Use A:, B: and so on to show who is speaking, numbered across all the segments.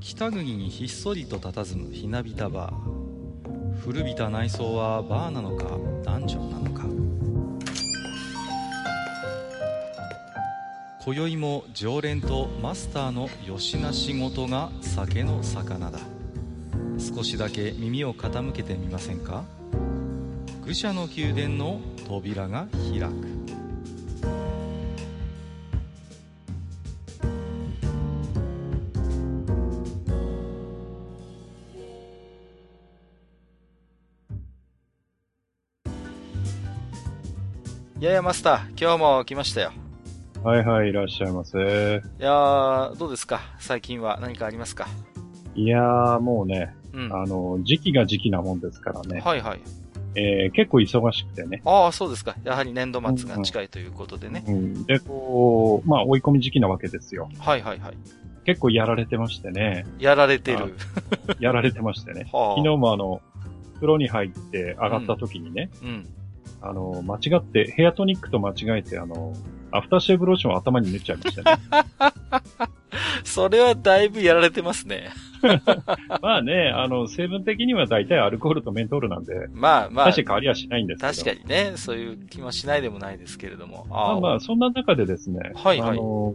A: 北国にひっそりと佇むひなびたバー古びた内装はバーなのかダンジョンなのか今宵も常連とマスターのよしな仕事が酒の魚だ少しだけ耳を傾けてみませんか愚者の宮殿の扉が開くいやいやマスター今日も来ましたよ
B: はいはい、いらっしゃいませ。
A: いやーどうですか最近は何かありますか
B: いやー、もうね、
A: うんは
B: あの、時期が時期なもんですからね、
A: いはい
B: えー、結構忙しくてね。
A: ああそうですかやはり年度末が近いということでね、
B: うん、で、こう、まあ、追い込み時期なわけですよ。
A: はいはいはい
B: 結構やられてまし てね、
A: やられてる。
B: やられてましてね
A: は
B: 昨日もあの、風呂に入って上がった時にね、
A: うん
B: あの、間違って、ヘアトニックと間違えて、あの、アフターシェーブローションを頭に塗っちゃい ましたね。
A: それはだいぶやられてますね
B: まあね、あの、成分的には大体アルコールとメントールなんで、
A: まあまあ
B: 大して変わりはしないんですけど。
A: 確かにね、そういう気もしないでもないですけれども。
B: ま
A: あ
B: あまあ、そんな中でですね、
A: はいはい
B: あの、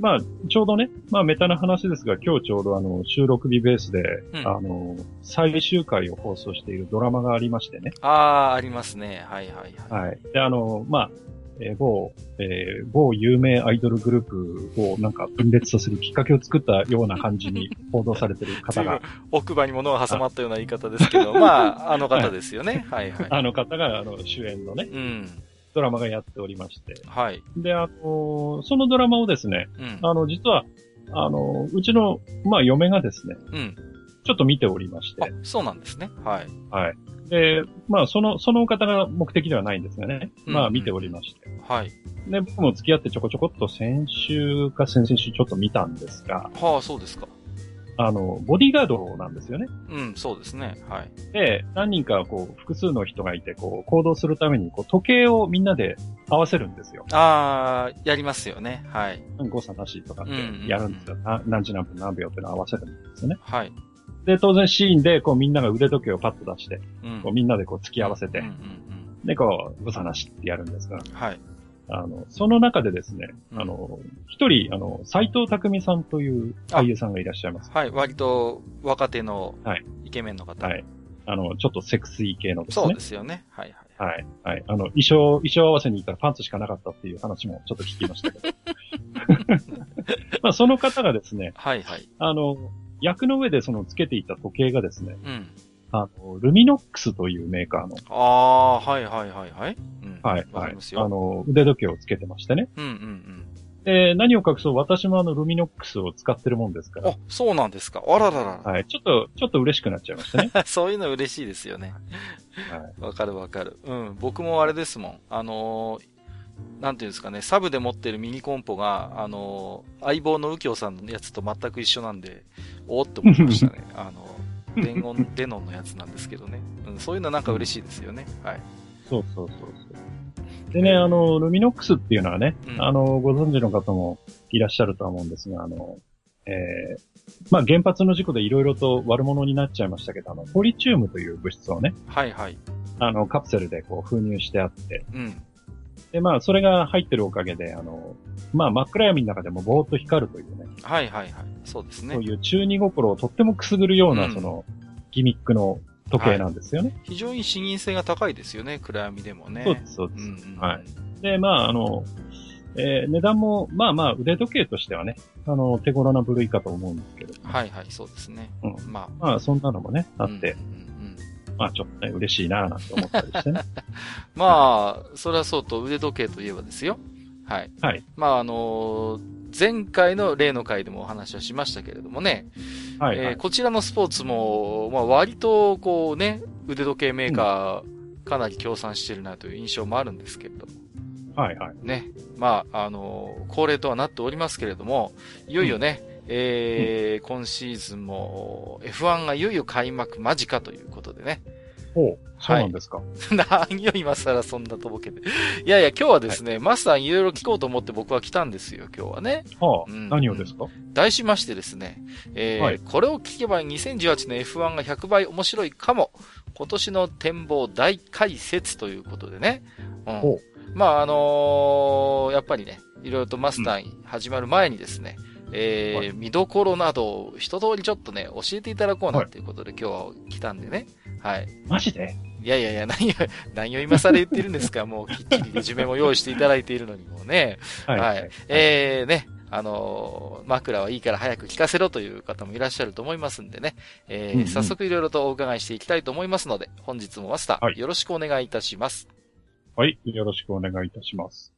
B: まあ、ちょうどね、まあ、メタな話ですが、今日ちょうどあの、収録日ベースで、
A: うん
B: あの、最終回を放送しているドラマがありましてね、
A: あー、ありますね。はいはいはい。
B: はい。で、あの、まあ、えー某、えー某有名アイドルグループをなんか分裂させるきっかけを作ったような感じに報道されてる 方が、
A: 奥歯に物が挟まったような言い方です けど、まあ、あの方ですよね。はいはい。
B: あの方があの主演のね、
A: うん。
B: ドラマがやっておりまして、
A: はい。
B: で、あの、そのドラマをですね、
A: うん。
B: あの、実は、あの、うちの、まあ、嫁がですね、
A: うん。
B: ちょっと見ておりまして
A: あ、、そうなんですね。はい。
B: はい。で、まあ、その、その方が目的ではないんですがね、
A: うん
B: まあ、見ておりまして。
A: はい。
B: で、僕も付き合ってちょこちょこっと先週か先々週ちょっと見たんですが、
A: はあ、そうですか。
B: あの、ボディーガードなんですよね。
A: うん、そうですね。はい。
B: で、何人かこう、複数の人がいて、こう、行動するために、こう、時計をみんなで合わせるんですよ。
A: あー、やりますよね。はい。
B: 誤差なしとかって
A: うんうんうん
B: やるんですよ。な何時何分何秒っていうのを合わせるんですよね。
A: はい。
B: で、当然シーンで、こう、みんなが腕時計をパッと出して、
A: うん
B: こう、みんなでこう、付き合わせて
A: うんう、ん
B: で、こう、ぶさなしってやるんですが、
A: うん。はい。
B: あの、その中でですね、
A: うん
B: あの、一人、あの、斎藤匠さんという俳優さんがいらっしゃいます。
A: はい。割と若手の
B: はい
A: イケメンの方。
B: はい。あの、ちょっとセクシー系のです
A: そう
B: ね
A: で。すよね。はいはい。
B: はい。はい。あの、衣装、衣装合わせに行ったらパンツしかなかったっていう話もちょっと聞きました けど。まあ、その方がですね、
A: はいはい。
B: あの、役の上でそのつけていた時計がですね、
A: うん。
B: あの、ルミノックスというメーカーの、
A: ああー、はいはいはいはい。うん。
B: はい、
A: わか
B: は
A: り
B: い
A: ます、よ。
B: あの、腕時計をつけてましてね。
A: うんうん
B: で、何を隠そう、私もあの、ルミノックスを使ってるもんですか
A: うん。
B: ら
A: あ、、そうなんですか。あららら
B: はい。ちょっと、ちょっと嬉しくなっちゃいましたね。
A: ら。 そういうの嬉しいですよね。
B: はい。
A: わかるわかる。うん。僕もあれですもん。あのーなんていうんですかね、サブで持ってるミニコンポが、あのー相棒の右京さんのやつと全く一緒なんで、おーって思いました ね。あのー伝言、デノンのやつなんですけどね。うん、そういうのなんか嬉しいですよね。はい。
B: そうそうそうそう。でね、あの、ルミノックスっていうのはね、
A: うん
B: あの、ご存知の方もいらっしゃるとは思うんですが、あの、えーまあ、原発の事故でいろいろと悪者になっちゃいましたけど、あの、ポリチウムという物質をね、
A: はいはい。
B: あの、カプセルでこう、封入してあって、
A: うん。
B: で、まあ、それが入ってるおかげで、あの、まあ、真っ暗闇の中でもぼーっと光るというね、
A: はいはいはい。そうですね
B: そう。いう中二心をとってもくすぐるような、
A: うん
B: その、ギミックの時計なんですよね。
A: 非常に視認性が高いですよね、暗闇でもね。
B: そうです、そうです。
A: うんうん、
B: はい。で、まあ、あの、えー値段も、まあまあ、腕時計としてはね、あの、手頃な部類かと思うんですけど、
A: はいはい、そうですね。
B: うん
A: ま
B: まあ、そんなのもね、
A: あ。
B: あって、
A: うんうんうん
B: まあ、ちょっとね、嬉しいなぁなんて思ったり してね。
A: まあ、それはそうと腕時計といえばですよ。はい。
B: はい。
A: まあ、あのー前回の例の回でもお話はしましたけれどもね、
B: はい、は
A: えー
B: い。
A: こちらのスポーツも、まあ、割とこうね、腕時計メーカー、かなり協賛してるなという印象もあるんですけれども、
B: はい、はい。
A: ね、まあ、あのー恒例とはなっておりますけれども、いよいよね、えー今シーズンも F1 がいよいよ開幕間近ということでね、
B: ほう。そうなんですか。
A: 何よ、今更そんなとぼけて。いやいや、今日はですね、マスターにいろいろ聞こうと思って僕は来たんですよ、今日はね。
B: は
A: う
B: あ。
A: ん
B: 何をですか
A: 題しましてですね、えー
B: はい
A: これを聞けば2018年 F1 が100倍面白いかも、今年の展望大解説ということでね。うん
B: ほ
A: まあ、あのーやっぱりね、いろいろとマスターに始まる前にですね、えー
B: はい
A: 見どころなどを一通りちょっとね、教えていただこうなっていうことで今日は来たんでね。はい。
B: マジで
A: いやいやいや、何を、何を今更言ってるんですか、もうきっちりレジュメも用意していただいているのにもうね。
B: はい。
A: はい
B: はい
A: えー、ね、あのー枕はいいから早く聞かせろという方もいらっしゃると思いますんでね、えー
B: うんうん
A: 早速いろいろとお伺いしていきたいと思いますので、本日もマスター、
B: はい
A: よろしくお願いいたします。
B: はい。よろしくお願いいたします。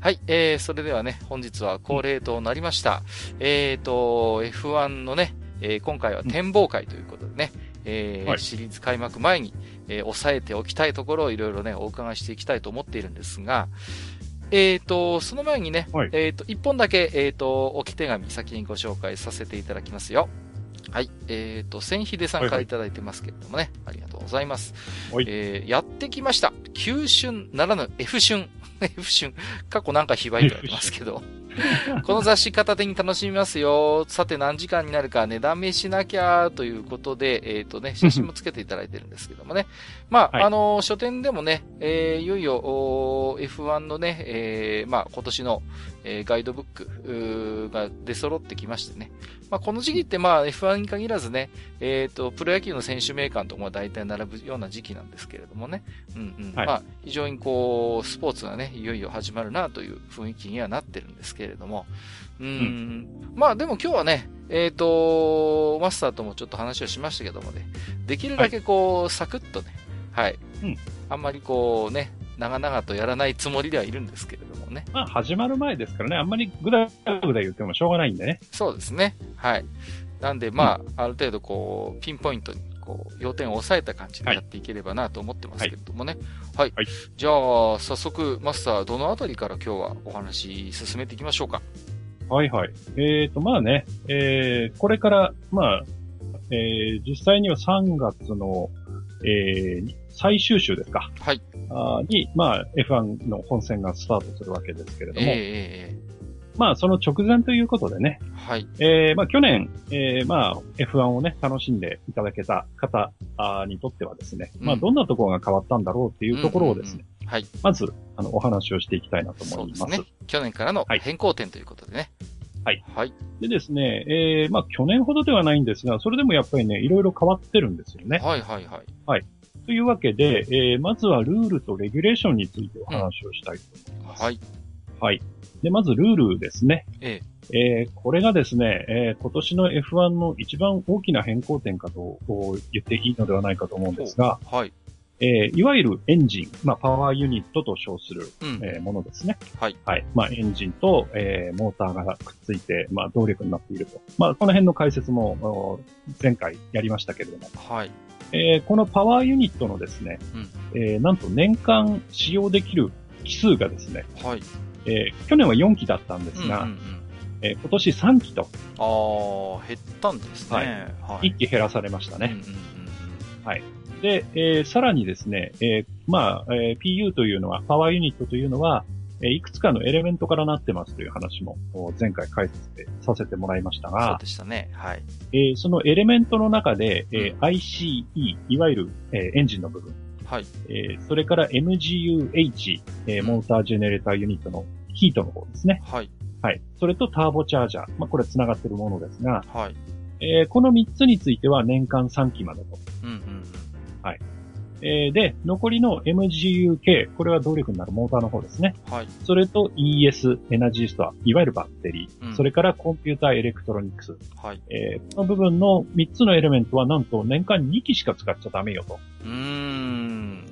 A: はい、えー、それではね、本日は恒例となりました。えーと、F1 のね、えー今回は展望会ということでね、えー
B: はい
A: シリーズ開幕前に、えー、抑えておきたいところをいろいろね、お伺いしていきたいと思っているんですが、えーと、その前にね、
B: はい
A: えーと、一本だけ、えーと、置き手紙先にご紹介させていただきますよ。はい。えっ、と、千秀さんか
B: はい
A: ら
B: はい
A: いただいてますけれどもね、ありがとうございます。
B: はい
A: えーやってきました。旧春ならぬ F 春。F 春。過去なんか非売とありますけど。この雑誌片手に楽しみますよ。さて何時間になるか値段めしなきゃということで、えっ、とね、写真もつけていただいてるんですけどもね。まあ、
B: はい
A: あのー書店でもね、えーいよいよ、おー F1 のね、えーまあ、今年の、えーガイドブックうーが出揃ってきましてね。まあ、この時期ってまあ、F1 に限らずね、えっ、と、プロ野球の選手名鑑とかも大体並ぶような時期なんですけれどもね。うんうん。
B: はい
A: まあ、非常にこう、スポーツがね、いよいよ始まるなという雰囲気にはなってるんですけれども。うーん。まあ、でも今日はね、えっ、と、マスターともちょっと話をしましたけどもね、できるだけこう、サクッとね、はい。
B: うん
A: あんまりこうね、長々とやらないつもりではいるんですけれどもね。
B: まあ、始まる前ですからね、あんまりぐだぐだ言ってもしょうがないんでね。
A: そうですね。はい。なんで、まあ、ある程度、こう、ピンポイントに、こう、要点を抑えた感じで
B: はい
A: やっていければなと思ってますけれどもね。はい。
B: はい
A: じゃあ、早速、マスター、どのあたりから今日はお話進めていきましょうか。
B: はいはい。えっ、と、まあね、えー、これから、まあ、えー、実際には3月の、えー、最終週ですか。
A: はい。
B: あーに、まあ、F1 の本戦がスタートするわけですけれ
A: え
B: ど
A: え
B: も、
A: え
B: まあ、その直前ということでね、
A: えええはい。
B: えー、まあ、去年、えー、まあ、F1 をね、楽しんでいただけた方あーにとってはですね、まあ、
A: うん
B: どんなところが変わったんだろうっていうところをで
A: う
B: すね、
A: んうんうんはい。
B: まず、あの、お話をしていきたいなと
A: そ
B: 思
A: う
B: い
A: で
B: ます
A: す。ね。去年からの
B: はい
A: 変更点ということでね。
B: はい。
A: はい。
B: でですね、えー、まあ去年ほどではないんですが、それでもやっぱりね、いろいろ変わってるんですよね。
A: はい、はい、はい。
B: というわけで、えー、まずはルールとレギュレーションについてお話をしたいと思います。
A: はい。
B: で、まずルールですね。
A: え
B: えー、これがですね、えー、今年の F1 の一番大きな変更点かとこう言っていいのではないかと思うんですが、
A: えはい。
B: えー、いわゆるエンジン、まあパワーユニットと称する、
A: うん。
B: えー、ものですね。
A: はい。
B: はい。まあ、エンジンと、えー、モーターがくっついて、まあ、動力になっていると。まあ、この辺の解説も、お前回やりましたけれども、
A: はい。
B: えー、このパワーユニットのですね、えー、なんと年間使用できる機数がですね、
A: はい。
B: えー、去年は4機だったんで
A: う
B: す
A: ん、うん、う
B: が、
A: ん。
B: えー今年3機と
A: あー、減ったんですね。
B: はい
A: は
B: 1機減らされました
A: うん、
B: ね。
A: うん、うんうん。
B: で、えー、さらにですね、えー、まあ、えー、PU というのは、パワーユニットというのは、えーいくつかのエレメントからなってますという話も、お前回解説でさせてもらいました
A: そう
B: が、
A: でしたね。はい。
B: えーそのエレメントの中で、えー
A: う
B: ICE、いわゆる、えーエンジンの部分、
A: はい。
B: えーそれから MGUH、えー
A: うん
B: モータージェネレーターユニットのヒートの方ですね。
A: はい。
B: はい。それとターボチャージャー。まあ、これ繋がってるものですが、
A: はい。
B: えーこの3つについては年間3期までと。
A: うんうん
B: えーで、残りの MGUK、これは動力になるモーターの方ですね。
A: うん。はい。
B: それと ES、エナジーストア、いわゆるバッテリー。
A: うん
B: それからコンピューターエレクトロニクス。
A: はい。
B: えーこの部分の3つのエレメントはなんと年間2機しか使っちゃダメよと。
A: うーん。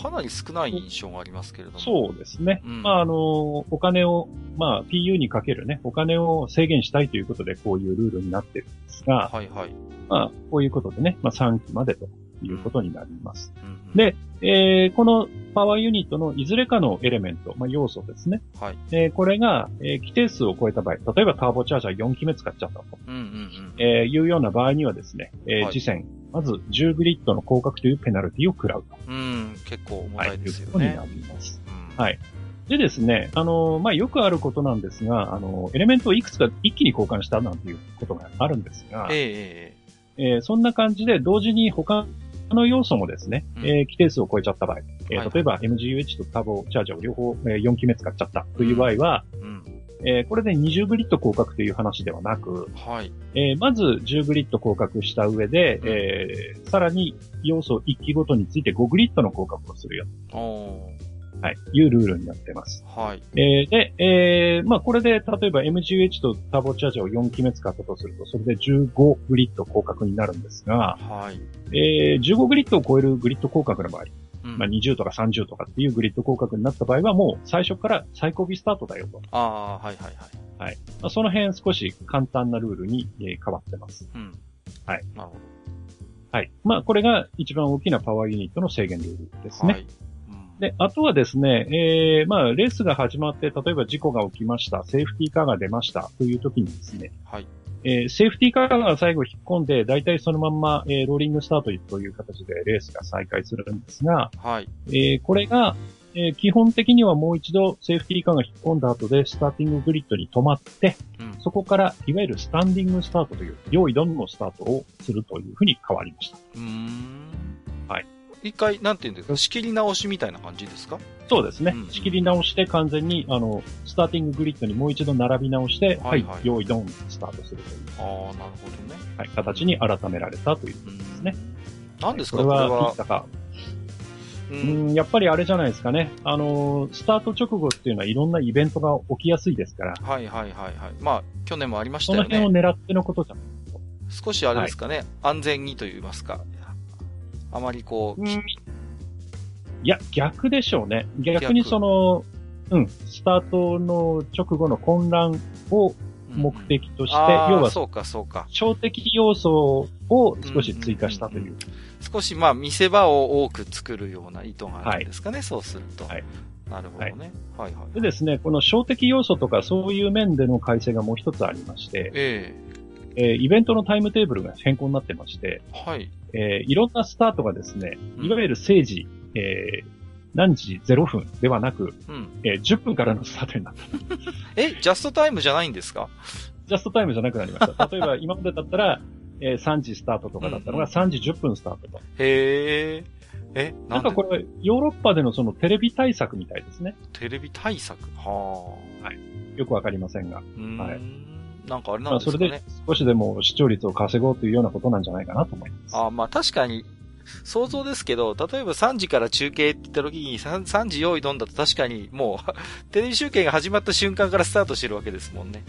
A: かなり少ない印象がありますけれども。
B: そうですね。
A: うん
B: まあ、あの、お金を、まあ、PU にかけるね、お金を制限したいということで、こういうルールになってるんですが、
A: はいはい。
B: まあ、こういうことでね、まあ、3期までということになります。
A: うんうん
B: でえーこのパワーユニットのいずれかのエレメント、まあ、要素ですね。
A: はい。
B: えーこれが、えー規定数を超えた場合、例えばターボチャージャー4機目使っちゃったと、
A: うんうんうん。
B: えーいうような場合にはですね、え
A: は
B: ー、
A: い
B: 次戦、まず10グリッドの降格というペナルティを食らうと。
A: うん、結構重
B: はい、
A: たい
B: い
A: で
B: う
A: すよ
B: ことに
A: ね
B: な。ります。
A: うん
B: はいでですね、あの、まあ、よくあることなんですが、あの、エレメントをいくつか一気に交換したなんていうことがあるんですが
A: え、えええ
B: えーそんな感じで同時に他の要素もですね、
A: うん
B: えー規定数を超えちゃった場合、えー
A: はいはい
B: 例えば MGUH とターボチャージャーを両方、え4機目使っちゃったという場合は、
A: ええうん。
B: えーこれで20グリッド降格という話ではなく、
A: はい。
B: えーまず10グリッド降格した上で、えーさらに要素1機ごとについて5グリッドの降格をするよ、
A: お
B: はい、いうルールになっています。
A: ーはい。
B: えーで、えーまあ、これで、例えば MGH とターボチャージャーを4機目使ったとすると、それで15グリッド広角になるんですが、
A: はい。
B: えー15グリッドを超えるグリッド広角の場合、
A: うん
B: まあ、20とか30とかっていうグリッド広角になった場合は、もう最初から最高尾スタートだよと。
A: ああー、はいはいはい。
B: まあ、その辺少し簡単なルールに、えー変わってます。
A: うん。
B: はい。
A: なるほ
B: はい。まあ、これが一番大きなパワーユニットの制限ルールです
A: ど。
B: ね。
A: はい。うん、
B: で、あとはですね、えーまあ、レースが始まって、例えば事故が起きました、セーフティーカーが出ましたという時にですね、
A: はい。
B: えーセーフティーカーが最後引っ込んで、大体そのまんま、えーローリングスタートという形でレースが再開するんですが、
A: はい。
B: えーこれが、えー基本的にはもう一度セーフティーカーが引っ込んだ後でスターティンググリッドに止まって、
A: うん。
B: そこからいわゆるスタンディングスタートという、用意ドンのスタートをするというふうに変わりました。
A: うーん。
B: はい。
A: 一回、なんていうんですか、仕切り直しみたいな感じですか
B: そうですね
A: うんうん。
B: 仕切り直して完全に、あの、スターティンググリッドにもう一度並び直して、
A: は
B: はいい、
A: はい
B: 用意ドンスタートするとい
A: ああ、なるほどね。
B: う、はい、形に改められたという。
A: うん。です
B: ね。
A: 何ですか、
B: これ
A: これ
B: は、い
A: は。
B: いたか、
A: う。
B: うんん、やっぱりあれじゃないですかね。あのー、スタート直後っていうのはいろんなイベントが起きやすいですから、
A: はいはいはいはい。まあ、去年もありまし
B: そ
A: たよ
B: の辺を
A: ね。
B: 狙ってのことじゃん。
A: 少しあれですかね、安全にと言いますか。あまりこう、
B: いや、逆でしょうね。逆にその、うん、スタートの直後の混乱を目
A: し
B: 的として、
A: あー
B: 要は、
A: そうかそうか。
B: 小的要素を少し追加したと
A: うん
B: いう。
A: 少しまあ見せ場を多く作るような意図があるんですかね、そうすると。
B: はい
A: なるほどね。はいはい。
B: でですね、この小的要素とかそういう面での改正がもう一つありまして、
A: え
B: えーイベントのタイムテーブルが変更になってまして、
A: えはい。
B: えーいろんなスタートがですね、
A: うん
B: いわゆる政治、えー何時0分ではなく、
A: うん。
B: えー10分からのスタートになった。
A: え、ジャストタイムじゃないんですか
B: ジャストタイムじゃなくなりま した。例えば今までだったら、えー3時スタートとかだったのが
A: うん
B: 3時10分スタートと。
A: へえ。え、な
B: な
A: んんで
B: かこれ、ヨーロッパでのそのテレビ対策みたいですね。
A: テレビ対策はあ。
B: よくわかりませんが。
A: うーん、
B: はい
A: なんかあれなん
B: まあ
A: です
B: そ
A: か
B: れ
A: ね
B: で。少しでも視聴率を稼ごうというようなことなんじゃないかなと思います。
A: ああまあ確かに、想像ですけど、例えば3時から中継って言った時に3、3時用意どんだと確かにもう、 テレビ中継が始まった瞬間からスタートしてるわけですもんね。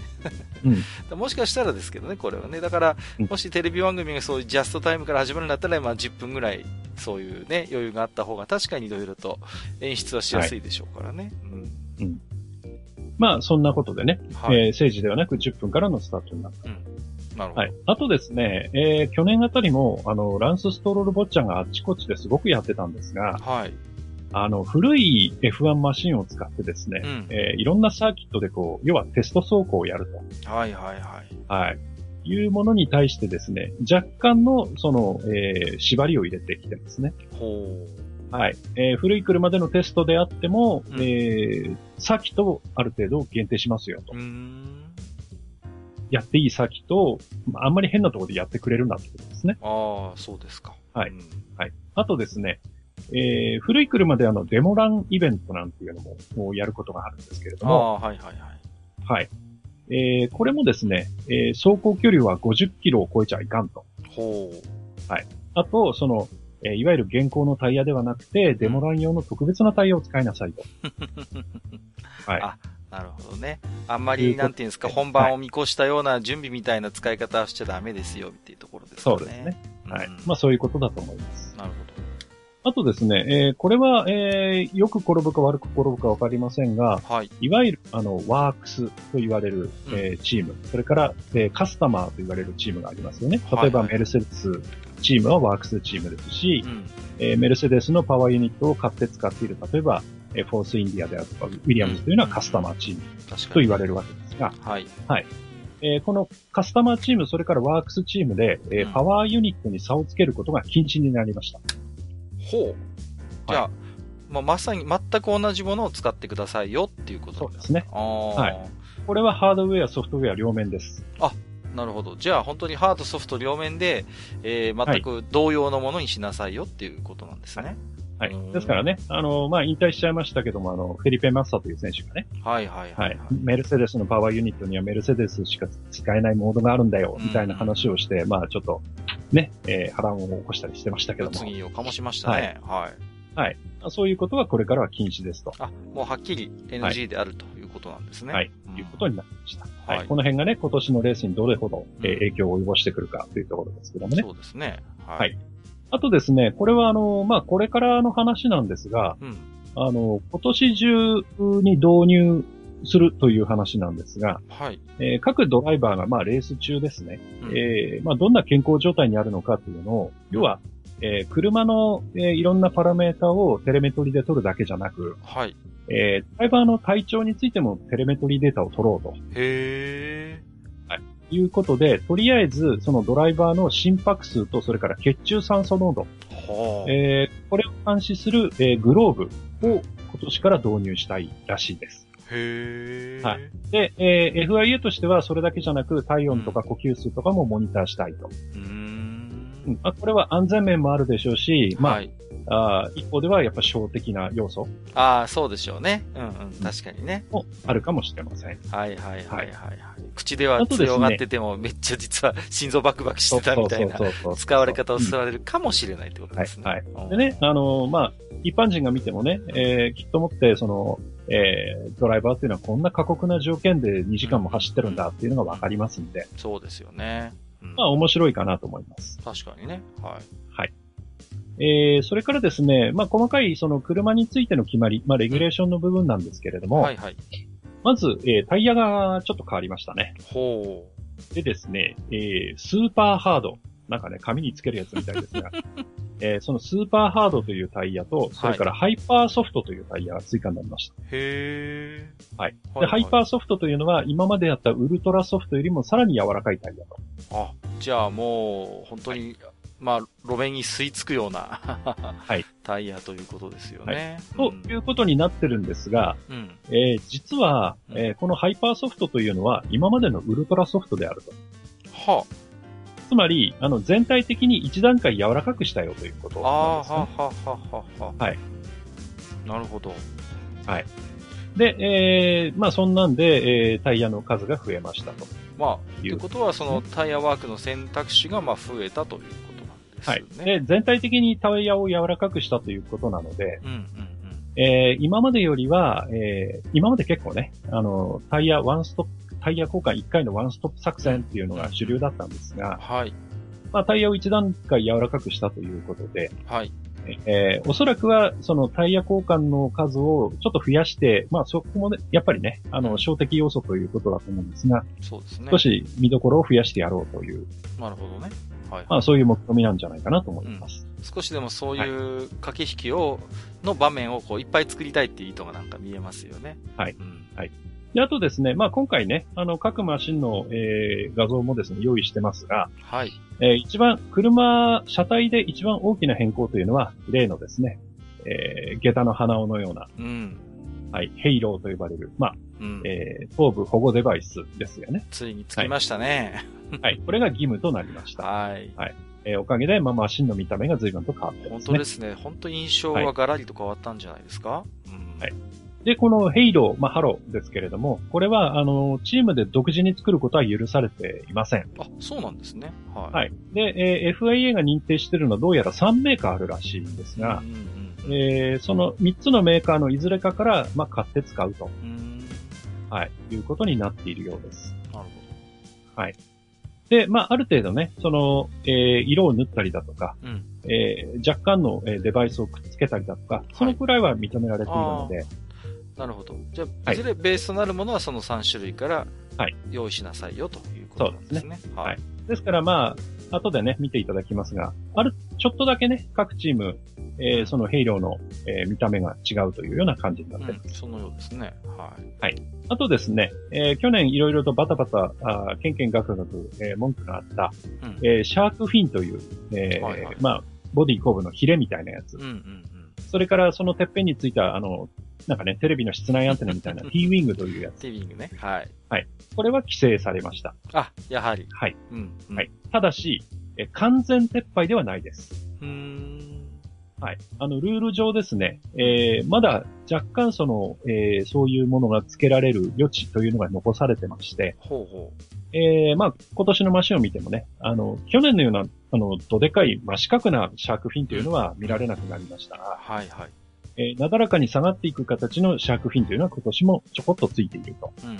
A: もしかしたらですけどね、これはね。だから
B: うん、
A: もしテレビ番組がそういうジャストタイムから始まるんだったら、まあ10分ぐらい、そういうね、余裕があった方が確かにいろいろと演出はしやすいでしょうからね。
B: まあそんなことでね、
A: うん。はい。
B: えー政治ではなく10分からのスタートになっ
A: なるほ
B: た。
A: ど。
B: はい。あとですね、えー去年あたりも、あの、ランスストロールボッチャがあっちこっちですごくやってたんですが、
A: はい。
B: あの、古い F1 マシンを使ってです
A: う
B: ね、
A: ん。
B: えーいろんなサーキットでこう、要はテスト走行をやる
A: はいはいはい。
B: と。はい。いうものに対してですね、若干の、その、えー縛りを入れてきてますね。
A: ほ
B: はい。えー古い車でのテストであっても、
A: うん
B: えーサーキットをある程度限定しますよと
A: う。う。ーん。
B: やっていいサーキットを、まああんまり変なところでやってくれるなってことですね。
A: ああ、そうですか。
B: はい
A: うん
B: あとですね、えー古い車であの、デモランイベントなんていうのも、もうやることがあるんですけれど
A: あ
B: も、
A: あ、はいはいはい。
B: はい。えーこれもですね、えー走行距離は50キロを超えちゃいかんと。
A: ほう。
B: あと、その、えーいわゆる現行のタイヤではなくて、デモラン用の特別なタイヤを使いなさいと。はい。
A: あなるほどね。あんまり、なんていうんですか、本番を見越したような準備みたいな使い方はしちゃダメですよっていうところですかね。
B: そうですね。はい
A: うん。
B: まあそういうことだと思います。
A: なるほど。
B: あとですね、えーこれは、えーよく転ぶか悪く転ぶかわかりませんが、
A: はい。
B: いわゆる、あの、ワークスと言われ
A: う
B: る、
A: ん
B: えーチーム、それから、えーカスタマーと言われるチームがありますよね。例えば、
A: はいはい
B: メルセデスチームはワークスチームですし
A: う、ん。
B: えーメルセデスのパワーユニットを買って使っている、例えば、えーフォースインディアであるとか、ウィリアムズというのはカスタマーチーム
A: 確
B: と
A: かに。
B: 言われるわけですが、
A: はい。
B: えーこのカスタマーチーム、それからワークスチームで、えー
A: うん
B: パワーユニットに差をつけることが禁止になりました。
A: ほう。じゃあ、まあ、まさに全く同じものを使ってくださいよっていうこと
B: そうですね。
A: ああ、
B: はいこれはハードウェア、ソフトウェア両面です。
A: なるほど。じゃあ本当にハード、ソフト両面で、えー
B: は
A: 全
B: い
A: く同様のものにしなさいよっていうことなんですね。
B: はい
A: うん。
B: ですからね、あの、まあ、引退しちゃいましたけども、あの、フェリペ・マッサという選手がね、
A: はいはいは
B: はいい。メルセデスのパワーユニットにはメルセデスしか使えないモードがあるんだよ、みたいな話をして、まあ、ちょっと、ね、えー波乱を起こしたりしてましたけど
A: 物
B: も、
A: 議を醸しましたね。はい。
B: そういうことはこれからは禁止ですと。
A: あ、もうはっきり NG であるということなんですね。
B: はい
A: うん。
B: いうことになりました。
A: は
B: はいい。この辺がね、今年のレースにどれほど、えー
A: うん
B: 影響を及ぼしてくるかというところですけどもね。
A: そうですね。はい。
B: はいあとですね、これはあの、まあ、これからの話なんですが、
A: うん。
B: あの、今年中に導入するという話なんですが、
A: はい。
B: えー各ドライバーが、まあ、レース中ですね、
A: うん
B: えーまあ、どんな健康状態にあるのかというのを、要は、えー車の、えーいろんなパラメータをテレメトリで取るだけじゃなく、
A: はい。
B: えードライバーの体調についてもテレメトリデータを取ろうと
A: へ
B: いうことで、とりあえず、そのドライバーの心拍数と、それから血中酸素濃度、
A: ー。はあ。
B: えーこれを監視する、えーグローブを今年から導入したいらしいです。
A: へー。
B: はいで、えー FIA としてはそれだけじゃなく、体温とか呼吸数とかもモニターしたいと。
A: うー。
B: うんんまあ、これは安全面もあるでしょうし、まあ、
A: はい。
B: あー一方ではやっぱ小的な要素
A: ああ、そうでしょうね。うんうん。確かにね。
B: もあるかもしれません。
A: はいはいはいは。
B: はいい
A: はい、口では強がってても、めっちゃ実は心臓バクバクしてたみたいな
B: そうそうそうそう
A: 使われ方をすられるかもしれないってことですね。
B: はい
A: うん
B: でね、あのーまあ、一般人が見てもね、えーきっともって、その、えードライバーっていうのはこんな過酷な条件で2時間も走ってるんだっていうのがわかりますんで、
A: そうですよね。うん
B: まあ、面白いかなと思います。
A: 確かにね。はい。
B: えーそれからですね、まあ、細かいその車についての決まり、まあ、レギュレーションの部分なんですけれども、
A: はいはい。
B: まず、えータイヤがちょっと変わりましたね。
A: ほ
B: でですね、えースーパーハード。なんかね、紙につけるやつみたいです が、えーそのスーパーハードというタイヤと、それからハイパーソフトというタイヤが追加になりました。
A: う。へー。
B: はい。で、ハイパーソフトというのは、今までやったウルトラソフトよりもさらに柔らかいタイヤと。。
A: あ、じゃあもう、本当に、まあ、路面に吸い付くような、はい タイヤということですよね。
B: と
A: うん
B: いうことになってるんですが、
A: うん。
B: えー実は、えーこのハイパーソフトというのは、今までのウルトラソフトであると。
A: は
B: つまり、あの、全体的に一段階柔らかくしたよということ
A: あ。あ
B: なんで
A: あ、は。
B: すね
A: あはあはあはあはあ。
B: はい。
A: なるほど。
B: で、えーまあそんなんで、えータイヤの数が増えましたと。
A: まあ、と
B: い
A: いううことは、そのタイヤワークの選択肢がまあ増えたということな
B: は
A: ん
B: い
A: で。すよね。
B: で、全体的にタイヤを柔らかくしたということなので、
A: うんうん
B: えー今までよりは、えー今まで結構ね、あの、タイヤワンストップ、タイヤ交換1回のワンストップ作戦っていうのが主流だったんです
A: うん。
B: が、
A: はい。
B: まあタイヤを一段階柔らかくしたということで、
A: はい。
B: えーおそらくはそのタイヤ交換の数をちょっと増やして、まあそこもね、やっぱりね、あの、小的要素ということだと思うんですが、
A: そうですね
B: 少。し見どころを増やしてやろうという
A: なるほどね。はい。
B: まあそういう目論みなんじゃないかなと思います。
A: 少しでもそういう駆け引きを、の場面をこういっぱい作りたいっていう意図がなんか見えますよね。
B: はい
A: うん
B: で、あとですね、まあ今回ね、あの各マシンの、えー画像もですね、用意してますが、
A: はい。
B: えー一番、車、車体で一番大きな変更というのは、例のですね、えー下駄の鼻緒のような、
A: うん。
B: はい、ヘイローと呼ばれる、まあ、
A: うん。
B: えー頭部保護デバイスですよね。
A: ついにつきましたね。
B: はい、これが義務となりました。
A: はい。
B: えーおかげで、まあマシンの見た目が随分と変わってま
A: 本
B: す
A: 当
B: ね
A: で。すね。本当印象がガラリと変わったんじゃないですかうん。
B: はいで、このヘイロー、まあハローですけれども、これは、あの、チームで独自に作ることは許されていません。
A: あ、そうなんですね。はい。
B: はい。で、えー FIA が認定しているのはどうやら3メーカーあるらしいんですが
A: う、んうんうん
B: えーその3つのメーカーのいずれかから、まあ、買って使うと、
A: うん。
B: はい、いうことになっているようです。
A: なるほ
B: で、まあ、ある程度ね、その、えー色を塗ったりだとか、
A: ど。うん。
B: えー若干のえーデバイスをくっつけたりだとか、そのくらいは認められているので、
A: なるほど。じゃあ、
B: はいい
A: ずれベースとなるものはその3種類から
B: はい
A: 用意しなさいよということなんですね。
B: はいですからまあ、後でね、見ていただきますが、ある、ちょっとだけね、各チーム、えーそのヘイローの、えー見た目が違うというような感じになってま
A: う
B: す。
A: ん、そのようですね。はい。
B: あとですね、えー去年いろいろとバタバタ、あーケンケンガクガク、えー文句があった、
A: うん
B: えーシャークフィンという、えー
A: はいはい
B: まあ、ボディ後部のヒレみたいなやつ
A: うん。うんうん。
B: それからそのてっぺんについた、あの、なんかね、テレビの室内アンテナみた いな T ウィングというやつ。
A: ティビングね。はい。
B: これは規制されました。
A: あ、やはり。
B: はい。
A: うん、うん。
B: はい。。ただし、えー完全撤廃ではないです。
A: うーん。
B: はい。あの、ルール上ですね、えーまだ若干その、えーそういうものが付けられる余地というのが残されてまして、
A: ほうほ
B: えーまあ、今年のマシンを見てもね、あの、去年のような、あの、どでかい真四角なシャークフィンというのは見られなくなりました
A: う。
B: が、
A: はいはい。
B: えーなだらかに下がっていく形のシャークフィンというのは今年もちょこっとついていると。
A: うんうんうん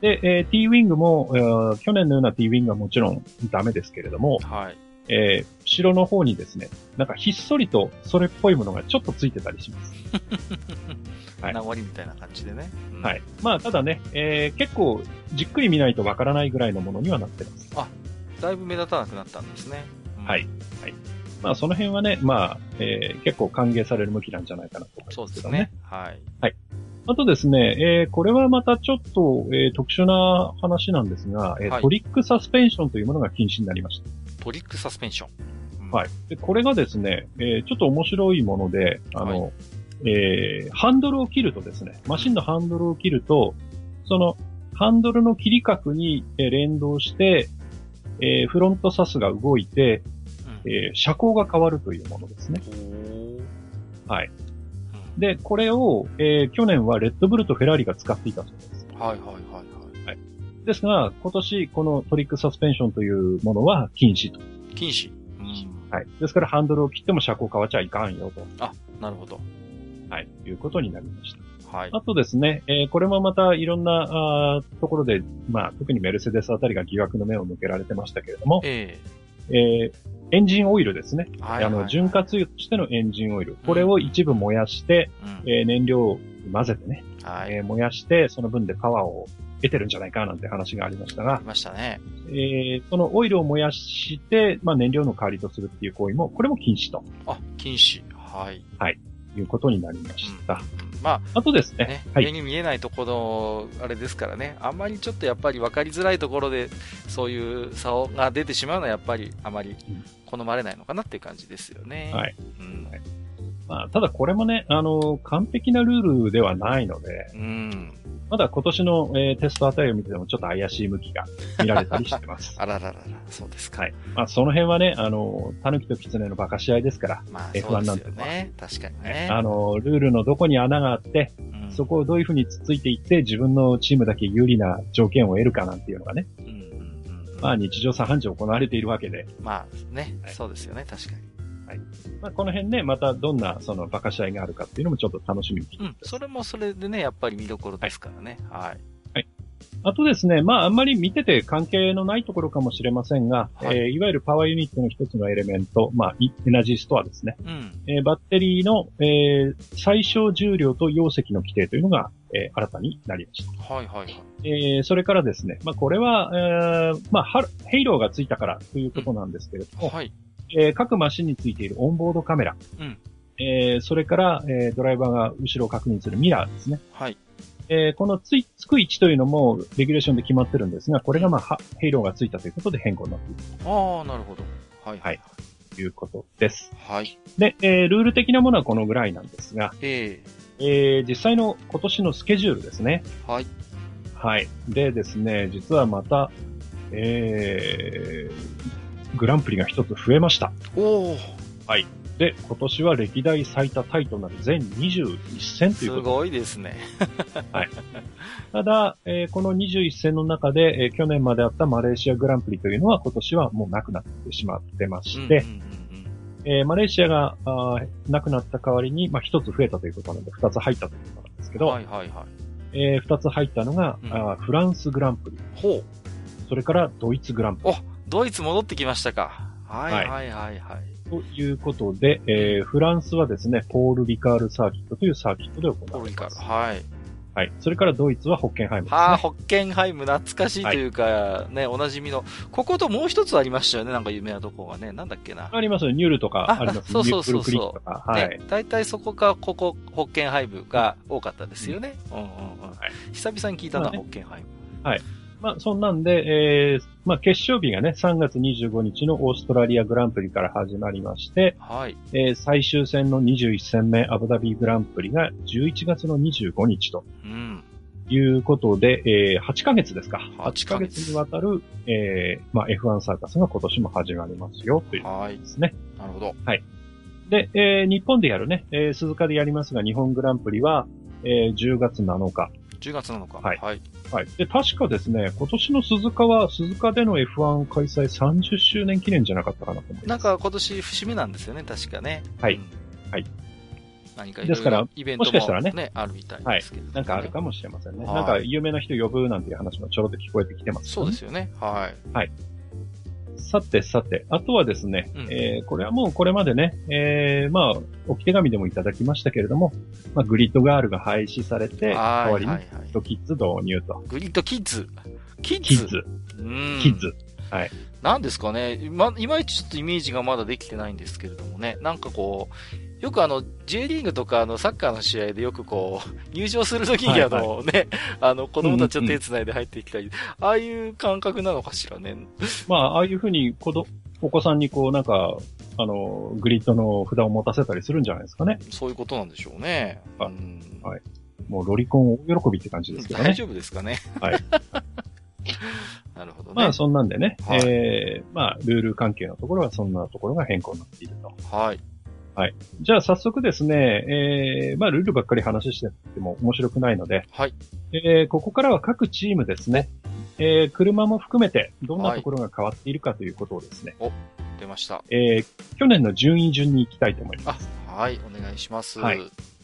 B: で、えー T ウィングも、えー去年のような T ウィングはもちろんダメですけれども
A: うん。、はい。
B: えー後ろの方にですね、なんかひっそりとそれっぽいものがちょっとついてたりします。はい
A: 名残みたいな感じでね。うん
B: はい。。まあ、ただね、えー結構じっくり見ないとわからないぐらいのものにはなってます。
A: だいぶ目立たなくなったんですね。うん
B: はい。まあ、その辺はね、まあ、えー結構歓迎される向きなんじゃないかなと思います、
A: そうですね。。はい。
B: あとですね、えーこれはまたちょっと、えー特殊な話なんですが、えー
A: はい
B: トリックサスペンションというものが禁止になりました。
A: トリックサスペンション。うん
B: はい。でこれがですね、えーちょっと面白いもので、あの、えーハンドルを切るとですね、マシンのハンドルを切ると、その、ハンドルの切り角にえー連動して、えーフロントサスが動いて、
A: うん
B: えー車高が変わるというものですね。
A: ほー
B: はい。
A: うん
B: で、これを、えー去年はレッドブルとフェラーリが使っていたそうです。
A: はいはいはいは
B: ですが、今年このトリックサスペンションというものは禁止と。
A: い。禁止。うん。
B: はい。ですからハンドルを切っても車高変わっちゃいかんよと。
A: あ、なるほど。
B: はい。いうことになりました。
A: はい。
B: あとですね、えーこれもまたいろんなあーところで、まあ、特にメルセデスあたりが疑惑の目を向けられてましたけれども、
A: え
B: えーエンジンオイルですね。
A: えはいはい。
B: あの、潤滑油としてのエンジンオイル。これを一部燃やして、
A: うん。
B: えー燃料を混ぜてね、
A: はい。
B: えー燃やして、その分でパワーを得てるんじゃないかなんて話がありました
A: あ
B: が
A: り、ましたね。
B: えーそのオイルを燃やして、まあ、燃料の代わりとするっていう行為も、これも禁止と
A: あ、禁止。はい。
B: いうことになりました。
A: うんま
B: あとです
A: あ、
B: ね、
A: ね、
B: はい
A: 目に見えないところの、あれですからね、あんまりちょっとやっぱり分かりづらいところで、そういう差が出てしまうのは、やっぱりあまり好まれないのかなっていう感じですよね。
B: はい。
A: うん。
B: まあ、ただこれもね、あの、完璧なルールではないので、
A: うん。
B: まだ今年の、えーテストあたりを見ててもちょっと怪しい向きが見られたりして ます。
A: あらららら、そうですか。
B: はい。まあ、その辺はね、あの、狸と狐の馬鹿し合いですから、
A: まあ、
B: F1
A: そうです
B: な
A: よ
B: んての
A: ね。確かにね。
B: あの、ルールのどこに穴があって、
A: うん
B: そこをどういうふうにつついていって、自分のチームだけ有利な条件を得るかなんていうのがね、
A: うんうんうんうん
B: まあ、日常茶飯事行われているわけで、
A: まあね、
B: はい
A: そうですよね、確かに。
B: まあ、この辺ね、またどんな、その、馬鹿し合いがあるかっていうのもちょっと楽しみにして
A: うん、それもそれでね、やっぱり見どころですからね。はい。
B: あとですね、まあ、あんまり見てて関係のないところかもしれませんが、
A: はい
B: いえーいわゆるパワーユニットの一つのエレメント、まあ、いエナジーストアですね。
A: うん。
B: えーバッテリーの、えー最小重量と容積の規定というのが、えー新たになりました。
A: はいはいはい。
B: えーそれからですね、まあ、これは、えーまあ、ハルヘイローがついたからということなんですけれども、
A: はい。
B: えー各マシンについているオンボードカメラ、
A: うん
B: えーそれから、えードライバーが後ろを確認するミラーですね。
A: はい。
B: えーこのつい、つく位置というのも、レギュレーションで決まってるんですが、これがまあ、はヘイローがついたということで変更になっている
A: ああ、なるほど。はいはい。
B: ということです。
A: はい。
B: で、えールール的なものはこのぐらいなんですが、
A: え
B: えー実際の今年のスケジュールですね。
A: えはい。
B: はい。でですね、実はまた、えーグランプリが一つ増えました。
A: おお
B: で、今年は歴代最多タイとなる全21戦とい
A: す
B: うこと
A: ごいですね。
B: ただ、えーこの21戦の中で、えー去年まであったマレーシアグランプリというのは今年はもうなくなってしまってまして
A: う、んうんうん
B: えーマレーシアがあーなくなった代わりに、まあ、1つ増えたということなので、2つ入ったということなんですけ
A: うん
B: ど、
A: はいはいは
B: え2つ入ったのが、
A: うん
B: あーフランスグランプリ、
A: い。ほう。
B: それからドイツグランプ
A: お
B: リ。
A: ドイツ戻ってきましたか。はいはいはいはい。はい
B: ということで、えーフランスはですね、ポール・リカールサーキットというサーキットで行
A: ポル
B: われ
A: リカ
B: ま
A: ル。
B: す。
A: はい。
B: はい。それからドイツはホッケンハイムです
A: はあ、
B: ね。
A: ホッケンハイム、懐かしいというか、ね、おなじみの、ここともう一つありましたよね、なんか有名なとこがね、なんだっけな。
B: ありますよニュールとか
A: あ
B: あります
A: そう
B: ニ
A: そ
B: ュ
A: う
B: ープ
A: そうそう
B: ルクリックとか。はい
A: ね。、大体そこか、ここ、ホッケンハイムが多かったですよね。うんうんうん。
B: はい
A: 久々に聞いたな、
B: まあね
A: ホッケンハイム。
B: まあ、そんなんで、えーまあ、決勝日がね、3月25日のオーストラリアグランプリから始まりまして、
A: はい。
B: えー最終戦の21戦目アブダビグランプリが11月の25日と
A: うん。
B: いうことで、えー8ヶ月ですか。
A: 8
B: 8
A: ヶ
B: ヶ
A: 月
B: 月にわたる、えーまあ、F1 サーカスが今年も始まりますよ、というこ
A: はい
B: と。ですね。
A: なるほど。
B: で、えー日本でやるね、えー鈴鹿でやりますが、日本グランプリは、えー10月7日。
A: 10月なのか。
B: はい
A: はい。
B: はい。で、確かですね、今年の鈴鹿は、鈴鹿での F1 開催30周年記念じゃなかったかなと思います。
A: なんか今年節目なんですよね、確かね。
B: はい
A: うん
B: はい。
A: 何かいろいろ
B: ですから
A: イベントも
B: もしかしたらね
A: あるみたいですけど、
B: なんかあるかもしれませんね。
A: はい
B: なんか有名な人呼ぶなんていう話もちょろっと聞こえてきてます、
A: そうですよね。はい。
B: さてさて、あとはですね、
A: うん
B: えーこれはもうこれまでね、えーまあ、置き手紙でもいただきましたけれども、まあ、グリッドガールが廃止されて、代
A: はい
B: わりに
A: はいはい
B: グリッドキッズ導入と。
A: グリッドキッズ。キッズ
B: キッズ、
A: うん
B: キッズ。
A: なんですかね、ま、いまいちちょっとイメージがまだできてないんですけれどもね、なんかこう、よくあの、J リーグとかあの、サッカーの試合でよくこう、 入場するときに
B: はい
A: あ
B: はい
A: の、ね、あの、子供たちを手繋いで入ってきたり、ああいう感覚なのかしらね。
B: まあ、ああいうふうに子ど、お子さんにこう、なんか、あの、グリッドの札を持たせたりするんじゃないですかね。
A: そういうことなんでしょうね。
B: あ
A: うん
B: はいもうロリコン大喜びって感じですけど
A: 大
B: ね。
A: 丈夫ですかね。
B: はい
A: なるほどね。
B: まあ、そんなんでね、
A: はい
B: えーまあ、ルール関係のところはそんなところが変更になっていると。
A: はい。
B: じゃあ早速ですね、えー、まあルールばっかり話してても面白くないので、
A: はい。
B: えー、ここからは各チームですね、えー、車も含めてどんなところが変わっているかということをですね、
A: 出ました。
B: えー、去年の順位順に行きたいと思いま
A: あ
B: す。、
A: はい。お願いします。
B: はい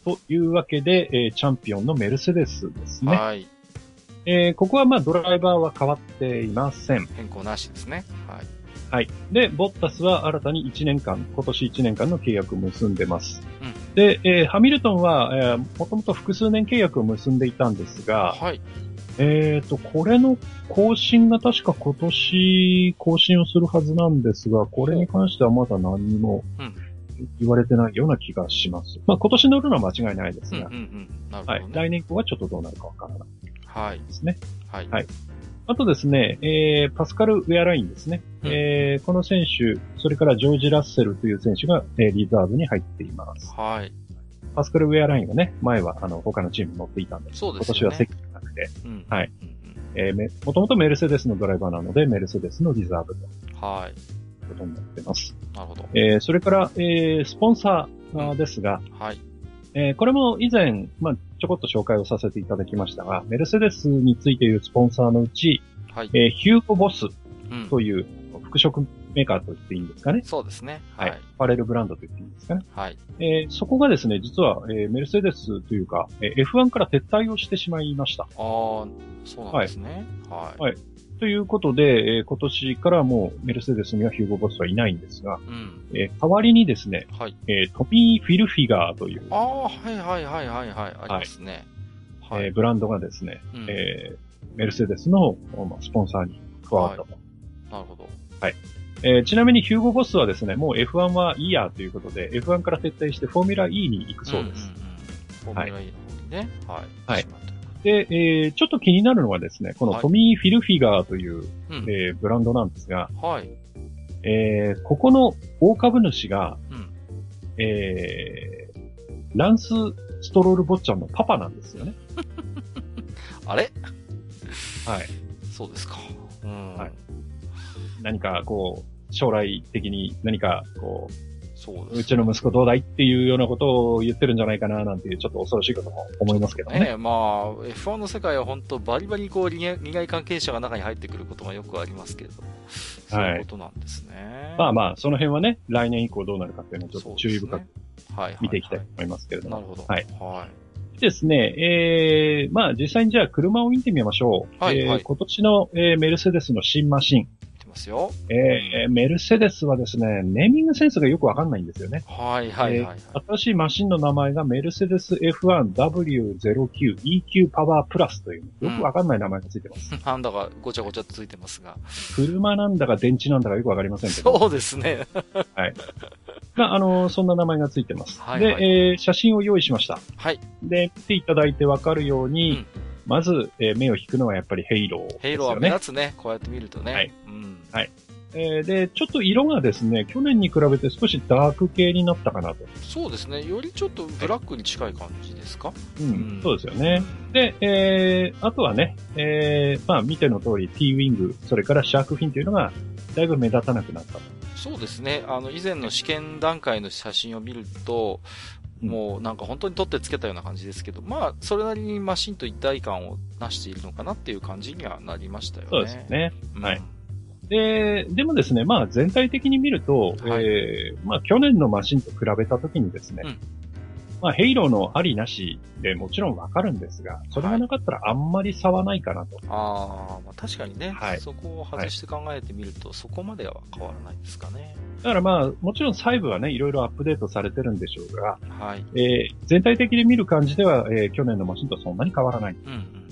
B: というわけで、えー、チャンピオンのメルセデスですね。
A: はい
B: えー、ここはまあドライバーは変わっていません。
A: 変更なしですね。はい。
B: はい。で、ボッタスは新たに1年間、今年1年間の契約を結んでます。
A: うん
B: で、えー、ハミルトンは、えー、もともと複数年契約を結んでいたんですが、
A: はい。
B: えーと、これの更新が確か今年更新をするはずなんですが、これに関してはまだ何にも
A: うん
B: 言われてないような気がします。まあ今年乗るのは間違いないです
A: うんうん
B: が、
A: うん。なるほ
B: はい
A: ど。ね。
B: 来年以降はちょっとどうなるかわからない
A: はい。
B: ですね。
A: はい。
B: はいあとですね、えー、パスカル・ウェアラインですね。
A: うん
B: えー、この選手、それからジョージ・ラッセルという選手が、えーリザーブに入っています。
A: はい。
B: パスカル・ウェアラインがね、前はあの他のチームに乗っていたんです。
A: そう
B: 今
A: です
B: 年
A: よね。
B: は席がなくて、
A: うん
B: はい。
A: うん
B: えー、もともとメルセデスのドライバーなので、メルセデスのリザーブと
A: うんはい。
B: ということになってます。
A: なるほど。
B: えーそれから、えースポンサーあーですが、
A: はい。
B: えーこれも以前、まあ、ちょこっと紹介をさせていただきましたが、メルセデスについているスポンサーのうち、
A: はい。
B: えーヒューゴボス
A: うん
B: という服飾メーカーと言っていいんですかね。
A: そうですね。は
B: はいい。。パレルブランドと言っていいんですかね。
A: はい。
B: えーそこがですね、実は、えーメルセデスというか、えー F1 から撤退をしてしまいました。
A: ああ、そうなんですね。はい。
B: はいということで、えー今年からもうメルセデスにはヒューゴボスはいないんですが、
A: うん。
B: えー代わりにですね、
A: はい。
B: えートミー・フィルフィガーという
A: あ、あ、はいはいはいはいはい。ありますね。は
B: えー
A: い。
B: ブランドがですね、
A: うん
B: えーメルセデスの、まあ、スポンサーに加わったと、
A: なるほど。
B: えーちなみにヒューゴ・ボスはですね、もう F1 はいいやということで、F1 から撤退してフォーミュラ E に行くそうです。
A: んんうん。フォーミュラ E の方にね。はい。
B: はい
A: しまった
B: で、えーちょっと気になるのはですね、こ
A: は
B: の
A: い
B: トミー・フィルフィガーという、
A: うん。
B: えーブランドなんですが、
A: はい。
B: えーここの大株主が、
A: うん
B: えーランス・ストロール・坊ちゃんのパパなんですよね。
A: あれ
B: はい。
A: そうですか。うん。
B: はい何かこう、将来的に何かこう、
A: そうです。
B: うちの息子どうだいっていうようなことを言ってるんじゃないかななんていう、ちょっと恐ろしいことも思いますけどね。
A: ねえ、まあ、F1 の世界は本当バリバリこう利害、利害関係者が中に入ってくることがよくありますけれども、そういうことなんですね。
B: まあまあ、その辺はね、来年以降どうなるかっていうのをちょっと注意深く
A: そうですねはいはいはい
B: 見ていきたいと思いますけれど
A: な
B: も。
A: るほど。
B: はい。
A: は
B: ですね、えー、まあ実際にじゃあ車を見てみましょう。
A: はい
B: えー
A: はい
B: 今年の、えーメルセデスの新マシン、
A: い。きますよ。
B: えーメルセデスはですね、ネーミングセンスがよくわかんないんですよね。
A: はいはいはい、はい
B: 新しいマシンの名前がメルセデス F1W09EQ パワープラスという、よくわかんない名前がつい てます。
A: なんだかごちゃごちゃついてますが。
B: 車なんだか電池なんだかよくわかりませんけど。
A: そうです ね。
B: まあ、あの、そんな名前がついてます。
A: はいはい
B: で、えー写真を用意しました。
A: はい。
B: で、見ていただいてわかるように、
A: うん
B: まず、えー目を引くのはやっぱりヘイローですよね。
A: ヘイローは目立つね。こうやって見るとね。
B: はい
A: うん。
B: えーで、ちょっと色がですね、去年に比べて少しダーク系になったかなと。
A: そうですね。よりちょっとブラックに近い感じですか
B: うん、
A: うん
B: そうですよね。で、えーあとはね、えーまあ見ての通り T ウィング、それからシャークフィンというのが、だいぶ目立たなくなったと。
A: そうですね。あの、以前の試験段階の写真を見ると、
B: うん
A: もうなんか本当に取ってつけたような感じですけど、まあ、それなりにマシンと一体感をなしているのかなっていう感じにはなりましたよね。
B: そうですよ。ね。
A: うん、
B: はいで、でもですね、まあ全体的に見ると、
A: はい
B: えーまあ去年のマシンと比べたときにですね、
A: うん
B: まあヘイローのありなしでもちろんわかるんですが、それがなかったらあんまり差はないかなと。
A: ああ、まあ確かにね、
B: はい
A: そこを外して考えてみると、そこまでは変わらないですかね。
B: だからまあもちろん細部はね、いろいろアップデートされてるんでしょうが、
A: はい。
B: えー全体的に見る感じでは、えー去年のマシンとそんなに変わらない。
A: うんうん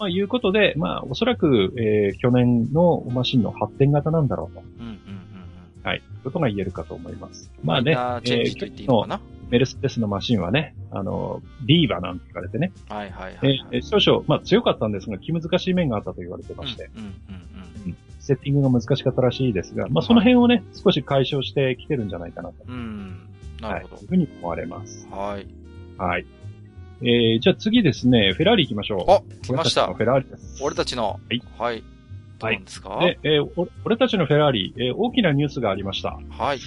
B: まあいうことで、まあおそらく、えー去年のマシンの発展型なんだろうと。
A: うん。うんうんうん
B: はい。ことが言えるかと思います。
A: うん。
B: まあね、
A: マイナーチェンジと言っていいのかな、
B: メルセデスのマシンはね、あの、ディーバなんて言われてね、
A: はいはいはい、はい
B: えー少々、まあ強かったんですが、気難しい面があったと言われてまして、
A: うんうんうんうん。
B: セッティングが難しかったらしいですが、まあその辺をね、少し解消してきてるんじゃないかなと。
A: うん。なるほ
B: はい。いうふうに思われます。
A: ど。はい。
B: はい。えー、じゃあ次ですね、フェラーリ行きましょう。
A: あ、来ました
B: 俺ちの。フェラーリです。
A: 俺たちの。
B: はい。
A: はい。どうなんですかはい
B: で。、えーお俺たちのフェラーリ、えー大きなニュースがありました。
A: はい。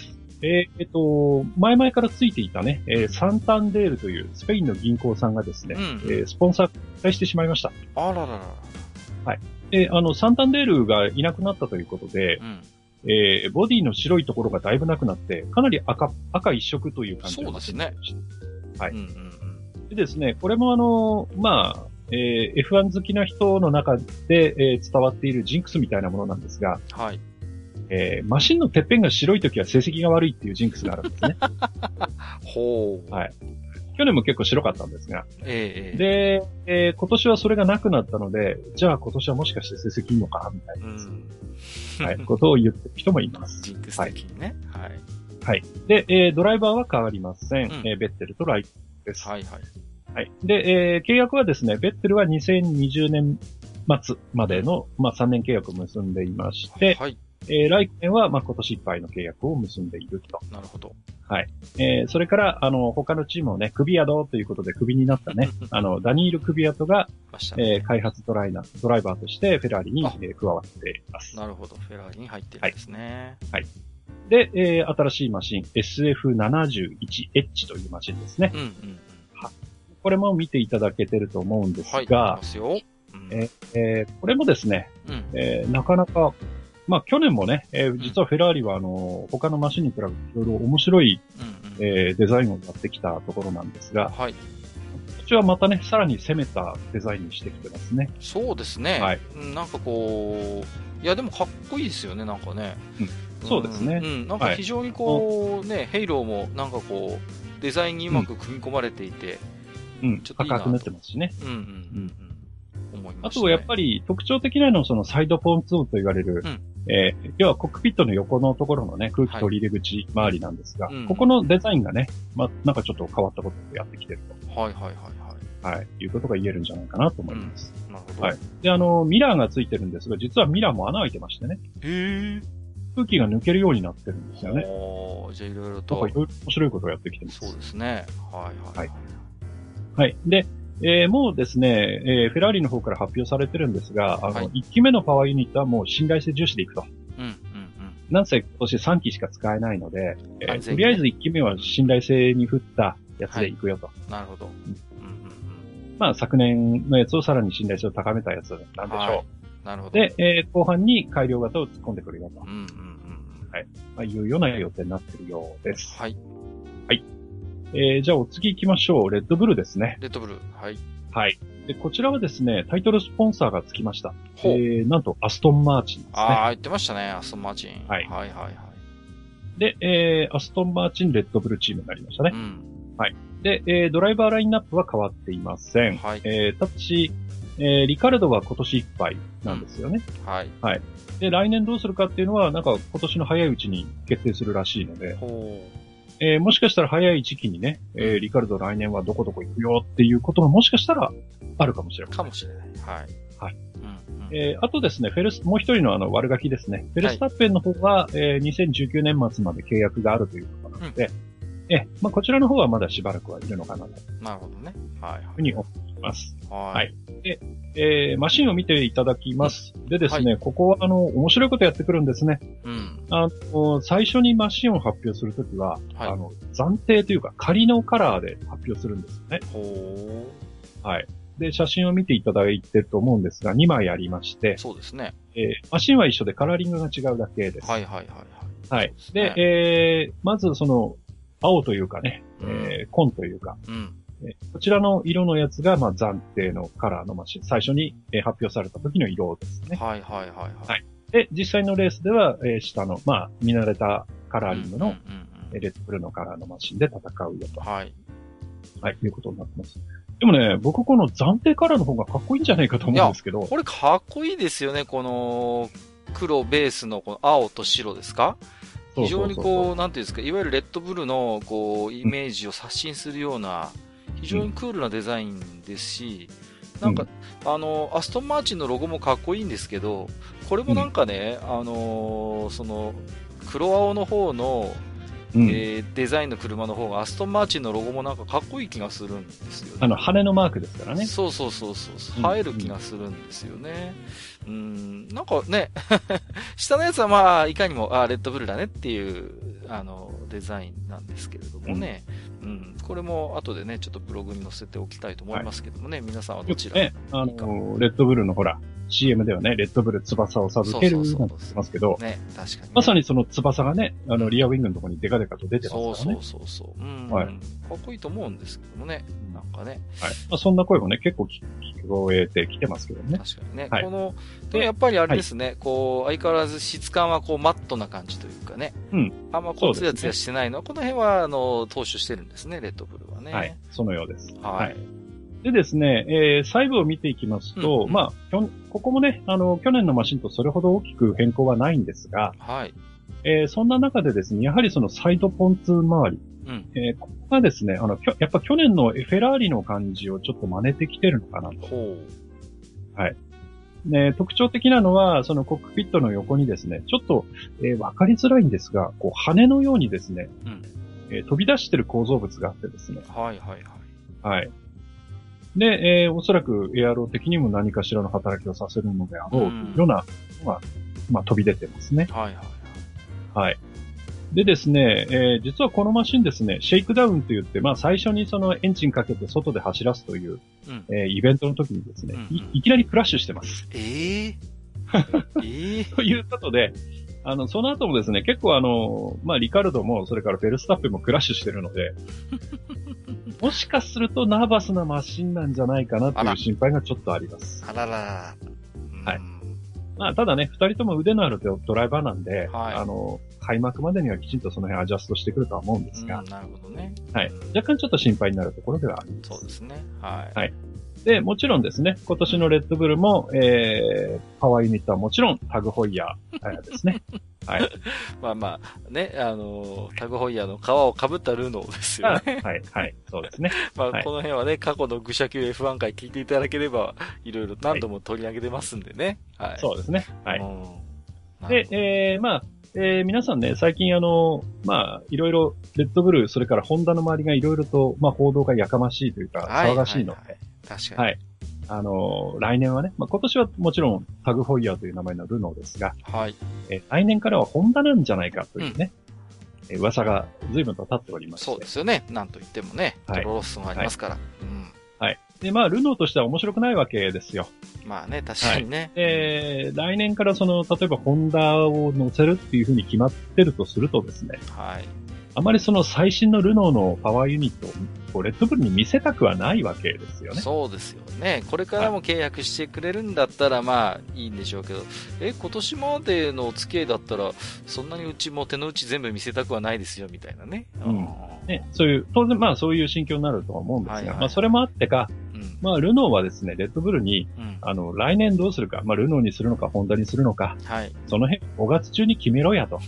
B: えーえっと、前々からついていたね、えーサンタンデールというスペインの銀行さんがですね、
A: うん
B: えースポンサーが撤退してしまいました。
A: あらららら。
B: で、あの、サンタンデールがいなくなったということで、
A: うん。
B: えーボディの白いところがだいぶなくなって、かなり赤、赤一色という感じ
A: そうですね。
B: はい
A: うんうんうん。
B: でですね、これもあの、まあ、えー F1 好きな人の中で、えー伝わっているジンクスみたいなものなんですが、
A: はい。
B: えーマシンのてっぺんが白い時は成績が悪いっていうジンクスがあるんですね。
A: ほう。
B: はい去年も結構白かったんですが、
A: ええええ。
B: で、えー今年はそれがなくなったので、じゃあ今年はもしかして成績いいのかみたい
A: うん。
B: な、はい、ことを言ってる人もいます。
A: ジンクス的にね。はい。
B: で、えードライバーは変わりません。
A: うん
B: えーベッテルとライトです。は
A: はいはい。
B: い。で、えー契約はですね、ベッテルは2020年末までの、まあ、3年契約を結んでいまして、
A: はい。
B: えーライクメンは、まあ、今年いっぱいの契約を結んでいると。
A: なるほど。
B: えーそれから、あの、他のチームをね、クビアドということでクビになったね、あの、ダニール・クビアトが、
A: ましたね。
B: えー開発ドライナー、ドライバーとしてフェラーリに、
A: あ
B: えー加わっています。
A: なるほど。フェラーリに入ってるんですね。
B: で、えー新しいマシン、SF71H というマシンですね。
A: うんうん
B: これも見ていただけてると思うんです
A: うん。はい。
B: が、
A: いますよ。うん
B: ええーこれもですね、
A: うん。
B: えーなかなか、まあ去年もね、えー実はフェラーリはあの、他のマシンに比べていろいろ面白い、
A: うんうん。
B: えーデザインをやってきたところなんですが、
A: はい。
B: こちらはまたね、さらに攻めたデザインにしてきてますね。
A: そうですね、
B: はい
A: うんなんかこう、いや、でもかっこいいですよね、なんかね、
B: うんそうですね
A: うんうんなんか非常にこう、ね、ヘイローもなんかこう、デザインにうまく組み込まれていて、
B: うん
A: ちょっ、といいな
B: 赤くなってますしね。
A: うんうんうんうん、思い
B: あ
A: ました、ね。
B: とはやっぱり特徴的なのはそのサイドポンツーンと言われる、
A: うん
B: えー要はコックピットの横のところのね、空気取り入れ口周りなんですが、
A: はいうん
B: ここのデザインがね、まあ、なんかちょっと変わったことをやってきてる
A: はいはいはいは
B: と、はい、いうことが言えるんじゃないかなと思います。
A: い。なるほど。
B: はいで、あの、ミラーがついてるんですが、実はミラーも穴開いてましてね、
A: へー
B: 空気が抜けるようになってるんですよね。
A: おーじゃあいろいろ
B: なんか
A: と
B: い、ろいろ面白いことをやってきてます。
A: そうですね。はいはい。
B: はいはい。で、えーもうですね、えーフェラーリの方から発表されてるんですが、あの、
A: はい
B: 1機目のパワーユニットはもう信頼性重視でいくと。
A: うんうんうん。
B: なんせ今年3機しか使えないので、えー
A: 安
B: と
A: 全にね
B: りあえず1機目は信頼性に振ったやつでいくよと。
A: なるほど。うんうん
B: まあ昨年のやつをさらに信頼性を高めたやつなんでしょう。
A: はいうん。なるほど。
B: で、えー後半に改良型を突っ込んでくるよと、
A: うんうんうん。
B: まあ、いうような予定になってるようです。
A: はい。
B: えーじゃあお次行きましょう。レッドブルですね。
A: レッドブル。はい。
B: はい。で、こちらはですね、タイトルスポンサーがつきました。え
A: ほう。
B: ー、なんと、アストンマーチンですね。
A: ああ、言ってましたね、アストンマーチン。
B: はい
A: はいはいはい。
B: で、えー、アストンマーチンレッドブルチームになりましたね
A: う。ん。
B: で、えー、ドライバーラインナップは変わっていません。
A: はい。
B: えー、ただし、えー、リカルドは今年いっぱいなんですよね。
A: はい。
B: で、来年どうするかっていうのは、なんか今年の早いうちに決定するらしいので、
A: ほ
B: えー、もしかしたら早い時期にね、えー、リカルド来年はどこどこ行くよっていうことももしかしたらあるかもしれま
A: う。
B: せ
A: か
B: ん
A: も。しれない。はい。
B: はい。
A: うん、うん。
B: えーあとですね、フェルス、もう一人のあの悪ガキですね。フェルスタッペンの方は、えー2019年末まで契約があるということなので、えーまあ、こちらの方はまだしばらくはいるのかなという
A: なるほどね。はい
B: ふうに思います。
A: はい。
B: はいえーマシンを見ていただきます。でですね、ここはあの、面白いことやってくるんですね。
A: うん。
B: あの、最初にマシンを発表するときは、
A: はい
B: あの、暫定というか仮のカラーで発表するんですよね。
A: ほ
B: はい。で、写真を見ていただいてると思うんですが、2枚ありまして
A: う。、そうですね。
B: えーマシンは一緒でカラーリングが違うだけです。
A: はいはいはいはい。
B: はい。
A: そう
B: で
A: です、ね
B: えー、まずその、青というかね、えー、紺というか、
A: うん。
B: えーこちらの色のやつが、まあ、暫定のカラーのマシン、最初に、えー発表された時の色ですね。
A: はいはいはいはい。
B: はいで、実際のレースでは、えー下の、まあ、見慣れたカラーリング
A: う
B: の
A: ん、うん
B: えーレッドブルのカラーのマシンで戦うよと、
A: うん。はい。
B: はい、いうことになってます。でもね、僕この暫定カラーの方がかっこいいんじゃないかと思うんですけど、
A: これかっこいいですよね、この、黒ベースのこの青と白ですか
B: そう
A: 非常に
B: そうそうそう
A: こう、なんていうんですか、いわゆるレッドブルの、こう、イメージを刷新するような、非常にクールなデザインですし、なんか、あの、アストンマーチンのロゴもかっこいいんですけど、これもなんかね、あのーその、黒青の方の、
B: うん
A: えーデザインの車の方が、アストンマーチンのロゴもなんかかっこいい気がするんですよね。
B: あの、羽のマークですからね。
A: そうそうそうそう、
B: うん
A: 映える気がするんですよね。うん、なんかね、 下のやつはまあ、いかにも、あレッドブルだねっていう、あの、デザインなんですけれどもね。うん、これも後でね、ちょっとブログに載せておきたいと思いますけどもね、皆さんはど
B: よ
A: ち
B: く
A: ら、
B: ね、あの、レッドブルのほら、CM ではね、レッドブル翼を授けるなんて言ってますけど、
A: ね、確かに、ね。
B: まさにその翼がね、あの、リアウィングのところにデカデカと出てますから
A: そ
B: ね。
A: うそうそうそう。うん、
B: はい
A: かっこいいと思うんですけどもね。
B: うん
A: な
B: はい
A: んかね、
B: まあ、そんな声もね、結構聞聞こえてきてますけどね。
A: 確かにね。
B: はい
A: この、でもやっぱりあれですね、こう、相変わらず質感はこう、マットな感じというかね。
B: うん
A: あんまこう、
B: そうです
A: ツ
B: ね
A: ヤツヤしてないのは、この辺は、あの、投手してるんですね、レッドブルはね。
B: はい。。そのようです。
A: はい。
B: でですね、えー細部を見ていきますと、
A: うんうん
B: まあ、きょここもね、あの、去年のマシンとそれほど大きく変更はないんですが、
A: はい。
B: えーそんな中でですね、やはりそのサイドポンツー周り、
A: うん。
B: えーここがですね、あの、きょやっぱ去年のフェラーリの感じをちょっと真似てきてるのかなと。
A: ほ
B: ね、特徴的なのは、そのコックピットの横にですね、ちょっと、えーわかりづらいんですが、こう、羽のようにですね、
A: うん
B: えー飛び出してる構造物があってですね、
A: う。はいはいはい。
B: はい。で、えーおそらくエアロー的にも何かしらの働きをさせるのであろうというようなのが、まあ、飛び出てますね。
A: はいはいはい。
B: はい。でですね、えー実はこのマシンですね、シェイクダウンと言って、まあ最初にそのエンジンかけて外で走らすという、
A: うん。
B: えーイベントの時にですね、い
A: うんうん
B: いきなりクラッシュしてます。
A: えー、えー、
B: ということで、あの、その後もですね、結構あの、まあ、リカルドも、それからフェルスタッペンもクラッシュしてる ので、もしかするとナーバスなマシンなんじゃないかなと
A: あ
B: いう
A: ら
B: 心配がちょっとあります。
A: あらら。
B: はい
A: うん
B: まあ、ただね、二人とも腕のあるドライバーなんで、
A: はい
B: あの、開幕までにはきちんとその辺アジャストしてくるとは思うんで
A: う
B: す
A: ん。
B: が、
A: なるほどね。
B: はい
A: うん。
B: 若干ちょっと心配になるところではあります。
A: そうですね。はい。
B: はいで、もちろんですね、今年のレッドブルも、えー、パワーユニットはもちろんタグホイヤーえーで すね。はい。
A: まあまあ、ね、あの、タグホイヤーの皮を被ったルノーですよね
B: あ。はい、はい、そうですね。
A: まあ、
B: はい
A: この辺はね、過去の愚者級 F1 回聞いていただければ、いろいろ何度も取り上げてますんでね。はい。
B: そうですね。はい。
A: うん。
B: で、えー、まあ、えー、皆さんね、最近あの、まあ、いろいろ、レッドブル、それからホンダの周りがいろいろと、まあ、報道がやかましいというか、
A: はい
B: 騒がしいので、
A: はは確かに。
B: はいあの、来年はね、まあ、今年はもちろん、タグホイヤーという名前のルノーですが、
A: はい。
B: えー来年からはホンダなんじゃないかというね、えー噂が随分と立っておりまして。
A: そうですよね。なんと言ってもね、
B: はい
A: ドロロッソンがありますから。うん。
B: はい。で、まあ、ルノーとしては面白くないわけですよ。
A: まあね、確かにね。
B: えー、来年からその、例えばホンダを乗せるっていうふうに決まってるとするとですね、
A: はい。
B: あまりその最新のルノーのパワーユニットをこうレッドブルに見せたくはないわけですよね。
A: そうですよね。これからも契約してくれるんだったら、まあ、いいんでしょうけど、え、今年までのお付き合いだったら、そんなにうちも手の内全部見せたくはないですよ、みたいなね。
B: うんね、そういう、当然まあそういう心境になるとは思うんですが、
A: はいはい
B: まあそれもあってか、
A: うん。
B: まあルノーはですね、レッドブルに、
A: うん。
B: あの、来年どうするか、まあルノーにするのか、ホンダにするのか、
A: はい。
B: その辺、5月中に決めろやと、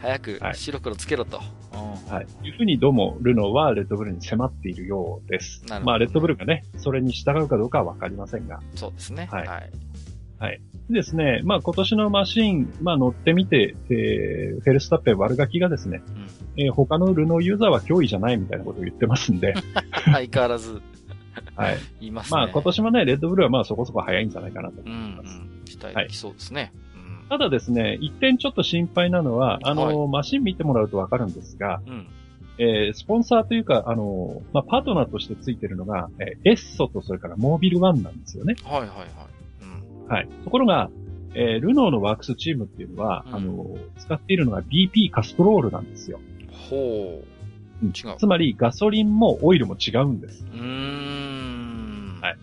A: 早く
B: はい
A: 白黒つけろと。うん
B: はい、いうふうにどうもルノーはレッドブルに迫っているようです。
A: なるほど
B: まあレッドブルがね、それに従うかどうかはわかりませんが。
A: そうですね。は。
B: はいいでですね、まあ今年のマシン、まあ乗ってみて、えー、フェルスタッペン悪ガキがですね、
A: うん
B: えー他のルノーユーザーは脅威じゃないみたいなことを言ってます んで、
A: 相変わらず
B: はい。
A: 言いますね。
B: まあ今年もね、レッドブルはまあそこそこ早いんじゃないかなと
A: う
B: 思い
A: ん
B: ま
A: う
B: す。
A: ん。期待できそうですね。うん
B: ただですね、一点ちょっと心配なのは、あの、
A: は
B: マシン見てもらうとわかるんですが、
A: うん。
B: えースポンサーというか、あの、まあ、パートナーとしてついてるのが、えーエッソとそれからモービルワンなんですよね。
A: はいはいはい。うん。
B: はい。ところが、えールノーのワークスチームっていうのは、
A: うん
B: あの、使っているのが BP カストロールなんですよ。
A: ほう。
B: うん
A: 違う。
B: つまり、ガソリンもオイルも違うんです。
A: うーん。
B: はい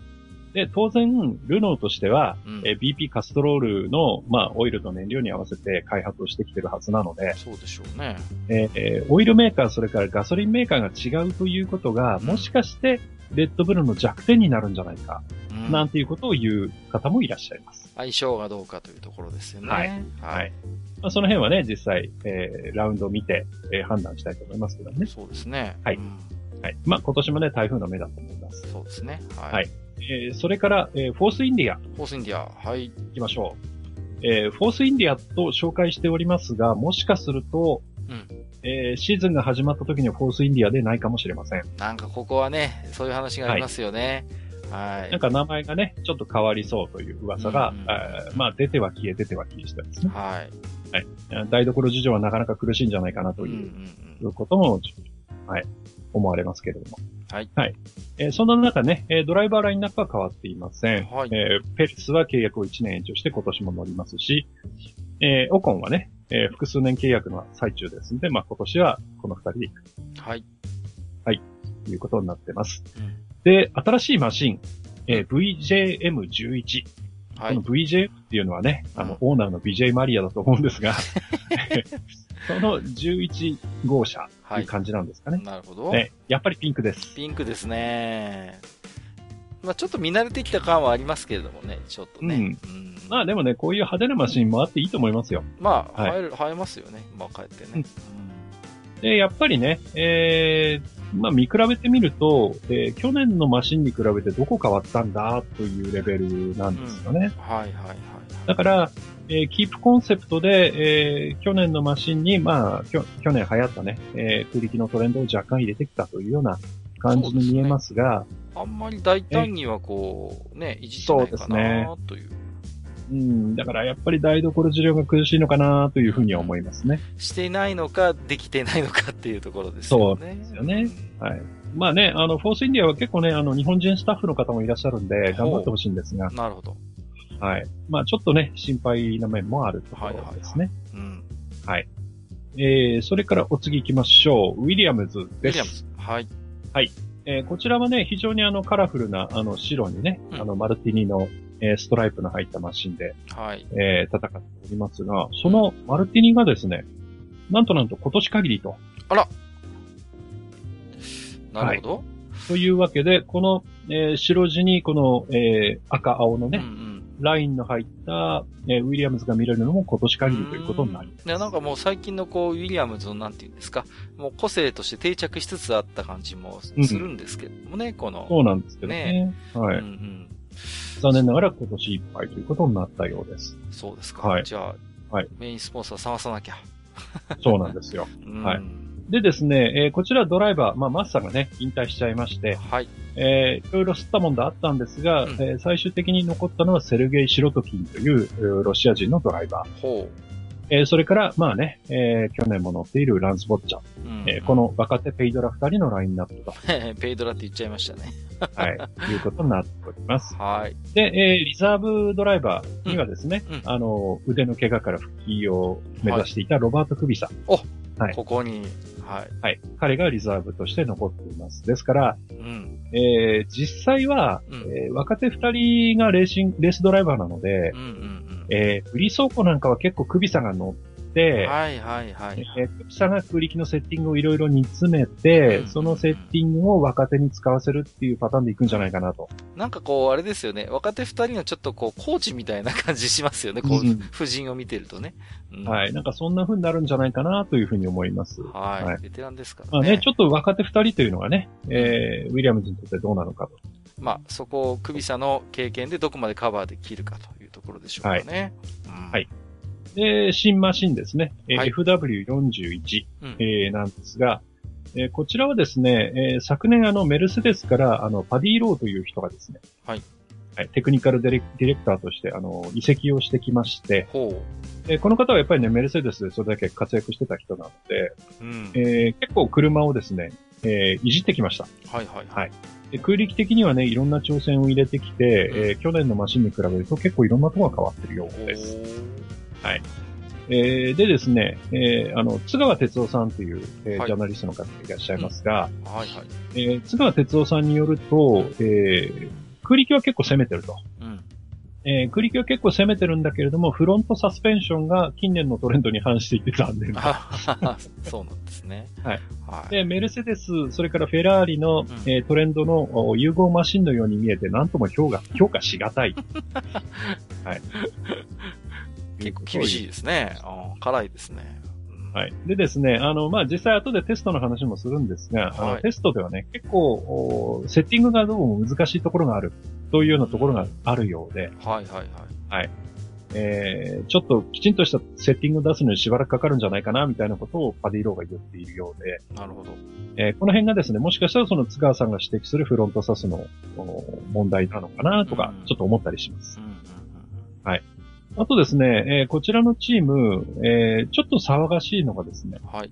B: で、当然、ルノーとしては、
A: うん
B: えー BP カストロールの、まあ、オイルと燃料に合わせて開発をしてきてるはずなので、
A: そうでしょうね。
B: えーえーオイルメーカー、それからガソリンメーカーが違うということが、もしかして、レッドブルの弱点になるんじゃないか、
A: うん
B: なんていうことを言う方もいらっしゃいます。
A: 相性がどうかというところですよね。。
B: はい
A: は
B: はいい。まあ、その辺はね、実際、えーラウンドを見て、えー判断したいと思いますけどね。
A: そうですね。
B: はい
A: うん
B: はい。まあ、今年もね、台風の目だと思います。
A: そうですね。はい。
B: はいえーそれから、えーフォースインディア、
A: ホースインディア。はい。
B: 行きましょう。えーフォースインディアと紹介しておりますが、もしかすると、
A: うん
B: えーシーズンが始まった時にはフォースインディアでないかもしれません。
A: なんかここはね、そういう話がありますよね。はい。
B: なんか名前がね、ちょっと変わりそうという噂が、
A: うんうん
B: えーまあ出ては消え、出ては消えしてですね。
A: はい。
B: 台所事情はなかなか苦しいんじゃないかなと
A: うんう
B: いうんいうことも、はい、思われますけれども。
A: はい。
B: はい。えーそんな中ね、えードライバーラインナップは変わっていません。
A: はい
B: えーペレスは契約を1年延長して今年も乗りますし、えーオコンはね、えー複数年契約の最中ですので、まあ今年はこの2人で行く
A: うん。はい。
B: ということになってます。
A: うん
B: で、新しいマシン、えー VJM11。
A: は
B: この
A: い。
B: VJ っていうのはね、あ
A: うん
B: の、オーナーの BJ マリアだと思うん ですが、その11号車と
A: は
B: いう
A: い。
B: 感じなんですかね。
A: なるほど。
B: ねやっぱりピンクです。
A: ピンクですね。まあちょっと見慣れてきた感はありますけれどもね、ちょっとね。うん
B: まあでもね、こういう派手なマシンもあっていいと思いますよ。
A: まあ、
B: はい
A: 入る、入りますよね。まあ、帰ってね。
B: で、やっぱりね、えー、まあ見比べてみると、えー去年のマシンに比べてどこ変わったんだというレベルなんですよね。
A: はいはいはいはい。
B: だから、えーキープコンセプトで、えー去年のマシンに、まあ、きょ去年流行ったね、えー、プリキのトレンドを若干入れてきたというような感じに見えますが、
A: あんまり大胆にはこう、ね、いじってないかなという。
B: うん、だからやっぱり台所事情が苦しいのかなというふうには思いますね。
A: していないのか、できていないのかっていうところですよね。
B: そうですよね
A: うん
B: はい。まあね、あの、フォースインディアは結構ね、あの、日本人スタッフの方もいらっしゃるんで、
A: ほう
B: 頑張ってほしいんですが、
A: なるほど。
B: はい。まあちょっとね、心配な面もあるところですね。
A: うん。
B: えー、それからお次行きましょう。ウィリアムズ
A: ウィ
B: で
A: リア
B: す
A: ム。ズ。はい。
B: えーこちらはね、非常にあのカラフルな、あの白にね、
A: うん
B: あのマルティニの、えーストライプの入ったマシンで、
A: はい。
B: えー戦っておりますが、そのマルティニがですね、なんとなんと今年限りと。
A: なるほど。
B: というわけで、この、えー白地にこの、えー赤青のね、
A: うんうん。
B: ラインの入った、えーウィリアムズが見れるのも今年限りということになります。
A: いや、なんかもう最近のこう、ウィリアムズのなんていうんですか、もう個性として定着しつつあった感じもするんですけどもね、この。
B: そうなんですけどね。はい、
A: うんうん。
B: 残念ながら今年いっぱいということになったよ うです。
A: そうですか。
B: はい
A: じゃあ、
B: はい
A: メインスポンサー探さなきゃ。
B: そうなんですよ。
A: うん
B: はいでですね、えーこちらドライバー、まあ、マッサがね、引退しちゃいまして、
A: はい。
B: えーいろいろ吸ったもんだあったんですが、
A: うん
B: えー最終的に残ったのはセルゲイ・シロトキンというえーロシア人のドライバ
A: ほ
B: ー。えーそれから、まあね、えー去年も乗っているランス・ボッチャ、
A: う。うん
B: えーこ、の若手ペイドラ2人のラインナップと、
A: ペイドラって言っちゃいましたね。
B: はい、いうことになっております。
A: はい。
B: で、えーリザーブドライバーにはですね、
A: うんうん
B: あの、腕の怪我から復帰を目指していたロバート・クビサ。
A: お
B: はい
A: ここに、はい。
B: はい。彼がリザーブとして残っています。ですから、
A: うん、
B: えー実際は、
A: うん
B: えー若手二人がレーシング、レースドライバーなので
A: うん、、うん、
B: えーフリー走行なんかは結構クビサが乗って、
A: うん。はい、はい、はい。
B: えー、草が空力のセッティングをいろいろ煮詰めて、
A: うん
B: そのセッティングを若手に使わせるっていうパターンでいくんじゃないかなと。
A: なんかこう、あれですよね。若手二人のちょっとこう、コーチみたいな感じしますよね。こう
B: うん、
A: 夫人を見てるとね。うん
B: はい。なんかそんな風になるんじゃないかなという風に思います。
A: はい。
B: はい
A: ベテランですから
B: まあ
A: ね。
B: ね、ちょっと若手二人というのがね、えー、ウィリアムズにとってどうなのかと。
A: まあ、そこを首差の経験でどこまでカバーできるかというところでしょうかね。うん
B: はいで、新マシンですね。えー
A: はい
B: FW41、
A: うん
B: えーなんですが、えーこちらはですね、えー昨年あの、メルセデスから、あの、パディ・ローという人がですね、
A: はい。
B: はい、テクニカルディレディレクターとして、あの、移籍をしてきまして、
A: ほ
B: えーこの方はやっぱりね、メルセデスでそれだけ活躍してた人なので、
A: う。うん。
B: えー結構車をですね、えーいじってきました。
A: はいはい
B: はいで空力的にはね、いろんな挑戦を入れてきて、
A: うん
B: えー去年のマシンに比べると結構いろんなとこが変わってるよ
A: お
B: うです。
A: ー
B: えーでですね、えーあの、津川哲夫さんという、えー
A: はい
B: ジャーナリストの方がいらっしゃいますが、
A: はいはい。
B: えー津川哲夫さんによると、えー空力は結構攻めてると。
A: うん。
B: えー空力は結構攻めてるんだけれども、フロントサスペンションが近年のトレンドに反していってたんで、
A: あははそうなんですね。
B: はい。
A: はい。
B: で、メルセデス、それからフェラーリの、
A: ん
B: えートレンドのお融合マシンのように見えて、なんと も評価、評価しがたい。はい。
A: 結構厳しいですね。うん辛いですね。うん
B: はい。でですね、あの、まあ、実際後でテストの話もするんですが、あ
A: は
B: の
A: い
B: テストではね、結構、おセッティングがどうも難しいところがある、というようなところがあるようで、
A: はいはいはい。
B: えーちょっときちんとしたセッティングを出すのにしばらくかかるんじゃないかな、みたいなことをパディローが言っているようで、
A: なるほど。
B: えーこの辺がですね、もしかしたらその津川さんが指摘するフロントサスのお問題なのかなとか
A: うん、
B: ちょっと思ったりします
A: うん。うん
B: あとですね、えーこちらのチーム、えーちょっと騒がしいのがですね、
A: うん。はい。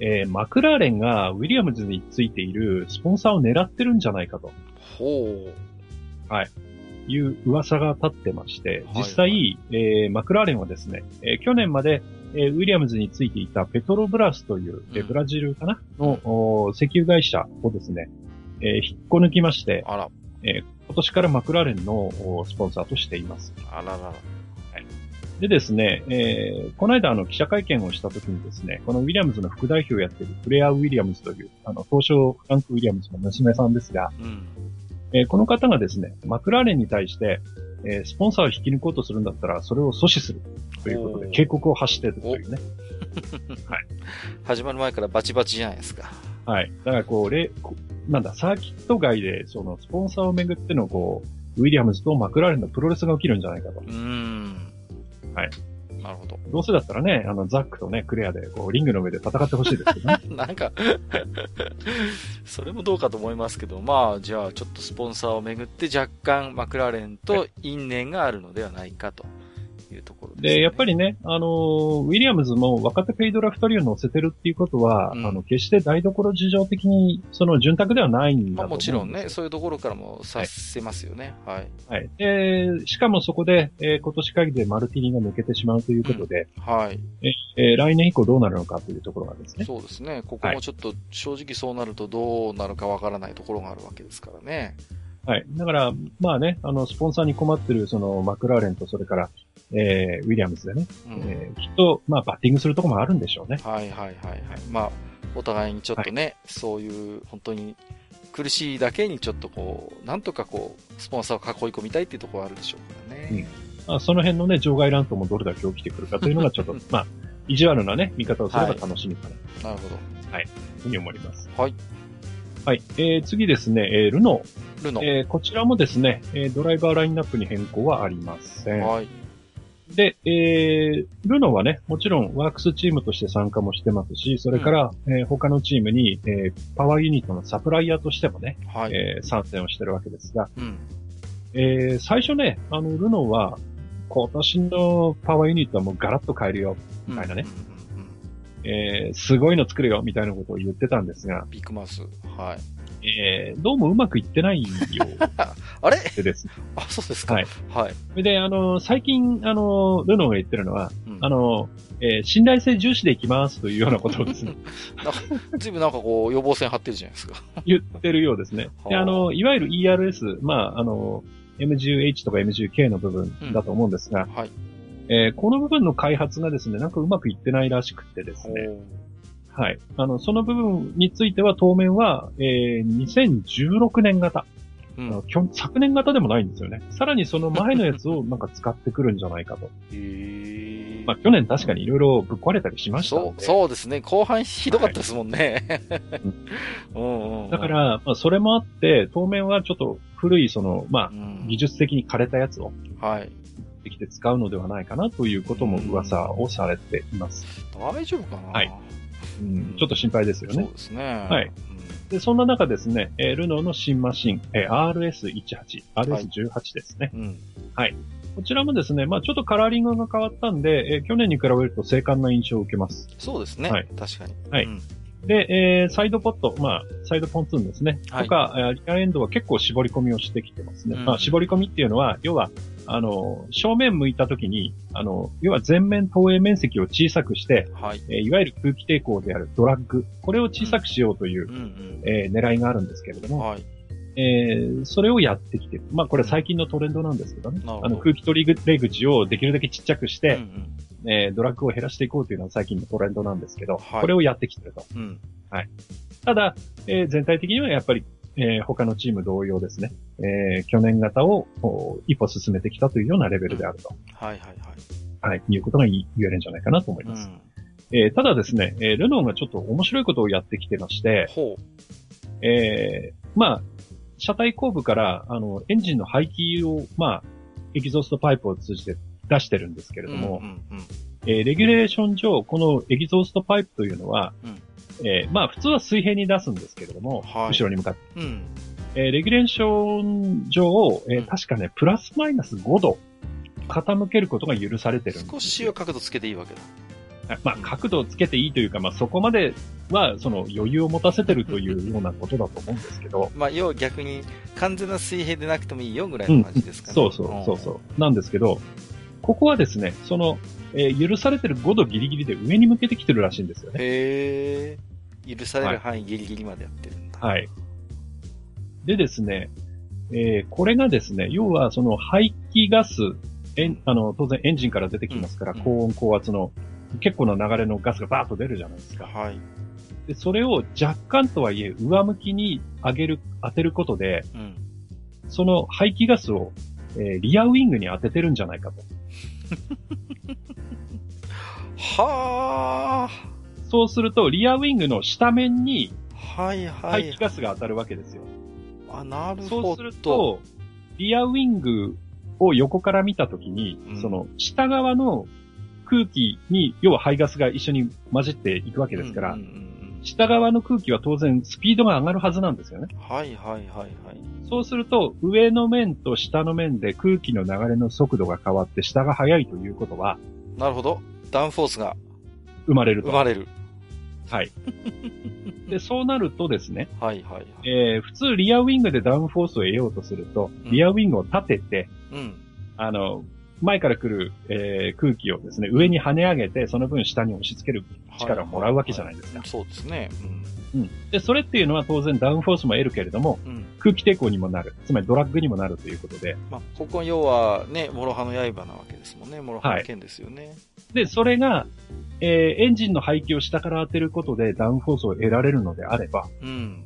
B: えーマクラーレンがウィリアムズについているスポンサーを狙ってるんじゃないかと
A: ほ
B: いう噂が立ってまして
A: はい、
B: 実際、えーマクラーレンはですね、えー去年まで、えーウィリアムズについていたペトロブラスという、えー
A: うん
B: ブラジルかなのおー石油会社をですね、えー引っこ抜きまして
A: う。、あら、
B: 今年からマクラーレンのおスポンサーとしています。
A: あららら。
B: でですね、えー、この間あの記者会見をした時にですね、このウィリアムズの副代表をやっているフレア・ウィリアムズという、あの、東証フランク・ウィリアムズの娘さんですが、
A: うん。
B: えーこの方がですね、マクラーレンに対して、えースポンサーを引き抜こうとするんだったら、それを阻止するということで、
A: おー
B: 警告を発しているというね。
A: 始まる前からバチバチじゃないですか。
B: はい。だからこう、れこなんだ、サーキット外で、その、スポンサーをめぐっての、こう、ウィリアムズとマクラーレンのプロレスが起きるんじゃないかと。
A: うーん。
B: はい。
A: なるほど。
B: どうせだったらね、あの、ザックとね、クレアで、こう、リングの上で戦ってほしいですけどね。
A: なんか、それもどうかと思いますけど、まあ、じゃあ、ちょっとスポンサーをめぐって若干マクラーレンと因縁があるのではないかというところです、ね。
B: で、やっぱ
A: り、
B: りね、あのー、ウィリアムズも若手ペイドラ2人を乗せてるっていうことは、
A: うん
B: あの、決して台所事情的に、その、潤沢ではないん
A: まあ、
B: だと思う
A: も
B: で
A: ち
B: す
A: ろんね、。そういうところからもさせますよね。はい。
B: はい。で、しかもそこで、えー今年限りでマルティニが抜けてしまうということで、
A: はい。
B: えー来年以降どうなるのかというところがですね。
A: そうですね。ここもちょっと、正直そうなるとどうなるかわからないところがあるわけですからね。
B: はい。だから、まあね、あの、スポンサーに困ってる、その、マクラーレンと、それから、えーウィリアムズでね、
A: うん。
B: えーきっと、まあ、バッティングするところもあるんでしょうね。
A: はいはいはいはい。まあ、お互いにちょっとね、そういう、本当に苦しいだけにちょっとこう、なんとかこう、スポンサーを囲い込みたいっていうところはあるでしょうからね。
B: まあ、その辺のね、場外乱闘もどれだけ起きてくるかというのが、 ちょっと、まあ、意地悪なね、見方をすれば楽しみかな
A: なるほど。
B: というふうに思います。
A: はい。
B: はい。えー、次ですね、えールノ
A: ルノ。
B: ー。えーこちらもですね、えードライバーラインナップに変更はありません。
A: はい。
B: で、えールノーはね、もちろんワークスチームとして参加もしてますし、それから、えー他のチームに、えーパワーユニットのサプライヤーとしてもね、
A: はい。
B: えー参戦をしてるわけですが、
A: うん。
B: えー最初ね、あの、ルノーは、今年のパワーユニットはもうガラッと変えるよ、みたいなね
A: うんうんうんうん
B: えーすごいの作るよ、みたいなことを言ってたんですが、
A: ビッグマウス。はい。
B: えーどうもうまくいってないよ
A: あれ
B: うでですね。
A: あ、そうですか。
B: はい。
A: はい。
B: それで、あの、最近、あの、ルノーが言ってるのは、
A: うんうん
B: あの、えー信頼性重視でいきますというようなことをで すね、
A: ずいぶんなんかこう、予防線張ってるじゃないですか。
B: 言ってるようですね。で、
A: はあ
B: あの、いわゆる ERS、まあ、あの、M10H とか M10K の部分だと思うんですが、
A: はい。
B: えーこの部分の開発がですね、なんかうまくいってないらしくてです
A: ほ
B: ね、
A: う
B: はい。あの、その部分については当面は、えー2016年型、
A: うん。
B: あの
A: へ
B: きょ昨年型でもないんですよね。さらにその前のや つをなんか使ってくるんじゃないかと。
A: え
B: まあ、去年確かにいろいろぶっ壊れたりしました
A: そ
B: の
A: う、
B: で。
A: そうですね。後半ひどかったですもんね。 うんうん。
B: だか、ら、まあ、それもあって、当面はちょっと古い、その、
A: う
B: まあ、
A: ん
B: 技、術的に枯れたやつを
A: はい。
B: できて使うのではないかなということも噂をされています。
A: 大丈夫かな
B: はいうんちょっと心配ですよ
A: そう
B: ね。
A: ですね。
B: はいで、そんな中ですね、えールノーの新マシン、えー RS18、RS18 ですね。
A: うん。うん。
B: こちらもですね、まあちょっとカラーリングが変わったんで、えー去年に比べると精悍な印象を受けます。
A: そうですね。
B: はい
A: 確かに。
B: はい
A: うん
B: で、えーサイドポット、まあサイドポンツーンですね。
A: はい
B: とか、えーリアエンドは結構絞り込みをしてきてますね。
A: うん
B: まあ絞り込みっていうのは、要は、あの、正面向いた時に、あの、要は前面投影面積を小さくして、
A: はい。
B: えーいわゆる空気抵抗であるドラッグ、これを小さくしようという
A: う、ん
B: えー狙いがあるんですけれど
A: うん。
B: も、
A: はい。
B: えーそれをやってきてる。まあこれ最近のトレンドなんですけどね。
A: なるほど
B: あの空気取り出口をできるだけちっちゃくして、
A: うん
B: えードラッグを減らしていこうというのは最近のトレンドなんですけど、
A: はい
B: これをやってきてると。
A: うん。うん。
B: ただ、えー全体的にはやっぱり、えー他のチーム同様ですね、えー去年型をこう一歩進めてきたというようなレベルであると、
A: はいはいはい。
B: はい、いうことが言い言えるんじゃないかなと思いうます。
A: ん。
B: えーただですね、えールノーがちょっと面白いことをやってきてまして、
A: ほ
B: えーまあ、車体後部から、あの、エンジンの排気を、まあ、エキゾーストパイプを通じて出してるんですけ
A: う。
B: れども、
A: うんうん
B: えーレギュレーション上、このエキゾーストパイプというのは、
A: うん
B: えーまあ普通は水平に出すんですけれども、
A: はい
B: 後ろに向かって。
A: うん。うん。
B: えーレギュレーション上を、えー
A: うん
B: 確かね、プラスマイナス5度傾けることが許されてるんです
A: 少
B: よ
A: しは角度つけていいわけだ。
B: はいまあ角度をつけていいというか、まあそこまではその余裕を持たせてるというようなことだと思うんですけど、
A: まあ、要は逆に、完全な水平でなくてもいいよぐらいの感じですかね。
B: そうそうそうそう。なんですけど、ここはですね、その、えー許されてる5度ギリギリで上に向けてきてるらしいんですよね。
A: へえ。許される範囲ギリギリまでやってるんだ。
B: はい。でですね、えーこれがですね、要はその排気ガス、エンあの当然エンジンから出てきますから、
A: うん
B: 高温高圧の結構な流れのガスがバーッと出るじゃないですか。
A: はい。
B: で、それを若干とはいえ上向きに上げる、当てることで、
A: うん。
B: その排気ガスを、えーリアウィングに当ててるんじゃないかと。
A: は
B: そうすると、リアウィングの下面に
A: あ。はいは
B: 排
A: い
B: 気。ガスが当たるわけですよ。
A: あ、なるほど。
B: そうすると、リアウィングを横から見たときに、
A: うん
B: その下側の空気に、要は排ガスが一緒に混じっていくわけですから、
A: うんうんうん
B: 下側の空気は当然スピードが上がるはずなんですよね。
A: うんはいはいはいはい。
B: そうすると、上の面と下の面で空気の流れの速度が変わって下が速いということは
A: なるほど。ダウンフォースが
B: 生まれる
A: 生
B: と。
A: まれる。
B: はい。 で、そうなるとですね、
A: はいはいはい。
B: えー普通リアウィングでダウンフォースを得ようとすると、
A: うん
B: リアウィングを立てて、
A: うん。
B: あの、前から来る、えー空気をですね、上に跳ね上げて、その分下に押し付ける力をもらうわけじゃないですか。
A: そうですね。
B: うん。で、それっていうのは当然ダウンフォースも得るけれども、
A: うん。うん。
B: 空気抵抗にもなる。つまりドラッグにもなるということで。
A: まあ、ここ要はね、諸刃の刃なわけですもんね。諸刃の剣ですよね。
B: で、それが、えーエンジンの排気を下から当てることでダウンフォースを得られるのであれば、
A: うん。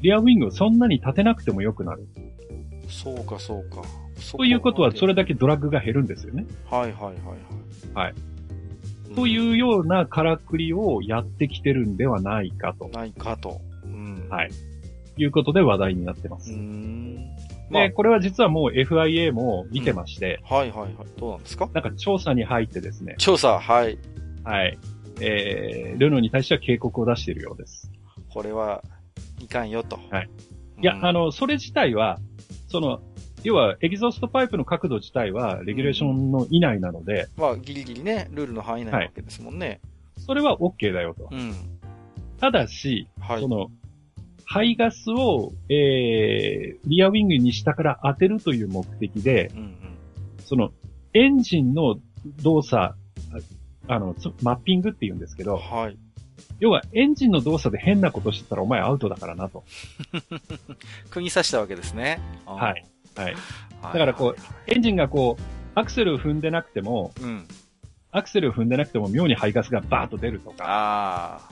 B: リアウィングをそんなに立てなくても良くなる。
A: そうかそうか。
B: ということは、それ
A: だ
B: だけドラッグが減るんですよね。
A: はいはいはいはい。
B: はい。と
A: う
B: いうようなからくりをやってきてるんではないかと
A: ん。ないかと。うん。
B: はいいうことで話題になってます
A: うー。ん。まあ
B: で、、これは実はもう FIA も見てまして、
A: はいはいはい。どうなんですか
B: なんか調査に入ってですね、
A: 調査、はい。
B: はい。えー、ルノーに対しては警告を出しているようです。
A: これは、いかんよと。
B: はい。いや、あ
A: の、
B: の、それ自体は、その、要は、エキゾーストパイプの角度自体は、レギュレーションの以内なので、
A: まあ、ギリギリね、ルールの範囲内なわけですもんね。
B: それは OK だよと。
A: うん。
B: ただし、
A: はい。
B: その、排ガスを、えー、リアウィングに下から当てるという目的で、
A: うんうん。
B: その、エンジンの動作あの、つマッピングって言うんですけど、
A: はい。
B: 要はエンジンの動作で変なことしてたらお前アウトだからなと。
A: 釘刺したわけですね。あー
B: は
A: はい
B: い。はい。
A: だ
B: からこエンジンがこう、アクセルを踏んでなくても、
A: う。うん。
B: アクセルを踏んでなくても妙に排ガスがバーッと出るとか、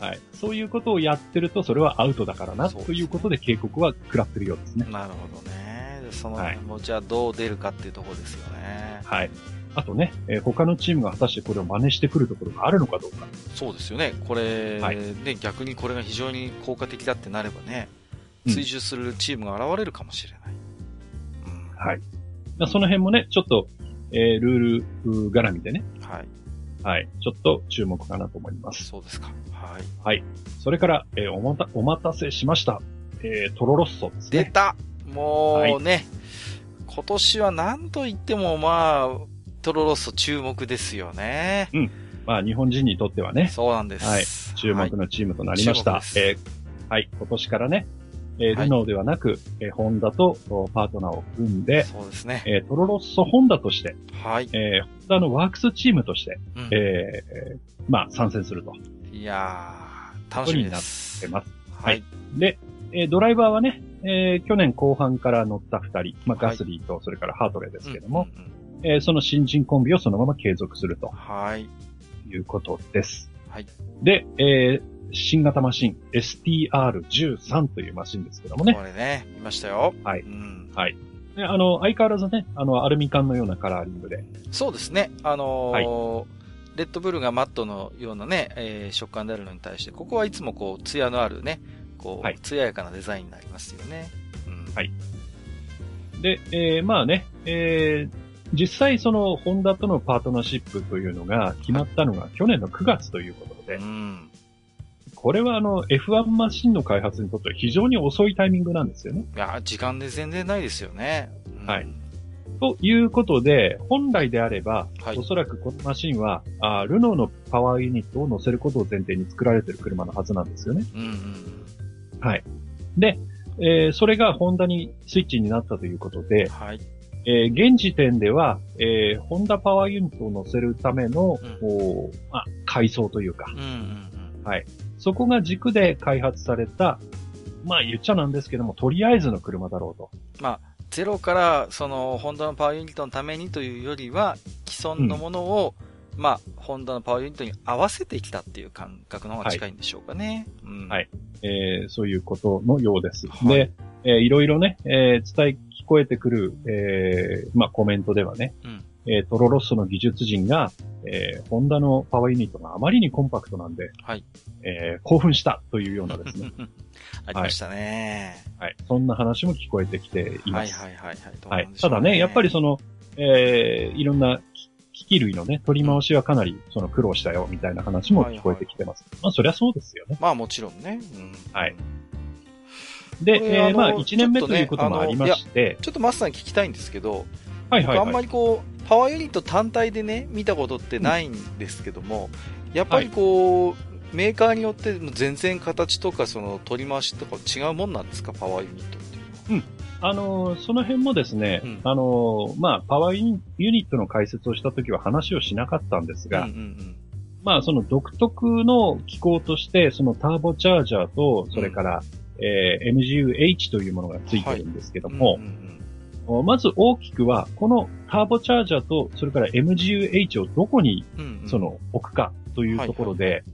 A: あ
B: はい。そういうことをやってるとそれはアウトだからな、
A: そうです
B: ということで警告は食らってるようですね
A: あ、。なるほどね。でその
B: はい
A: 辺も、じゃあどう出るかっていうところですよね。
B: はい。あとね、えー他のチームが果たしてこれを真似してくるところがあるのかどうか。
A: そうですよね。これ、
B: はい
A: ね、逆にこれが非常に効果的だってなればね、
B: うん
A: 追従するチームが現れるかもしれない。うん
B: はい。まあその辺もね、ちょっと、えールールうー絡みでね、
A: はい。
B: はい。ちょっと注目かなと思います。
A: そうですか。はい。
B: それから、えーおまた、お待たせしました。えートロロッソです
A: 出
B: ね。
A: たもうね、今年は何と言ってもまあ、トロロッソ注目ですよね。
B: まあ、日本人にとってはね、
A: そうなんです。
B: はい注目
A: はい
B: のチームとなりました。
A: はい注目
B: えーはい。今年からね、えー
A: はい
B: ルノーではなく、えーホンダとおパートナーを組んで、
A: そうですね。
B: えートロロッソホンダとして、
A: はい。
B: えーホンダのワークスチームとして、
A: うん
B: えーえーまあ、参戦すると言
A: いやー、楽しみです。
B: ってます。
A: は
B: はい
A: い。
B: で、えードライバーはね、えー去年後半から乗った二人、まあ、
A: はい
B: ガスリーと、それからハートレーですけども、
A: うんうんうん
B: えーその新人コンビをそのまま継続すると
A: はい。
B: いうことです。
A: はい。
B: で、えー新型マシン、STR13 というマシンですけどもね。
A: これね、見ましたよ。
B: はい
A: うん
B: ねあの、相変わらずね、あの、アルミ缶のようなカラーリングで。
A: そうですね。あのーレッドブルがマットのようなね、えー食感であるのに対して、ここはいつもこう、艶のあるね、こう、
B: はい
A: 艶やかなデザインになりますよね。うん。
B: はいで、えーまあね、えー実際その、ホンダとのパートナーシップというのが決まったのが去年の9月ということで
A: う、ん。
B: これはあの、F1 マシンの開発にとっては非常に遅いタイミングなんですよね。
A: いや、時間で全然ないですよね。うん
B: はい。ということで、本来であれば、
A: はい
B: おそらくこのマシンは、あールノーのパワーユニットを乗せることを前提に作られている車のはずなんですよね。
A: うんうん
B: で、えーそれがホンダにスイッチになったということ
A: うん。
B: で、
A: はい。
B: えー現時点では、えーホンダパワーユニットを乗せるための、
A: うん
B: こうまあ、改装というか
A: う、んうんうん。
B: そこが軸で開発された、まあ言っちゃなんですけども、とりあえずの車だろうと。
A: ゼロから、その、ホンダのパワーユニットのためにというよりは、既存のものを、まあ、ホンダのパワーユニットに合わせてきたっていう感覚の方が近いんでしょうかね。うん。
B: はいえーそういうことのようです。
A: はい
B: で、えーいろいろね、えー伝え、聞こえてくる、えーまあ、コメントではね、
A: うん
B: えートロロッソの技術陣が、えーホンダのパワーユニットがあまりにコンパクトなんで、
A: はい
B: えー興奮したというようなですね、
A: ありましたね。
B: はい、そんな話も聞こえてきてい
A: は
B: ま
A: い
B: す。
A: はいはいはい。どう
B: は
A: ないんでしょ
B: た
A: う
B: だね、やっぱり、その、えーいろんな機機器類のね、取り回しはかなりその苦労したよ、みたいな話も聞こえてきてます。まあ、そりゃそうですよね。
A: まあもちろんね。うん
B: はい。で、
A: これ
B: え
A: あ
B: ー
A: の
B: まあ、1年目
A: ちょっ
B: と
A: とね
B: いうこともありまして、
A: ちょっとマスさんに聞きたいんですけど、
B: はいは
A: 僕
B: い
A: あ
B: は
A: ん
B: い
A: ま。りこう、パワーユニット単体でね、見たことってないんですけども、やっぱりこう、メーカーによって全然形とかその取り回しとか違うもんなんですか、パワーユニットっていうのは。
B: あのー、その辺もですね、
A: うん
B: あのー、まあ、パワーユニユニットの解説をしたときは話をしなかったんですが、
A: うんうん
B: まあ、その独特の機構として、そのターボチャージャーと、それから、えー MGUH というものがついてるんですけど
A: うん。
B: も
A: うん、うん
B: まず大きくは、このターボチャージャーと、それから MGUH をどこに
A: うんうんうん
B: そ、の置くかというところで、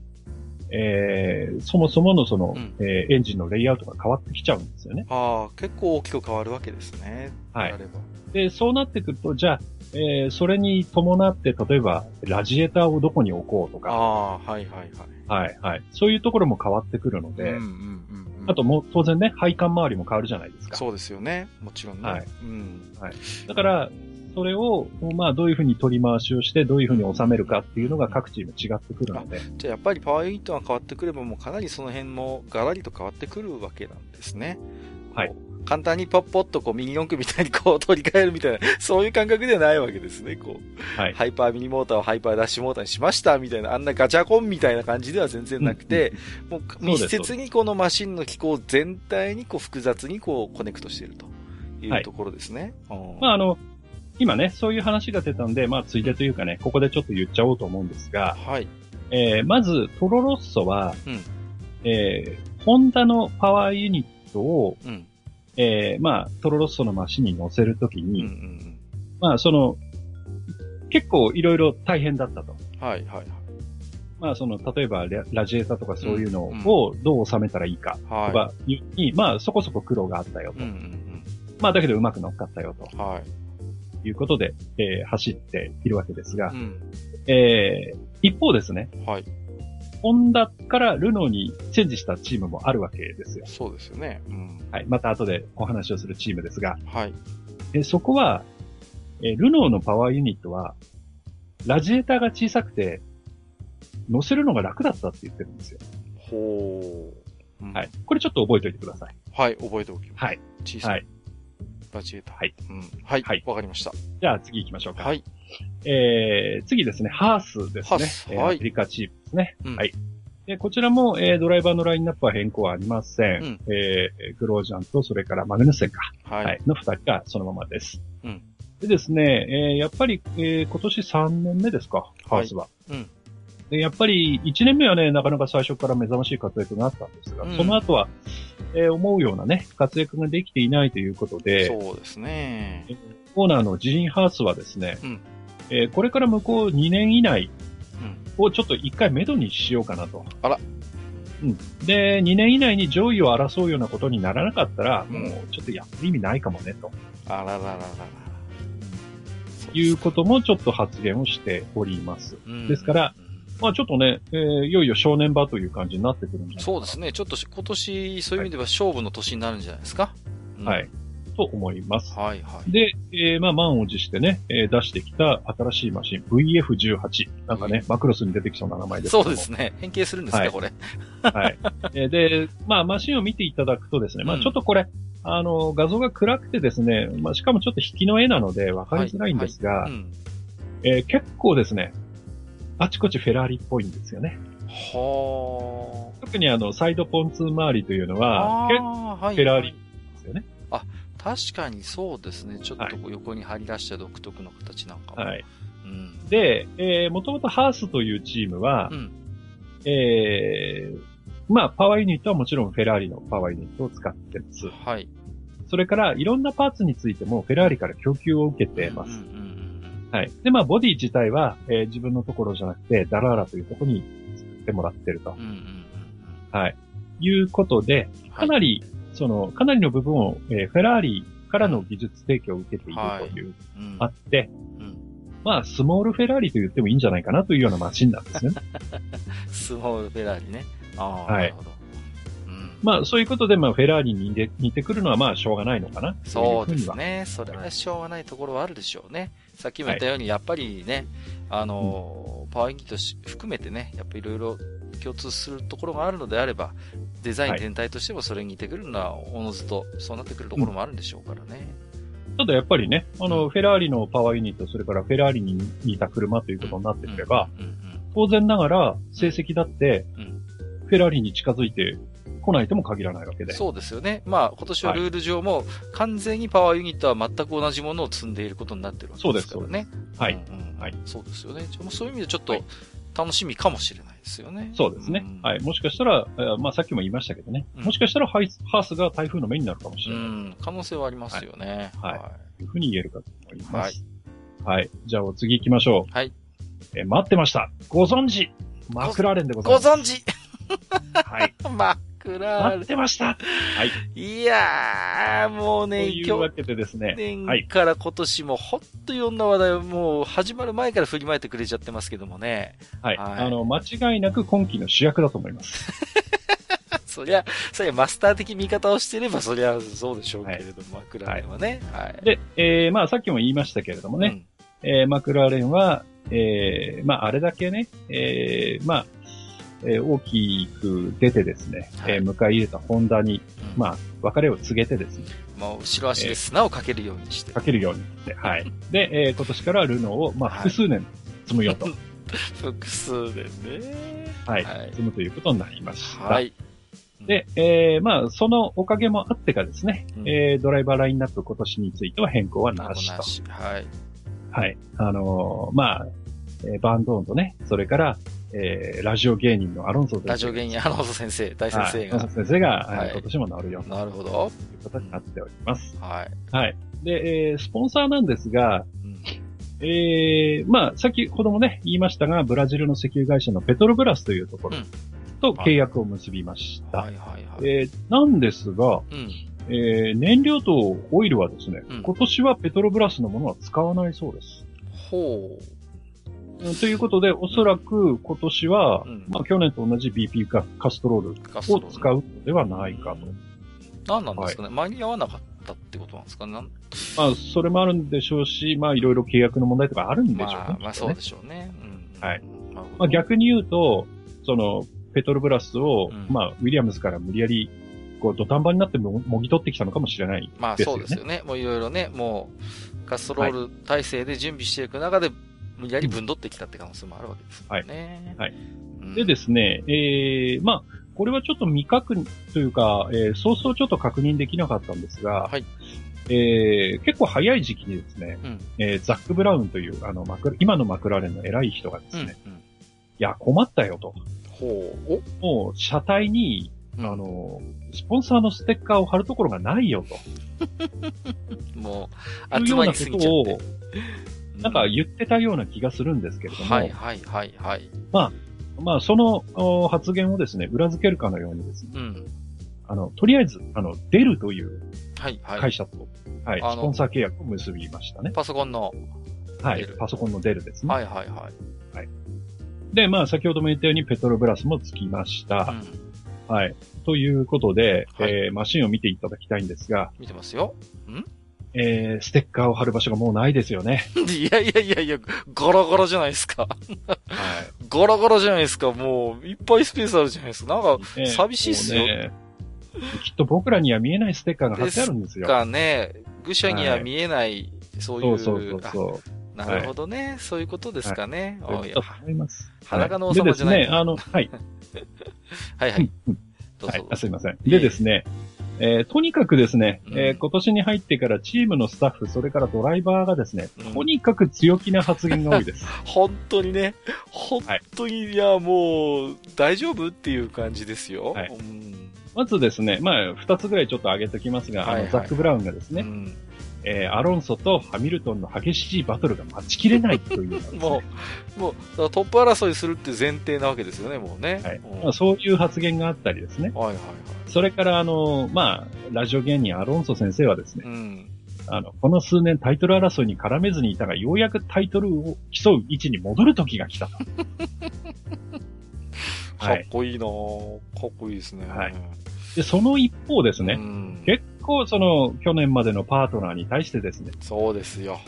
B: えーそもそものその、
A: うん
B: えーエンジンのレイアウトが変わってきちゃうんですよね。
A: ああ、結構大きく変わるわけですね。
B: はい
A: あれば。
B: で、そうなってくると、じゃあ、えーそれに伴って、例えば、ラジエーターをどこに置こうとか、
A: ああー、はいはいはい。
B: はい、はい。そういうところも変わってくるので、
A: うんうんうんうん
B: あともう当然ね、配管周りも変わるじゃないですか。
A: そうですよね。もちろんね。
B: はい
A: うん。
B: だから、それを、まあ、どういうふうに取り回しをして、どういうふうに収めるかっていうのが各チーム違ってくるので、
A: じゃあやっぱりパワーユニットが変わってくればもうかなりその辺もガラリと変わってくるわけなんですね。
B: はい
A: こう。簡単にポッポッとこう右四駆みたいにこう取り替えるみたいな、 そういう感覚ではないわけですね。こう。
B: はい
A: ハイパーミニモーターをハイパーダッシュモーターにしましたみたいな、あんなガチャコンみたいな感じでは全然なくて、もう
B: うです
A: 密接にこのマシンの機構全体にこう複雑にこうコネクトしているとい
B: は
A: う
B: い
A: ところですね。うん
B: まあ、あの、今ね、そういう話が出たんで、まあ、ついでというかね、ここでちょっと言っちゃおうと思うんですが、
A: はい。
B: えーまず、トロロッソは、
A: うん
B: えーホンダのパワーユニットを、
A: うん。
B: えーまあ、トロロッソのマシンに乗せるとき
A: うん
B: に、
A: うん
B: まあ、その、結構いろいろ大変だったと。
A: うん。はいはい
B: まあ、その、例えばララジエータとかそういうの
A: うん
B: をどう収めたらいいか
A: は
B: と
A: い。はい。
B: かいうに、まあ、そこそこ苦労があったよと。
A: うんうん
B: まあ、だけどうまく乗っかったよと
A: うん。はい。
B: いうことで、えー走っているわけですが
A: う、ん。
B: えー一方ですね、
A: はい。
B: ホンダからルノーにチェンジしたチームもあるわけですよ。
A: そうですよね。うん。
B: はい。また後でお話をするチームですが、
A: はい。
B: えーそこは、えールノーのパワーユニットは、ラジエーターが小さくて、乗せるのが楽だったって言ってるんですよ。
A: ほう。うん
B: はい。。これちょっと覚えておいてください。
A: はい、覚えておきます。
B: はい。
A: 小さ。
B: はいい。
A: ラジエーター。
B: はい。
A: うん。はい。
B: はい
A: わかりました。
B: じゃあ次行きましょうか。
A: はい。
B: えー、次ですね、ハースです
A: ハ
B: ね。
A: ース
B: えー
A: はい
B: アフリカチームですね。
A: うん
B: はい。で、こちらも、えードライバーのラインナップは変更はありません。
A: うん
B: えーグロージャンと、それからマグヌッセンか。
A: は
B: はいい。。の二人がそのままです。
A: うん
B: でですね、えーやっぱり、えー今年3年目ですか、ハースは。
A: うん
B: でやっぱり1年目はね、なかなか最初から目覚ましい活躍があったんですが、
A: うん
B: その後は、えー思うようなね、活躍ができていないということで、
A: そうですね。
B: オーナーのジーン・ハースはですね、
A: うん
B: えーこれから向こう2年以内
A: うん。
B: をちょっと1回目処にしようかなと。
A: あら。
B: うん。で、2年以内に上位を争うようなことにならなかったら、
A: うん
B: もうちょっとやってる意味ないかもね、と。
A: あらららららら。
B: いうこともちょっと発言をしております。
A: うん
B: ですから、まあちょっとね、えーいよいよ正念場という感じになってくるんじゃないかな
A: そうですね。ちょっとし今年、そういう意味では勝負の年になるんじゃないですか。うん
B: はい。と思います。
A: はいはい。
B: で、えーまあ満を持してね、えー出してきた新しいマシン、VF18。なんかね、マクロスに出てきそうな名前ですけ
A: そ
B: ども
A: うですね。変形するんです
B: は
A: ね、
B: い
A: これ。
B: はい。 えーで、まあマシンを見ていただくとですね、まあ
A: うん
B: ちょっとこれ、あの、画像が暗くてですね、まあしかもちょっと引きの絵なので分かりづらいんですが
A: う、ん。
B: えー結構ですね、あちこちフェラーリっぽいんですよね。
A: は
B: 特にあの、サイドポンツー周りというの
A: あ。
B: は、結構
A: あー、はい。
B: フェラーリですよね。
A: 確かにそうですね。ちょっとこう横に張り出した独特の形なんかも。
B: はい。
A: うん。
B: で、えー、もともとハースというチームは、
A: うん。
B: えー、まあ、パワーユニットはもちろんフェラーリのパワーユニットを使ってます。
A: はい。
B: それから、いろんなパーツについてもフェラーリから供給を受けてま
A: うん
B: す。
A: うんうん
B: はい。で、まあ、ボディ自体は、えー自分のところじゃなくて、ダラーラというところに作ってもらってると
A: うん。うんうん
B: いうことで、
A: うんうん。
B: かなり、その、かなりの部分を、えーフェラーリからの技術提供を受けているという、
A: はい、うん
B: あって、
A: うん
B: まあ、スモールフェラーリと言ってもいいんじゃないかなというようなマシンなんですね。
A: スモールフェラーリね。ああ、
B: はい
A: なるほど。うん。
B: まあ、そういうことで、まあ、フェラーリに似て似てくるのは、まあ、しょうがないのかな。
A: そうで
B: いふに
A: す
B: は。
A: ね。それはしょうがないところはあるでしょうね。さっきも言ったように、やっぱりね、あのー、パワー演技とし含めてね、やっぱりいろいろ共通するところがあるのであれば、デザイン
B: はい
A: 全体としてもそれに似てくるのは、おのずと、そうなってくるところもあるんでしょうからね。
B: ただ、やっぱりね、あ
A: う
B: の、
A: ん
B: フェラーリのパワーユニット、それからフェラーリに似た車ということになってくれば、
A: うんうん
B: 当然ながら、成績だって
A: うん、
B: フェラーリに近づいて来ないとも限らないわ
A: う
B: け
A: ん
B: で。
A: そうですよね。まあ、今年はルール上も、完全にパワーユニットは全く同じものを積んでいることになってるわけですからね。
B: はい
A: うんうんうん
B: はい
A: そうですよね。じゃあもうそういう意味でちょっ
B: は
A: と
B: い
A: 楽しみかもしれないですよね。
B: そうですね
A: ん。
B: はい。もしかしたら、えーまあ、さっきも言いましたけどね。
A: うん
B: もしかしたら、ハイスハースが台風の目になるかもし
A: う
B: れない。
A: ん、可能性はありますよね。
B: はい
A: は
B: というふうに言えるかと思います。はい。じゃあ、お次行きましょう。
A: い。はい
B: えー待ってました。ご存知マクラーレンでござい
A: ご
B: ます。
A: 存知
B: はい。
A: マクラー
B: 待
A: レ
B: ってました
A: ン。いやー、もう
B: と
A: ね、
B: いう
A: 去
B: わけでですね。
A: 年から今年もほんといろんな話題をもう始まる前から振りまいてくれちゃってますけどもね。
B: はい。
A: はい
B: あの、間違いなく今期の主役だと思います。
A: そりゃ、そりゃマスター的見方をしてればそりゃそうでしょうけれども、マクラーレンはね。はい。
B: で、えー、まあさっきも言いましたけれどもね、えーマクラーレンは、えー、まああれだけね、えー、まあ、えー大きく出てですね、
A: はい
B: えー迎え入れたホンダに、
A: うん。
B: まあ、別れを告げてですね、
A: あ、もう後ろ足で砂をかけるようにして
B: か。けるようにして、はい。で、えー今年からルノーを、まあ、
A: はい
B: 複数年積むよと、
A: 複数でね。
B: はい、
A: はい
B: 積むということになりました。
A: はい。
B: で、えー、まあ、そのおかげもあってかですね、
A: うん
B: えー、ドライバーラインナップ今年については変更はなしと
A: し。はい。
B: はい。あのーまあ、えーバンドーンとね、それから、えーラジオ芸人のアロンソ先生。
A: ラジオ芸人、アナウン先生、大先生
B: はいアロ
A: が
B: ン。ソ先生が、
A: はい
B: えー今年もなるよ
A: なるほど。
B: ということになっております。
A: はい。
B: はい。で、えースポンサーなんですが、
A: うん
B: えーまあ、さっきほどもね、言いましたが、ブラジルの石油会社のペトロブラスというところ
A: うん
B: と契約を結びました。
A: はいはいはい。
B: えーなんですが、
A: うん。
B: えー燃料とオイルはですね、
A: うん
B: 今年はペトロブラスのものは使わないそうです。
A: ほ
B: うんということで、おそらく今年は、
A: うん
B: まあ、去年と同じ BP かカストロール
A: う。ガ
B: を使うのではないかと。
A: 何なんですかね、間に合わなかったってことなんですかねなん
B: まあ、それもあるんでしょうし、まあ、いろいろ契約の問題とかあるんでしょうね。
A: まあ、まあそう
B: ね
A: でしょうね。うん。
B: はい
A: なるほど。
B: まあ、逆に言うと、その、ペトロブラスを、
A: うん
B: まあ、ウィリアムズから無理やり、こう、土壇場になっても、もぎ取ってきたのかもしれない。
A: まあ
B: ですよ
A: そう
B: ね
A: ですよね。もういろいろね、もう、カストロール体制で準備していく中で、無理やり分取ってきたって可能性もあるわけですよね。
B: はいはい
A: うん
B: でですね、えー、まあ、これはちょっと未確認というか、えー、早々ちょっと確認できなかったんですが、
A: はい
B: えー、結構早い時期にですね、
A: うん
B: えー、ザック・ブラウンという、あの、マクラ今のマクラーレンの偉い人がです
A: うん
B: ね、
A: うん
B: いや、困ったよと。
A: ほう。お
B: もう、車体に、あ
A: うん
B: の、スポンサーのステッカーを貼るところがないよと。
A: も、
B: いう
A: 集
B: うよう
A: ま
B: な
A: り
B: こ
A: すぎちゃ
B: と
A: っ
B: を
A: て。、
B: なんか言ってたような気がするんですけれども、
A: はいはいはいはい。
B: まあ、そのお発言をですね、裏付けるかのようにですね、
A: うん。
B: あの、とりあえず、あの、出るという
A: はいは
B: 会
A: い。
B: 社と、はい、
A: あの
B: スポンサー契約を結びましたね。
A: パソコンの。
B: は
A: 出
B: い
A: る、
B: パソコンの出るですね。
A: はいはいはい。
B: で、まあ、先ほども言ったように、ペトロブラスもつきました。
A: うん。
B: はい。ということで、
A: はい
B: えーマシンを見ていただきたいんですが、
A: 見てますよ。
B: えー、ステッカーを貼る場所がもうないですよね。
A: いやいやいやいや、ゴロゴロじゃないですか。
B: はい。
A: ゴロゴロじゃないですか。もう、いっぱいスペースあるじゃないですか。なんか、
B: ね
A: 寂しいっすよ
B: もうねきっと僕らには見えないステッカーが貼ってあるんですよ。
A: かね、愚者には見えない、そうい
B: そう
A: う、
B: そうそうそう。
A: あなるほどね、そういうことですかね。
B: そういう
A: お
B: こ
A: い
B: と
A: や
B: だと思います。
A: 裸の王
B: はいで
A: 様
B: で
A: じ
B: す
A: ゃない
B: ね、あの、はい、
A: はいはい。
B: うん
A: どう ぞ
B: はい
A: ど、う
B: あ
A: ぞ。
B: すいません。
A: え
B: でですね、えーとにかくですね、
A: うん
B: えー今年に入ってからチームのスタッフ、それからドライバーがですね、
A: うん
B: とにかく強気な発言が多いです。
A: 本当にね、本当に、い、や、もう、大丈夫っていう感じですよ。
B: はい
A: うん
B: まずですね、まあ、二つぐらいちょっと挙げときますが、
A: はいはい
B: あの、ザック・ブラウンがです
A: う
B: ね、
A: ん
B: えーアロンソとハミルトンの激しいバトルが待ちきれないというのがです ね、
A: もう、もう、だからトップ争いするっていう前提なわけですよね、もうね。
B: はい
A: うん
B: まあ、そういう発言があったりですね、
A: はいはいはい。
B: それから、あの、まあ、ラジオ芸人アロンソ先生はですね
A: う、ん。
B: あの、この数年タイトル争いに絡めずにいたが、ようやくタイトルを競う位置に戻る時が来たと。
A: か
B: は
A: っ
B: い。
A: こいいなぁかっこいいですね。
B: はいで、その一方です
A: う
B: ね、
A: ん
B: 結構その、去年までのパートナーに対してですね、
A: そうですよ。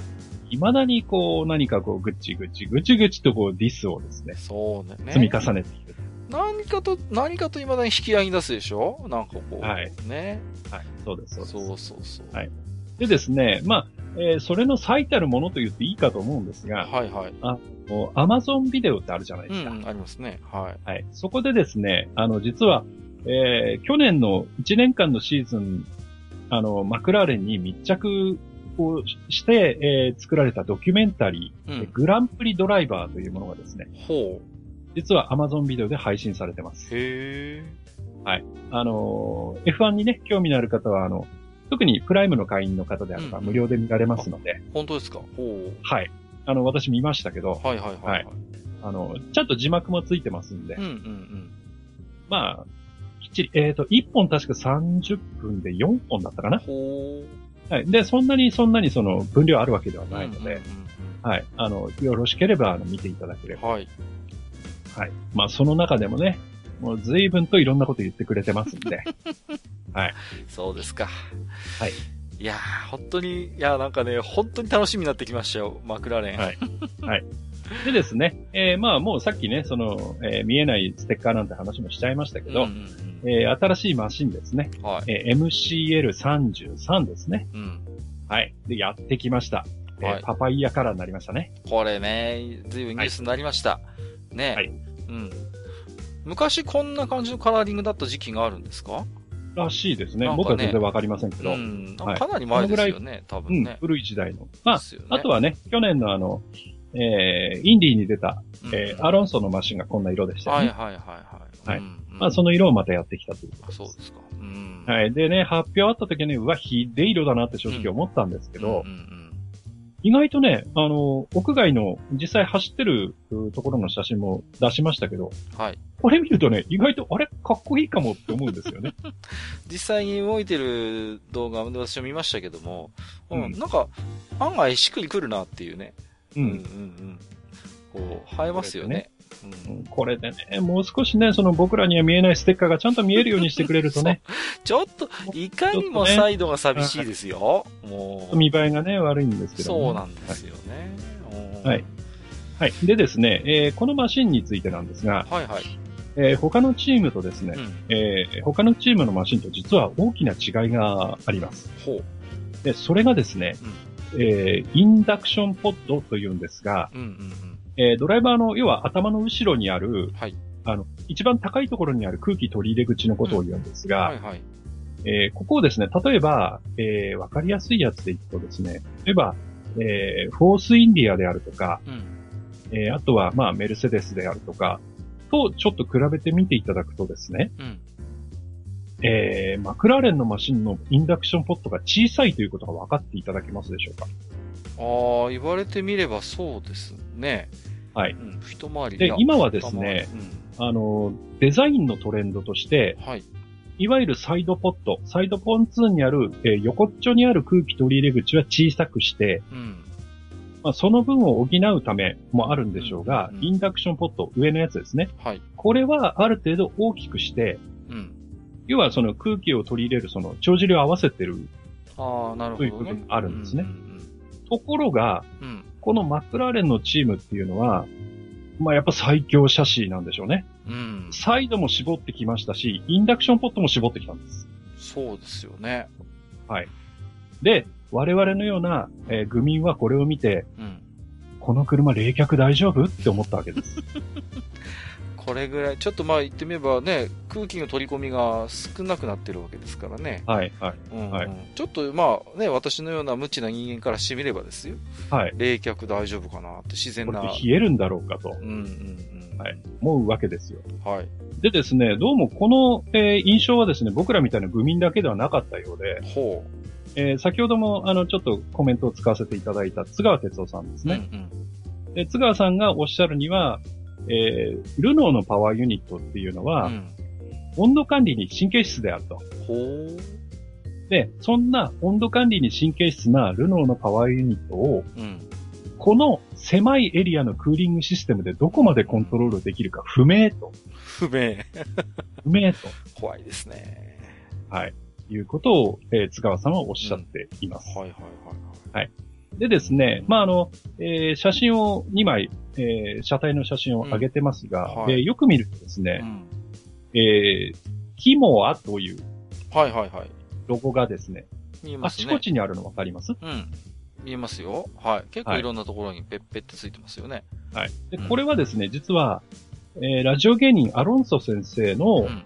B: 未だにこう、何かこう、ぐっちぐっちぐちぐちとこう、ディスをですね、
A: そうね。
B: 積み重ねている。
A: 何かと、何かと未だに引き合いに出すでしょなんかこう。
B: はい
A: ね。
B: はい。そうです、そうです。
A: そうそうそう。
B: はいでですね、まあ、えーそれの最たるものと言っていいかと思うんですが、
A: はいはい。
B: もう Amazon ビデオってあるじゃないで
A: う
B: すか。
A: ん、ありますね。はい。
B: はい。そこでですね、あの、実は、えー去年の1年間のシーズン、あの、マクラーレンに密着をしして、えー作られたドキュメンタリ
A: う
B: ー、
A: ん。
B: グランプリドライバーというものがですね、
A: ほ
B: 実は Amazon ビデオで配信されてま
A: う。
B: す。
A: へえ。
B: あのー、F1 にね、興味のある方は、あの、特にプライムの会員の方であれば
A: うん
B: 無料で見られますので、
A: 本当ですかほ
B: はい。あの、私見ましたけど
A: う。、はいはいはい。はい、
B: あの、ちゃんと字幕もついてますんで
A: うん、うんうん。
B: まあ、きっちり、えっ、と、1本確か30分で4本だったかな。
A: ほ
B: はい。で、そんなにそんなにその分量あるわけでは
A: う。
B: ないので、
A: うんうん
B: はい。あの、よろしければあの見ていただけれ
A: うん
B: ば。
A: はい。
B: はい。まあ、その中でもね、もう随分といろんなこと言ってくれてますんで。
A: そうですか。
B: はい。
A: いやー、本当に、いやーなんかね、本当に楽しみになってきましたよ、マクラーレン。
B: はいでですね、えーまあもうさっきね、その、えー見えないステッカーなんて話もしちゃいました
A: う
B: け
A: んう
B: ど、
A: ん
B: えー新しいマシンですね。
A: うん。はい。
B: えー MCL33 ですね。
A: うん。
B: はい。で、やってきました。えー
A: はい
B: パパイヤカラーになりましたね。
A: これね、ずいぶんニュースになりました。ね、
B: はい
A: うん。昔こんな感じのカラーリングだった時期があるんですか
B: らしいですね。
A: なんかね
B: 僕は全然わかりませんけ
A: う
B: ど。
A: ん。
B: はい
A: かなり前ですよね、多
B: うん、
A: 分ね。
B: 古い時代の。まあ
A: で、すよね
B: あとはね、去年のあの、えー、インディーに出た、
A: うん
B: えー、アロンソのマシンがこんな色でしたよ
A: は
B: ね。
A: いはいはいはい。
B: はい
A: うんうん
B: まあ、その色をまたやってきたということ
A: あ
B: です。
A: そうですか。うん。い。
B: はい。でね、発表あった時に、うわ、ひでえ色だなって正直思ったんですけ
A: け
B: ど、
A: うんうん
B: 意外とね、あの、屋外の実際走ってるうところの写真も出しましたけど、
A: うんはい。
B: これ見るとね、意外と、あれかっこいいかもって思うんですよね。
A: 実際に動いてる動画で私も見ましたけども、うん、
B: うん
A: なんか、案外しっくりくるなっていうね。
B: う
A: うんうん
B: ん。
A: うん。こう、映えますよね。うん
B: これでね、もう少しね、その僕らには見えないステッカーがちゃんと見えるようにしてくれると ね、
A: ちょっと、いかにもサイドが寂しいですよ。もう。
B: 見栄えがね、悪いんですけど、ね。
A: そうなんですよね。うん
B: はい。はい。でですね、えーこのマシンについてなんですが、
A: はいはい。
B: えー他のチームとですね、
A: うん。
B: えー他のチームのマシンと実は大きな違いがあります。
A: ほう。
B: で、それがですね、えーインダクションポッドというんですが、
A: うんうんうん。
B: えードライバーの、要は頭の後ろにある、
A: はい
B: あの、一番高いところにある空気取り入れ口のことを言うんですが、
A: はいはい。
B: えーここをですね、例えば、えーわかりやすいやつでいくとですね、例えば、えーフォースインディアであるとか、
A: うん。
B: えーあとは、まあ、メルセデスであるとか、とちょっと比べてみていただくとですね、
A: うん。
B: えーマクラーレンのマシンのインダクションポットが小さいということが分かっていただけますでしょうか。
A: ああ、言われてみればそうですね。
B: はい
A: うん、一回り
B: で
A: だ、
B: 今はですね、あの、デザインのトレンドとして
A: 二、回りうん、
B: いわゆるサイドポット、サイドポンツーンにある、えー横っちょにある空気取り入れ口は小さくして、
A: はい。うん。
B: まあ、その分を補うためもあるんでしょうが、
A: うん
B: インダクションポット、上のやつですね。
A: はい。
B: これはある程度大きくして、
A: うん。
B: 要はその空気を取り入れるその帳尻を合わせてる
A: ああ、なるほど、
B: と
A: ね。
B: いう部分があるんですね
A: うん
B: ところが、
A: うんうん。
B: このマクラーレンのチームっていうのは、まあやっぱ最強シャシーなんでしょうね。
A: うん。うん
B: サイドも絞ってきましたし、インダクションポットも絞ってきたんです。
A: そうですよね。
B: で、我々のような、えー愚民はこれを見て、
A: うん。
B: この車冷却大丈夫って思ったわけです。
A: これぐらい、ちょっとまあ言ってみればね、空気の取り込みが少なくなってるわけですからね。
B: はい、はい、
A: うん、うん
B: はい
A: ちょっとまあね、私のような無知な人間からしてみればですよ。
B: はい。
A: 冷却大丈夫かなって自然
B: これ
A: な。
B: で冷えるんだろうかと
A: うんうんうん。
B: はい思うわけですよ。
A: はい。
B: でですね、どうもこの、えー印象はですね、僕らみたいな愚民だけではなかったようで、
A: ほ
B: えー先ほどもあのちょっとコメントを使わせていただいた津川哲夫さんです
A: う。
B: ね。
A: うんうん。
B: で、津川さんがおっしゃるには、えー、ルノーのパワーユニットっていうのは、
A: うん
B: 温度管理に神経質であると。
A: ほう。
B: で、そんな温度管理に神経質なルノーのパワーユニットを、
A: うん。
B: この狭いエリアのクーリングシステムでどこまでコントロールできるか不明と。
A: 不明。
B: 不明と
A: 怖いですね。
B: いうことを、えー津川さんはおっしゃっています。
A: はいはいはい
B: でですね、まあ、あの、えー写真を2枚、えー車体の写真を上げてます
A: う
B: が、
A: んはい
B: えーよく見るとです
A: はい。う
B: ね、
A: ん。
B: えー、キモアという
A: はいはいはい。
B: ロゴがですね、
A: 見え
B: あ
A: ます
B: ち
A: ね。
B: こちにあるのわかります
A: うん。見えますよ。はい。結構
B: はい
A: いろんなところにペッペってついてますよね。
B: はい。で、
A: うん
B: これはですね、実は、えーラジオ芸人アロンソ先生
A: う
B: の、
A: ん。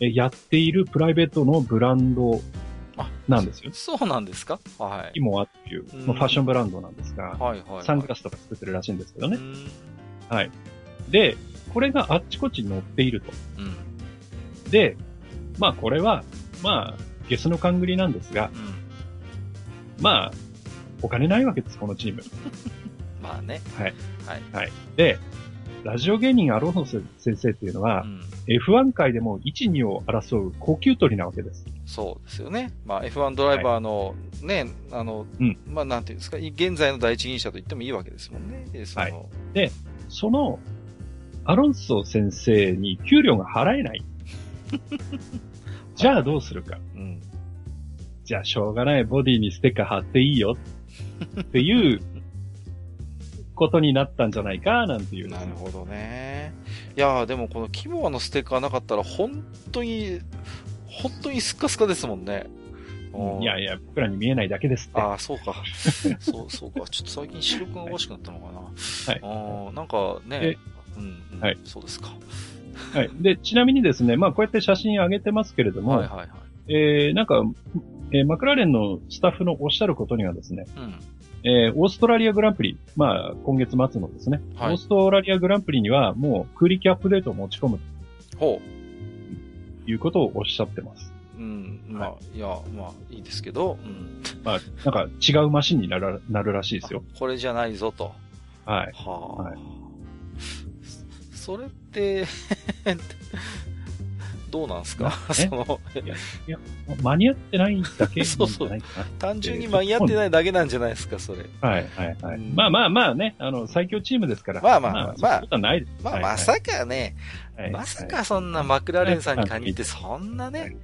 B: えーやっているプライベートのブランド
A: あ
B: なんですよ。
A: そうなんですかは
B: キ
A: い。
B: モアっていう、
A: うん
B: まあファッションブランドなんですが、
A: はいはいはい。
B: サングラスとか作ってるらしいんですけどね
A: う。ん。
B: で、これがあっちこっちに載っていると。
A: うん。
B: で、まあこれは、まあ、ゲスの勘繰りなんですが、
A: うん。
B: まあ、お金ないわけです、このチーム。
A: まあね。
B: で、ラジオ芸人アロンソ先生っていうの
A: う
B: は、
A: ん。
B: F1 界でも1、2を争う高級鳥なわけです。
A: そうですよね。まあ F1 ドライバーの、ね、あの
B: うん、
A: まあなんていうんですか、い現在の第一人者と言ってもいいわけですもんね。でその
B: はいその、アロンソ先生に給料が払 えない。じゃあどうするか。
A: うん。
B: じゃあしょうがないボディにステッカー貼っていいよ。っていう、ことになったんじゃないか、なんていう。
A: なるほどね。いやーでもこのキモアのステッカーなかったら本当に、本当にスッカスカですもんね。
B: うんいや
A: い
B: いや、僕らに見えないだけですって。
A: ああ、そうか。 そう、そうか。ちょっと最近視力がおかしくなったのかな。ああ、なんかね
B: で。
A: うん、うん
B: はい
A: そうですか。
B: はい。で、ちなみにですね、まあこうやって写真上げてますけれども、
A: はいはいはい。
B: えーなんか、えーマクラーレンのスタッフのおっしゃることにはですね、
A: うん。
B: えーオーストラリアグランプリ、まあ、今月末のですね、
A: はい
B: オーストラリアグランプリにはもう空力アップデートを持ち込む
A: ほ
B: ということをおっしゃってます。
A: う。うん。まあ、い、や、まあ、いいですけど、うん。
B: まあ、なんか違うマシンになるなるらしいですよ。
A: これじゃないぞと。
B: はい。
A: はあ。
B: はい
A: それって、 どうなんすか
B: え
A: その、
B: 間に合ってないだけな んじ
A: そうそう
B: ゃないかな。
A: 単純に間に合ってないだけなんじゃないですか、それ。
B: はい、はい、はい。
A: うん
B: まあまあまあね、あの、最強チームですから。
A: まあまあ
B: まあ、
A: まあ
B: そういうことはないです。
A: ま
B: は
A: あ、
B: いはい
A: まさかね、
B: はい
A: まさかそんなマクラーレンさんに限って、
B: は
A: そんなね、
B: はい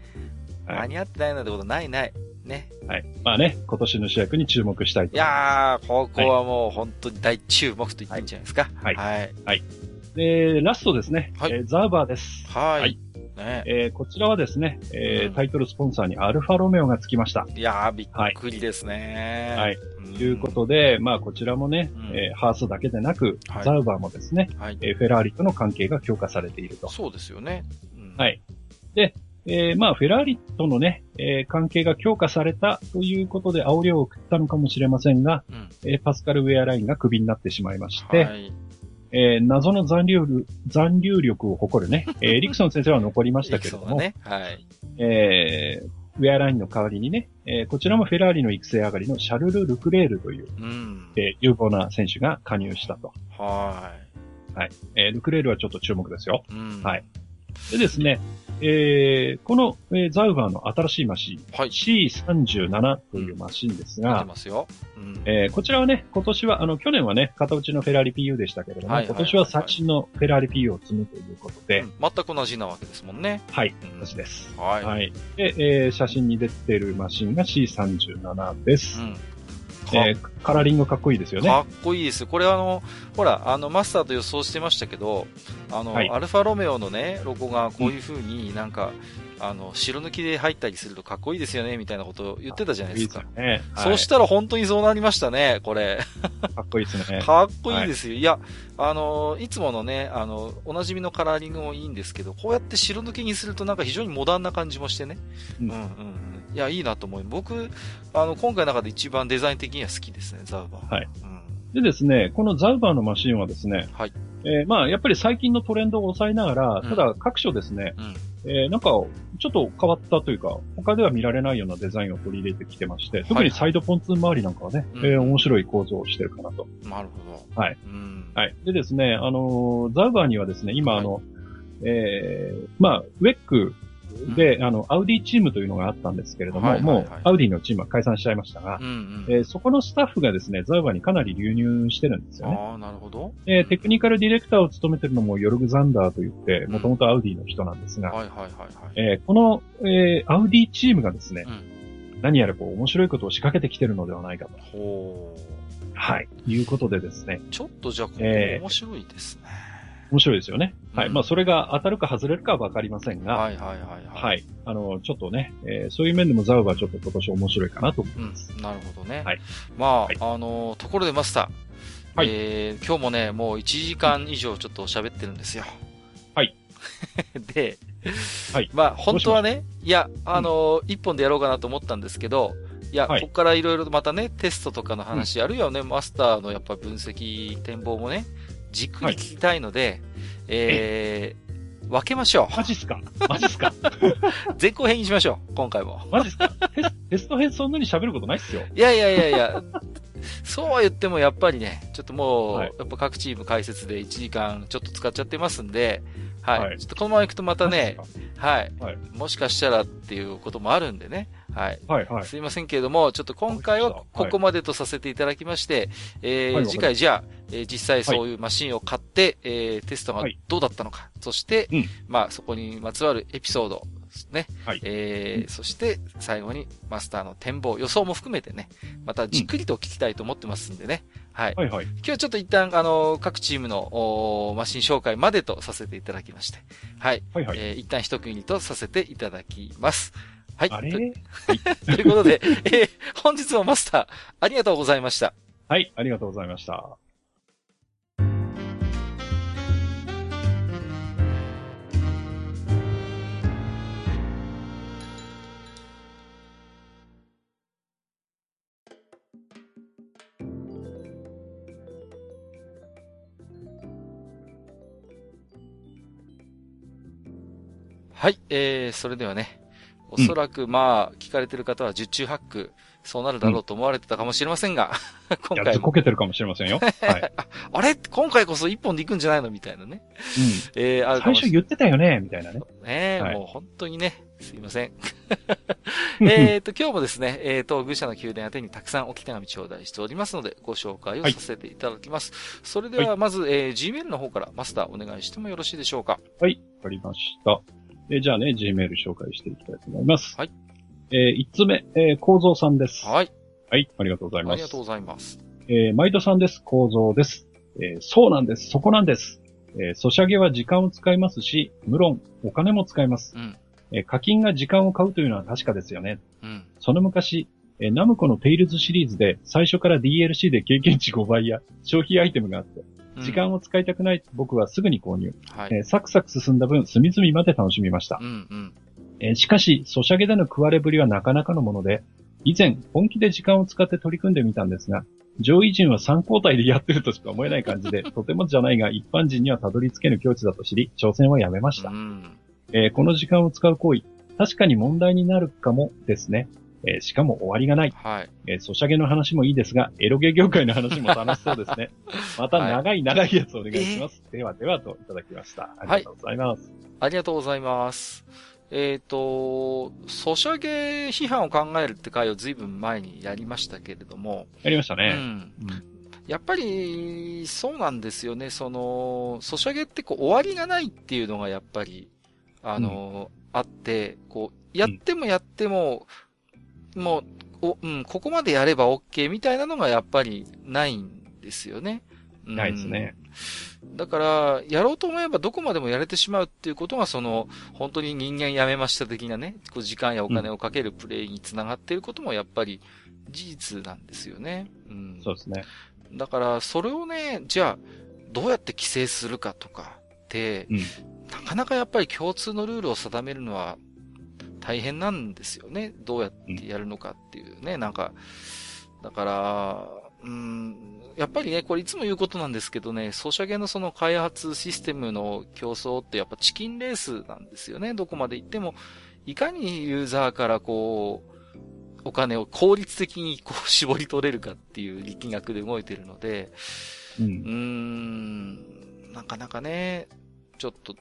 A: 間に合ってないなんてことないない。ね。
B: はい。まあね、今年の主役に注目したいと
A: いやー、ここはもう本当に大注目と言っていいんじゃないですか。
B: はい
A: はい。
B: で、ラストですね。
A: はい
B: えーザーバーです。
A: はい。
B: はい
A: ね
B: えーこちらはですね、えー
A: うん
B: タイトルスポンサーにアルファロメオがつきました。
A: いやー、びっくりですね。
B: はい
A: ん。
B: ということで、まあこちらもね、
A: うん
B: えーハースだけでなく、
A: はい
B: ザーバーもですね、
A: はい。
B: えーフェラーリとの関係が強化されていると。
A: そうですよね。うん
B: はいえーまあフェラーリとのね、えー関係が強化されたということで煽りを送ったのかもしれませんが、
A: うん
B: えーパスカル・ウェアラインがクビになってしまいまして、
A: はい。
B: えー謎の残留力、残留力を 誇るね、えーエリクソン先生は残りましたけれど
A: そう
B: も、
A: だね。はい。
B: えーウェアラインの代わりにね、えーこちらもフェラーリの育成上がりのシャルル・ルクレールという、
A: うん。
B: えー有望な選手が加入したと。
A: は
B: えールクレールはちょっと注目ですよ。
A: い。うん。
B: はい。でですね、えーこの、えーザウバーの新しいマシン、
A: はい。
B: C37 というマシンです
A: 出
B: が
A: て、ますよ。うん。
B: えーこちらはね、今年は、あの、去年はね、片打ちのフェラーリ PU でしたけれども、
A: はいはい
B: 今年は最新のフェラーリ PU を積むということで、
A: うん全く同じなわけですもんね。
B: はい、
A: うん
B: 私です。
A: はい。
B: はい。で、えー写真に出てるマシンが C37 です。
A: うん。
B: えーカラーリングかっこいいですよね。
A: かっこいいです。これあの、ほら、あの、マスターと予想してましたけど、あの、
B: はい
A: アルファロメオのね、ロゴがこういう風になんか、あの、白抜きで入ったりするとかっこいいですよね、みたいなことを言ってたじゃないですか。
B: いいですね。はい
A: そうしたら本当にそうなりましたね、これ。
B: かっこいいですね。
A: かっこいいですよ。いや、あの、いつものね、あの、おなじみのカラーリングもいいんですけど、こうやって白抜きにするとなんか非常にモダンな感じもしてね。う
B: うんん
A: うんうん。いや、いいなと思う。僕、あの、今回の中で一番デザイン的には好きですね、ザウバー。
B: はい
A: うん。
B: でですね、このザウバーのマシンはですね、
A: はい
B: えーまあ、やっぱり最近のトレンドを抑えながら、
A: うん
B: ただ各所ですね、
A: うん
B: えーなんか、ちょっと変わったというか、他では見られないようなデザインを取り入れてきてまして、特にサイドポンツン周りなんかはね、
A: うん
B: えー面白い構造をしてるかなと。
A: なるほど。
B: はい。
A: うん。
B: はい。でですね、あのーザウバーにはですね、今、
A: はい
B: あの、えーまあ、ウェックで、あの、アウディチームというのがあったんですけれども、
A: はいはいはい
B: もう、アウディのチームは解散しちゃいましたが、
A: うんうん。
B: えーそこのスタッフがですね、ザウバーにかなり流入してるんですよね。
A: ああ、なるほど。
B: えーテクニカルディレクターを務めてるのもヨルグ・ザンダーと言って、もともとアウディの人なんですが、
A: はいはいはいはい。
B: えーこの、えーアウディチームがですね、
A: うん
B: 何やらこう面白いことを仕掛けてきてるのではないかと。
A: ほ
B: はい。いうことでですね、
A: う。ちょっとじゃあ、ここ
B: えー
A: 面白いですね。
B: 面白いですよね。はい。
A: うん
B: まあ、それが当たるか外れるかはわかりませんが、
A: はいはいはいはい。
B: はい。あの、ちょっとね、えーそういう面でもザウバーちょっと今年面白いかなと思い
A: うん
B: ます。、
A: なるほどね。
B: はい
A: まあ、
B: はい
A: あのーところでマスター。
B: はい
A: えー今日もね、もう1時間以上ちょっと喋ってるんですよ。
B: はい。
A: で、
B: はい
A: まあ、本当はね、いや、あのー一本でやろうかなと思ったんですけど、いや、
B: はい
A: ここからいろいろまたね、テストとかの話、あるいはね、マスターのやっぱ分析、展望もね、じっくり聞きたいので、えー分けましょ
B: マジっすかマジっすか
A: う。前後編にしましょう、今回も。
B: マジっすかテステスト編そんなに喋ることないっすよ。
A: いやいやいやいや、そうは言ってもやっぱりね、ちょっともう、
B: はい
A: やっぱ各チーム解説で1時間ちょっと使っちゃってますんで、はい。
B: はい
A: ちょっとこのまま行くとまたね、
B: マジっす
A: はい、
B: はい
A: もしかしたらっていうこともあるんでね。はい。
B: か。はいはい。
A: すいませんけれども、ちょっと今回は
B: わかりました
A: ここまでとさせていただきまして、え
B: は
A: ー、
B: い
A: 次回じゃあ、えー実際そういうマシンを買って、えー、テストが
B: はい
A: どうだったのか、そして、
B: うん
A: まあそこにまつわるエピソード、ね、
B: はい
A: えー、
B: う
A: そして最後にマスターの展望、予想も含めてね、またじっくりと聞きたいと思ってますんでね、はい。
B: はいはい。
A: 今日はちょっと一旦、あの、各チームのおーマシン紹介までとさせていただきまして、はい。
B: はいはい。
A: えー、一旦一区切りとさせていただきます。はい。
B: あ
A: と
B: れ
A: ということで、えー本日もマスター、ありがとうございました。
B: はい、ありがとうございました。
A: はい、えー、それではね、おそらく、まあ、聞かれてる方は十中八九、そうなるだろうと思われてたかもしれませんが、 今
B: やっ
A: 回
B: とこ
A: も、
B: けてるかもしれませ んよ。はい。
A: あれ今回こそ一本で行くんじゃないのみたいなね。えー、あ
B: うん。
A: るかもしれ
B: 最初
A: ない
B: 言ってたよね、みたいなね。
A: ねえ、
B: はい
A: もう本当にね、すいま せん。えっと、今日もですね、えっ、と、愚者の宮殿宛てにたくさんおき手紙頂戴しておりますので、ご紹介をさせていただきます。それでは、まず、えー、Gmail の方からマスターお願いしてもよろしいでしょうか。
B: はい、わかりました。えーじゃあね、Gmail 紹介していきたいと思います。
A: はい。
B: えー、1つ目、えー、構造さんです。は
A: はい、
B: い、ありがとうござい
A: あ
B: ま
A: り
B: す。
A: がとうございます。
B: えー、毎度さんです。構造です。えーそうなんです。そこなんです。えー、ソシャゲは時間を使いますし、無論、お金も使います。
A: うん、
B: えー課金が時間を買うというのは確かですよね。
A: うん。
B: その昔、えーナムコのテイルズシリーズで最初から DLC で経験値5倍や消費アイテムがあって、
A: うん
B: 時間を使いたくない僕はすぐに購入。
A: はい。
B: えーサクサク進んだ分、隅々まで楽しみました
A: う。ん、うん。
B: えーしかし、ソシャゲでの食われぶりはなかなかのもので、以前、本気で時間を使って取り組んでみたんですが、上位陣は3交代でやってるとしか思えない 感じで、とてもじゃないが一般人にはたどり着けぬ境地だと知り、挑戦はやめまし
A: う
B: た。
A: ん。
B: えーこの時間を使う行為、確かに問題になるかもですね。えーしかも終わりがない。
A: はい。
B: えーソシャゲの話もいいですが、エロゲ業界の話も楽しそうです ね。また長い長いやつお願いします。ではではといただきました。ありがとうございます。
A: ありがとうございます。えっ、と、ソシャゲ批判を考えるって回を随分前にやりましたけれども、
B: やりました
A: う
B: ね。
A: ん。
B: うん
A: やっぱり、そうなんですよね。その、ソシャゲってこう、終わりがないっていうのがやっぱり、あの、あって、こう、やってもやっても、もう、お、うん、ここまでやれば OK みたいなのがやっぱりないんですよね。うん
B: ないですね。。
A: だから、やろうと思えばどこまでもやれてしまうっていうことが、その、本当に人間やめました的なね、こう時間やお金をかけるプレイにつながっていることもやっぱり事実なんですよね。うん。
B: そうですね。
A: だから、それをね、じゃあ、どうやって規制するかとかって、
B: うん
A: なかなかやっぱり共通のルールを定めるのは大変なんですよね。どうやってやるのかっていうね、なんか、だから、うん、やっぱりね、これいつも言うことなんですけどね、ソシャゲのその開発システムの競争ってやっぱチキンレースなんですよね。どこまで行っても、いかにユーザーからこう、お金を効率的にこう絞り取れるかっていう力学で動いてるので、
B: うん
A: うーん、なかなかね、ちょっと、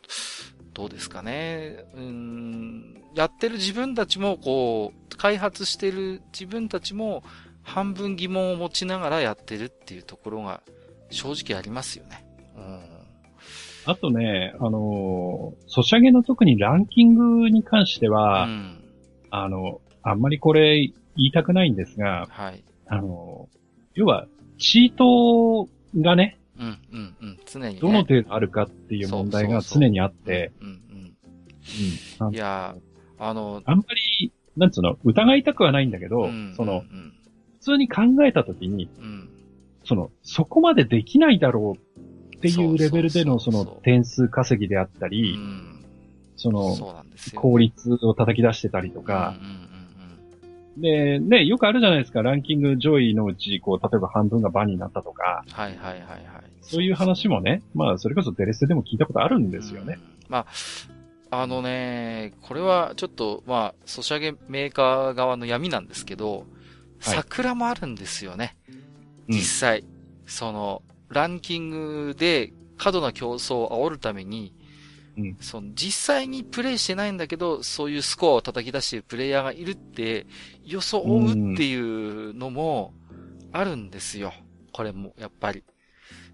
A: どうですかね。うーん、やってる自分たちも、こう、開発してる自分たちも、半分疑問を持ちながらやってるっていうところが、正直ありますよね。
B: あとね、あのーソシャゲの特にランキングに関して
A: うん。
B: は、
A: うん。
B: あの、あんまりこれ言いたくないんですが、
A: はい。
B: あのー要は、チートがね、
A: うん、うん、うん。常に、ね。
B: どの程度あるかっていう問題が常にあって、
A: うん、
B: うん
A: うん。いやー、あの、
B: あんまり、なんつうの、疑いたくはないんだけど、
A: ん
B: その、
A: うん、
B: 普通に考えたときに、
A: うんうん。
B: その、そこまでできないだろうっていうレベルでの
A: そ
B: そう
A: そうそう
B: の
A: そう
B: 点数稼ぎであった
A: う
B: り、
A: ん
B: その、
A: そうなんですよ。
B: 効率を叩き出してたりとか、
A: うん、うん、うん。
B: で、ね、よくあるじゃないですか、ランキング上位のうち、こう、例えば半分がバンになったとか、
A: はいはいはいはい。
B: そういう話もね、まあ、それこそデレステでも聞いたことあるんですよね。
A: うん。まあ、あのね、これはちょっと、まあ、ソシャゲメーカー側の闇なんですけど、
B: はい
A: 桜もあるんですよね。
B: うん
A: 実際、その、ランキングで過度な競争を煽るために、
B: うん
A: その実際にプレイしてないんだけど、そういうスコアを叩き出してるプレイヤーがいるって、予想をうっていうのもあるんですよ。これも、やっぱり。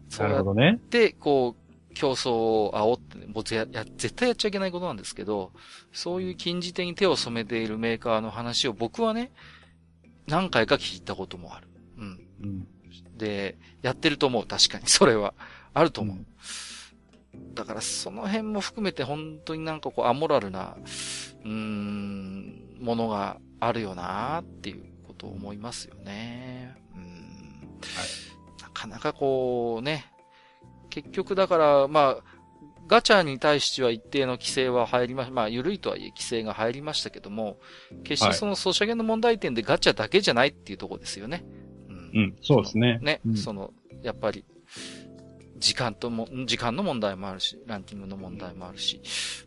A: そう
B: なる
A: やっ
B: ほどね。
A: で、こう、競争を煽ってね、もうぜや、絶対やっちゃいけないことなんですけど、そういう禁じ手に手を染めているメーカーの話を僕はね、何回か聞いたこともある。うん。
B: うん。
A: で、やってると思う。確かに。それは。あると思う。だから、その辺も含めて本当になんかこう、アモラルな、うーん、ものがあるよなっていうことを思いますよね。うん。なかなかこうね、結局だから、まあ、ガチャに対しては一定の規制は入りまし、まあ、緩いとはいえ規制が入りましたけども、決してそのソシャゲの問題点でガチャだけじゃないっていうところですよね。うん
B: うん、そうですね。
A: ね、
B: うん
A: その、やっぱり、時間とも、時間の問題もあるし、ランキングの問題もあるし、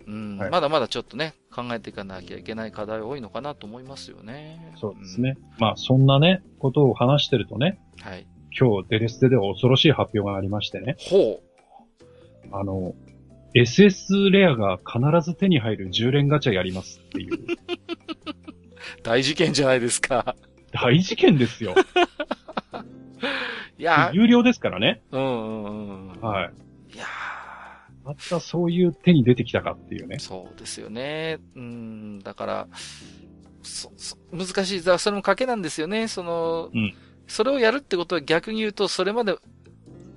A: うん、
B: はい
A: まだまだちょっとね、考えていかなきゃいけない課題多いのかなと思いますよね。
B: そうですね。まあ、そんなね、ことを話してるとね、
A: うん。はい。
B: 今日デレステでは恐ろしい発表がありましてね、
A: ほ
B: あの、SS レアが必ず手に入る10連ガチャやりますっていう。
A: う、大事件じゃないですか。
B: 大事件ですよ。
A: いやー、
B: 有料ですからね。
A: うんうんうん。
B: はい。
A: いや
B: またそういう手に出てきたかっていうね
A: ー。そうですよね。うん、だから、そ、そ、難しい。だからそれも賭けなんですよね。その、
B: うん
A: それをやるってことは逆に言うと、それまで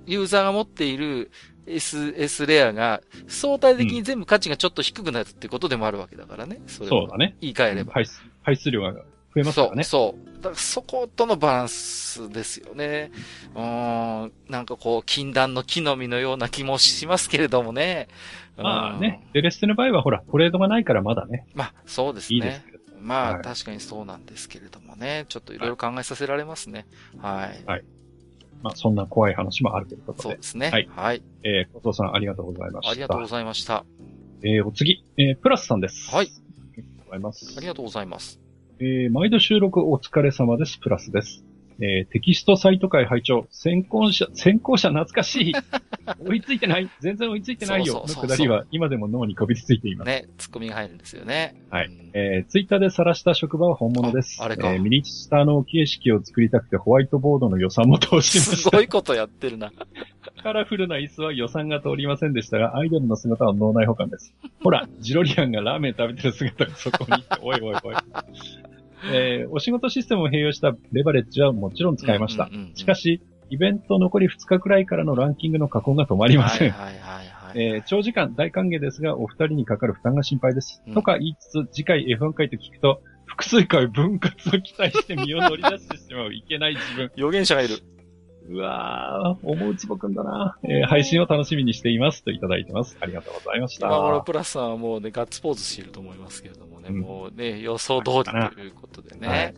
A: ユーザーが持っている SS レアが相対的に全部価値がちょっと低くなるってことでもあるわけだからね。それを
B: そうだね。
A: 言い換えれば。
B: 排出、排出量が増えますからね。
A: そう、そう。だからそことのバランスですよね。うーん、なんかこう、禁断の木の実のような気もしますけれどもね。うん
B: まあね、デレステの場合はほら、トレードがないからまだね、
A: まあ、そうですね。
B: いいですけど。
A: まあ、
B: はい
A: 確かにそうなんですけれどもね。ちょっといろいろ考えさせられますね。はい。
B: まあ、そんな怖い話もあるということ
A: そう
B: で
A: で。すね。
B: はい
A: はい。
B: えー、小藤さんありがとうございました。
A: ありがとうございました。
B: えー、お次、えー、プラスさんです。
A: はい
B: ありがとうございます
A: あり。がとうございます。
B: えー、毎度収録お疲れ様です。プラスです。えー、テキストサイト会拝聴先行者、先行者懐 かしい。追いついてない。全然追いついてな
A: そ
B: い
A: う
B: よ。
A: そう
B: の
A: そうそう
B: くだりは今でも脳にこびりついています。
A: ね、ツッコミが入るんですよね。
B: はい
A: うん
B: えー、ツイッターで晒した職場は本物です。
A: ああれか
B: えー、ミニスターの形式を作りたくてホワイトボードの予算も通しまし
A: す
B: た。
A: ごいことやってるな。
B: カラフルな椅子は予算が通りませんでしたが、アイドルの姿は脳内保管です。ほら、ジロリアンがラーメン食べてる姿がそこに。おいおいおい。えーお仕事システムを併用したレバレッジはもちろん 使いました。
A: うんうんうんうん
B: しかし、イベント残り2日くらいからのランキングの加工が止まりません。
A: はいはいはい、はい。
B: えー長時間大歓迎ですが、お二人にかかる負担が心配です。
A: うん
B: とか言いつつ、次回 F1 回と聞くと、複数回分割を期待して身を乗り出してしまういけない自分。
A: 予言者がいる。
B: うわー、思うつぼくんだな、えー配信を楽しみにしていますといただいてます。ありがとうございました。
A: 今頃プラスさんはもうね、ガッツポーズしていると思いますけれどもね、
B: うん
A: もうね、予想通りということでね。
B: はい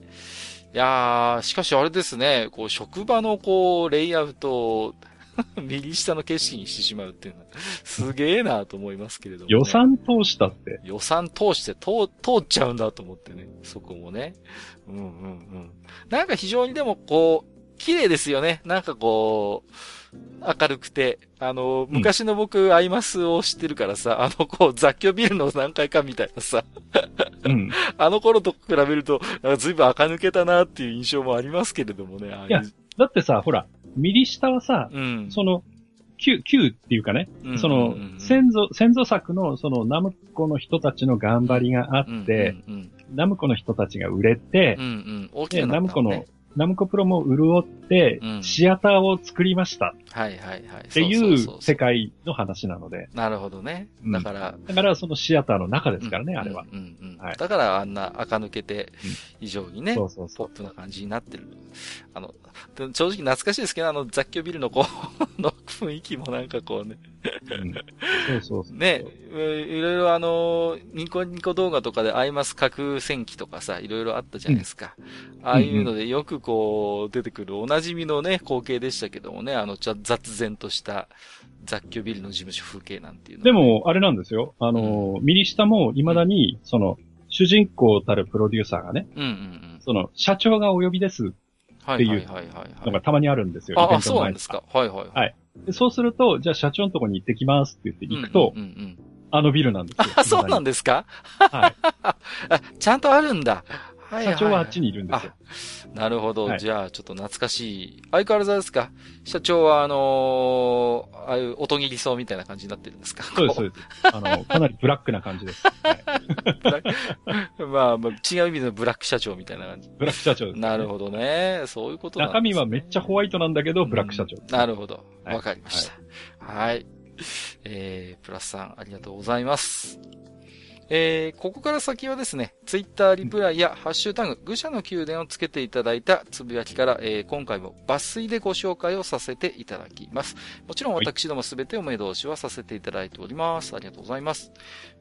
A: い、やー、しかしあれですね、こう、職場のこう、レイアウトを 右下の景色にしてしまうっていうのは、すげえなと思いますけれども、ね。
B: 予算通したって、
A: 予算通して通、通っちゃうんだと思ってね、そこもね。うんうんうん。なんか非常にでもこう、綺麗ですよね。なんかこう、明るくて。あの、
B: うん
A: 昔の僕、アイマスを知ってるからさ、あのこう、雑居ビルの何階かみたいなさ、
B: うん。
A: あの頃と比べると、なんか随分垢抜けたなっていう印象もありますけれどもね。ああう
B: いやだってさ、ほら、右下はさ、
A: うん。
B: その、旧、旧っていうかね、
A: うん
B: そ
A: うんうんう
B: の、
A: ん
B: 先祖、先祖作の、その、ナムコの人たちの頑張りがあって、
A: うんうん
B: ナムコの人たちが売れて
A: うん。う、んうん。大き
B: で、
A: な
B: ナムコの
A: ね、、
B: ナムコプロも潤って、
A: うん
B: シアターを作りました
A: はいはいはい。っ
B: っていう世界の話なので、
A: なるほどね。
B: うん
A: だから、
B: だからそのシアターの中ですからね、
A: うん
B: あれは。。
A: うんうんうん
B: はい
A: だからあんな垢抜けて、非常にね、
B: そうそうそ
A: ポ
B: う
A: ッ。プな感じになってる。あの、でも正直懐かしいですけど、あの雑居ビルのこう、 の雰囲気もなんかこうね、
B: うんそうそうそう。
A: ね、いろいろあの、ニコニコ動画とかでアイマス核戦記とかさ、いろいろあったじゃないですか。ああいうのでよくこう、出てくるおなじみのね、光景でしたけどもね、あの、ちゃ雑然とした雑居ビルの事務所風景なんていうのは
B: でも、あれなんですよ。あの、右下も未だに、その、主人公たるプロデューサーがね、
A: うんうんうん。
B: その、社長がお呼びです
A: は
B: って
A: い
B: い
A: はい
B: う
A: はいはい、はい
B: の。がたまにあるんですよ。イ
A: あ
B: ベン
A: あ、
B: ト
A: そう
B: の
A: な
B: 前
A: ん
B: に
A: ですか。はいはいはい。
B: でそうすると、じゃあ社長のとこに行ってきますって言って行くと
A: う、んうんうんうん
B: あのビルなんですよ。
A: あ、そうなん
B: で
A: ですか
B: す。はい。
A: あ、ちゃんとあるんだ。はいいい
B: 社長はあっちにいるんですよ。
A: なるほど。
B: はい
A: じゃあ、ちょっと懐かしい。相変わらずですか社長は、あのーああいう、音切りそうみたいな感じになってるんですか
B: そうです、そうです。あの、かなりブラックな感じです。はい
A: ブラック まあ、まあ、違う意味でのブラック社長みたいな感じ。
B: ブラック社長です。
A: なるほどね。そういうことなんです
B: 中
A: ね
B: 身はめっちゃホワイトなんだけど、ブラック社長
A: うん。なるほど。
B: はい
A: わかりました。はい。えー、プラスさん、ありがとうございます。えー、ここから先はですね、ツイッターリプライやハッシュタグ、愚者の宮殿をつけていただいたつぶやきから、えー、今回も抜粋でご紹介をさせていただきます。もちろん
B: はい
A: 私どもすべてお目通しはさせていただいております。ありがとうございます。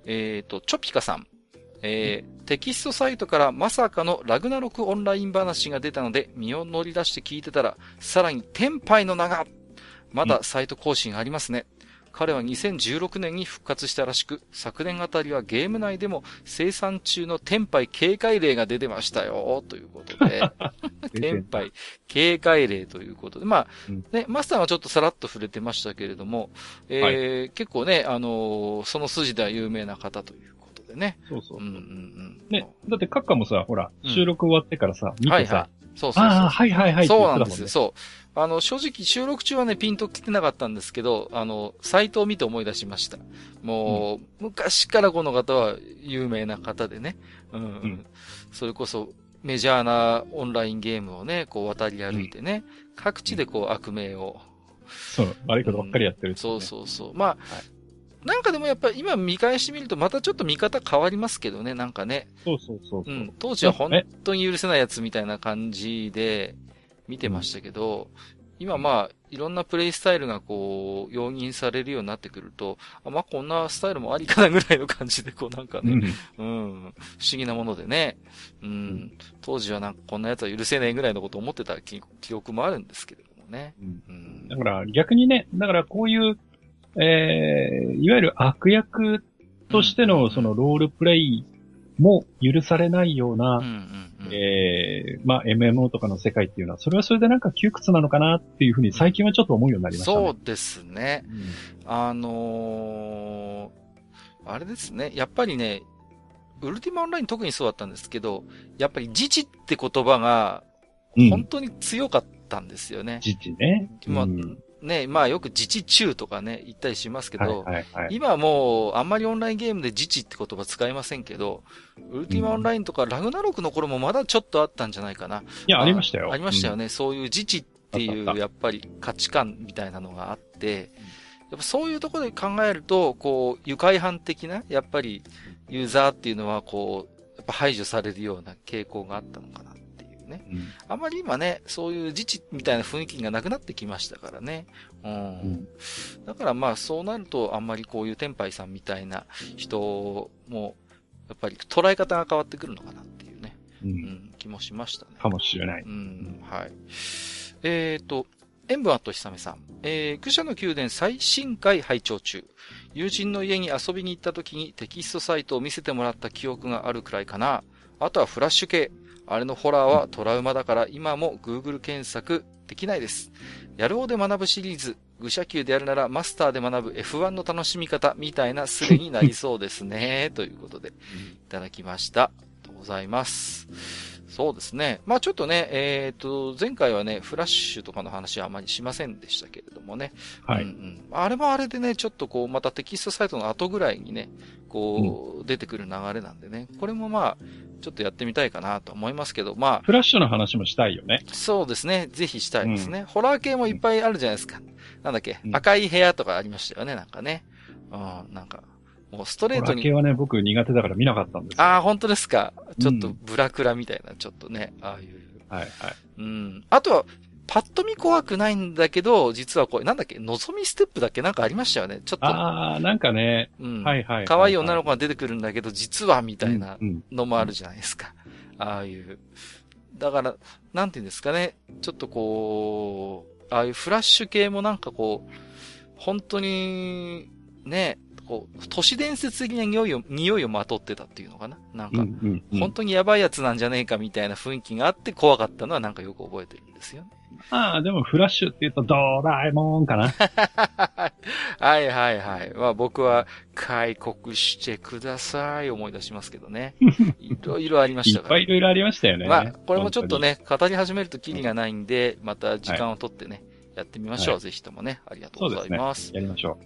A: えーと、チョピカさん。えーテキストサイトからまさかのラグナロクオンライン話が出たので、身を乗り出して聞いてたら、さらに天杯の名が、まだサイト更新ありますね。彼は2016年に復活したらしく、昨年あたりはゲーム内でも生産中の天杯警戒例が出てましたよ、ということ で。天杯警戒例ということで。まあ、
B: うん
A: ね、マスターはちょっとさらっと触れてましたけれども、えー結構ね、あのーその筋では有名な方ということでね。
B: そうそううん
A: う。んうん。
B: ね、だってカッカもさ、ほら、
A: うん
B: 収録終わってからさ、見
A: はい
B: て
A: は
B: さ、
A: い。そうそうそう。
B: ああ、はいはいはいって
A: そ
B: 言
A: う
B: っ
A: なんで
B: てたもん
A: す
B: ね
A: よ。。そう。あの、正直収録中はね、ピンと来てなかったんですけど、あの、サイトを見て思い出しました。もう、昔からこの方は有名な方でね。うん。
B: ん
A: それこそ、メジャーなオンラインゲームをね、こう渡り歩いてね、各地でこう悪名を。
B: そう、悪いことばっかりやってるってね、
A: そうそうそう。まあ、
B: はい
A: なんかでもやっぱ今見返してみるとまたちょっと見方変わりますけどね、なんかね。
B: そうそうそうそうう。
A: ん、当時は本当に許せないやつみたいな感じで見てましたけど、今まあ、いろんなプレイスタイルがこう、容認されるようになってくると、あまあこんなスタイルもありかなぐらいの感じでこ うなんか
B: う
A: ね、
B: ん
A: うん、不思議なものでね、うん、
B: ん
A: 当時はなんかこんなやつは許せないぐらいのことを思ってた記記憶もあるんですけれどもね。
B: うん
A: うん
B: だ、から逆にね、だからこういう、えー、いわゆる悪役として
A: うんうんう
B: の
A: ん
B: そのロールプレイも許されないような、
A: うんうんうん
B: えー、まあ MMO とかの世界っていうのは、それはそれでなんか窮屈なのかなっていうふうに最近はちょっと思うようになりましたね。
A: そうですね。あのーあれですね。やっぱりね、ウルティマオンライン特にそうだったんですけど、やっぱり自治って言葉が
B: うん。う
A: 本
B: ん。
A: 当に強かったんですよね。
B: 自治ね。
A: まあ
B: うん、
A: ね、まあよく自治中とかね、言ったりしますけ
B: はい
A: ど、
B: はいはい。
A: 今はもうあんまりオンラインゲームで自治って言葉使いませんけど、ウルティマオンラインとかラグナロクの頃もまだちょっとあったんじゃないかな。
B: いや、ありましたよ。
A: ありましたよ
B: ね。
A: ね。そういう自治ってい
B: あっ
A: う、
B: た
A: やっぱり価値観みたいなのがあって、やっぱそういうところで考えると、こう、愉快犯的な、やっぱりユーザーっていうのは、こう、やっぱ排除されるような傾向があったのかなっていうね。
B: うん
A: あまり今ね、そういう自治みたいな雰囲気がなくなってきましたからね。うん。
B: うん
A: だからまあそうなると、あんまりこういう天杯さんみたいな人も、やっぱり捉え方が変わってくるのかなっていうね、
B: う。
A: うんん、気もしましたね。
B: かもしれない。
A: うん、はい。えっ、と、塩分あとひさめさん。えー、愚者の宮殿最新回拝聴中。友人の家に遊びに行った時にテキストサイトを見せてもらった記憶があるくらいかな。あとはフラッシュ系。あれのホラーはトラウマだから今も Google 検索できないです。やるおで学ぶシリーズ。愚者級でやるならマスターで学ぶ F1 の楽しみ方みたいなスレになりそうですね。ということで。いただきました。ありがとうございます。そうですね。まあちょっとね、えっ、と、前回はね、フラッシュとかの話はあまりしませんでしたけれどもね。
B: は
A: うん
B: い。
A: うんあれもあれでね、ちょっとこう、またテキストサイトの後ぐらいにね、こう、出てくる流れなんでね。これもまあちょっとやってみたいかなと思いますけど、まあ
B: フラッシュの話もしたいよね。
A: そうですね。ぜひしたいですね。ホラー系もいっぱいあるじゃないですか。なんだっけ、
B: うん
A: 赤い部屋とかありましたよね、なんかね。うん、なんか、もうストレー
B: ホ
A: ト
B: ラ
A: に
B: ー系はね、僕苦手だから見なかったんですよ。
A: ああ、本当ですか。ちょっと
B: うん
A: ブラクラみたいな、ちょっとね、ああいう。
B: はいはい。
A: うん。あとは、パッと見怖くないんだけど、実はこれ、なんだっけ、望みステップだっけなんかありましたよね。ちょっと、
B: ああ、なんかね、
A: うん。
B: はいはい。
A: 可愛い女の
B: 子
A: 子が出てくるんだけど、実はみたいな
B: うんうん
A: のもあるじゃないですか。ああいう。だから、なんていうんですかね。ちょっとこう、ああいうフラッシュ系もなんかこう、本当に、ね、こう、都市伝説的な匂いを、匂いをまとってたっていうのかななん
B: うん
A: か、
B: うんうん
A: 本当にやばいやつなんじゃねえかみたいな雰囲気があって怖かったのはなんかよく覚えてるんですよね。
B: ああ、でもフラッシュって言うとドラえもんかな。
A: はいはいはい。まあ僕は開国してください思い出しますけど ね。いろいろありまし
B: い
A: た
B: っ
A: から
B: ぱ。いいろいろありましたよね。
A: まあこれもちょっとね、語り始めるとキリがないんで、また時間を取ってね、やってみましょ
B: は
A: う。ぜひともね、ありがとうございます
B: 本当に。。やりましょ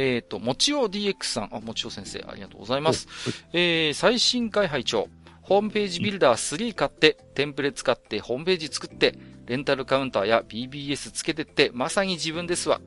A: えっと、もちお DX さん、あ、もちお先生、ありがとうございます。
B: う。
A: えー、最新回拝聴ホームページビルダー3買って、テンプレ使って、ホームページ作って、レンタルカウンターや BBS つけてって、まさに自分ですわ。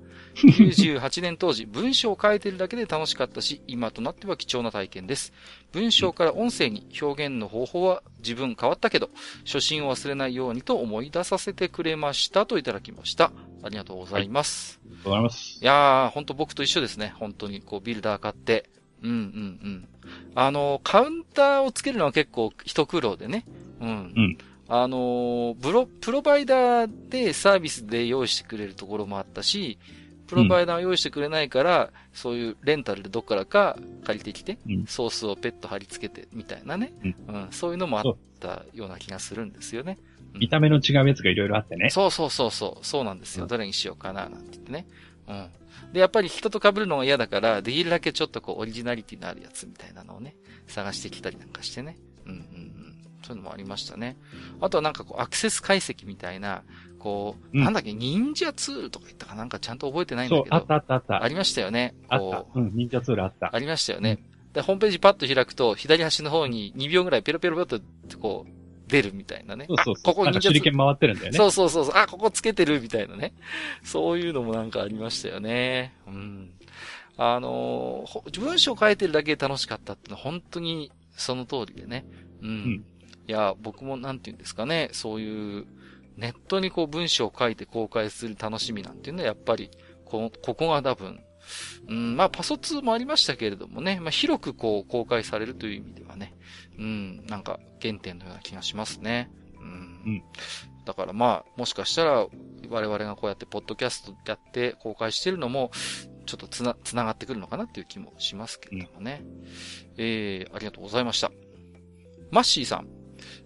A: 98年当時、文章を変えてるだけで楽しかったし、今となっては貴重な体験です。文章から音声に表現の方法は自分変わったけど、初心を忘れないようにと思い出させてくれましたといただきました。ありがとうございます。
B: ありがとうございます
A: い。やー、ほんと僕と一緒ですね。本当に、こう、ビルダー買って。うんうんうん。あの、カウンターをつけるのは結構一苦労でね。うん。
B: うん
A: あのーブロ、プロバイダーでサービスで用意してくれるところもあったし、プロバイダーを用意してくれないから、そういうレンタルでどっからか借りてきて、
B: うん
A: ソースをペット貼り付けて、みたいなね、
B: うん
A: うん。そういうのもあったような気がするんですよね。
B: 見た目の違うやつがいろいろあってね。
A: そうそうそうそう、そうなんですよ。
B: うん
A: どれにしようかな、なんて言ってね。うん。で、やっぱり人と被るのが嫌だから、できるだけちょっとこう、オリジナリティのあるやつみたいなのをね、探してきたりなんかしてね。うんうんうん。そういうのもありましたね。あとはなんかこう、アクセス解析みたいな、こう、
B: うん
A: なんだっけ、忍者ツールとか言ったかなんかちゃんと覚えてないん
B: そ
A: だ
B: う
A: け、ど。
B: あったあったあった。
A: ありましたよね。
B: あっ
A: こう
B: た。うん、忍者ツールあった。
A: ありましたよね。で、ホームページパッと開くと、左端の方に2秒ぐらいペロペロペロってこう、出るみたいなね
B: そう。そうそ
A: こ
B: う。
A: こ
B: なんか手裏剣回ってるんだよね。
A: そうそうそうそう。あ、ここつけてるみたいなね。そういうのもなんかありましたよね。うん。あのーほ文章書いてるだけで楽しかったってのは本当にその通りでね。うん。
B: ん
A: いや、僕もなんて言うんですかね、そういうネットにこう文章を書いて公開する楽しみなんていうのはやっぱり、こここが多分、うん、まあパソ2もありましたけれどもね、まあ広くこう公開されるという意味ではね、うん、なんか原点のような気がしますね。うん
B: うん
A: だからまあ、もしかしたら、我々がこうやって、ポッドキャストやって公開してるのも、ちょっとつな、つながってくるのかなっていう気もしますけれどもね。えー、ありがとうございました。マッシーさん、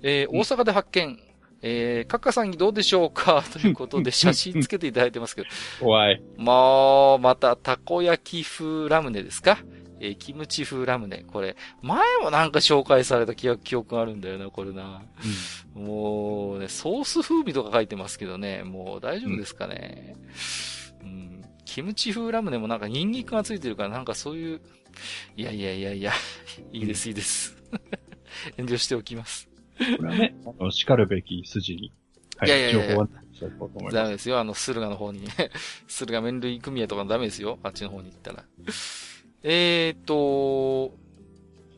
A: えー、
B: うん
A: 大阪で発見、えー、カッカさんにどうでしょう かということで写真つけていただいてますけど、
B: 怖い。
A: まあ、また、たこ焼き風ラムネですかえー、キムチ風ラムネ。これ、前もなんか紹介された記憶記憶があるんだよな、これな。もうね、ソース風味とか書いてますけどね、もう大丈夫ですかね。うん、キムチ風ラムネもなんかニンニクがついてるから、なんかそういう、いやいやいやいや、いいです、いいです。 遠慮しておきます。
B: うんこれはね、あの、叱るべき筋に、はい
A: やいや
B: い、
A: いや
B: 情
A: いや
B: 報はしていこうと思い
A: ダ
B: ます。
A: メですよ、あの、駿河の方に ね。駿河麺類組合とかダメですよ、あっちの方に行ったら。えーと、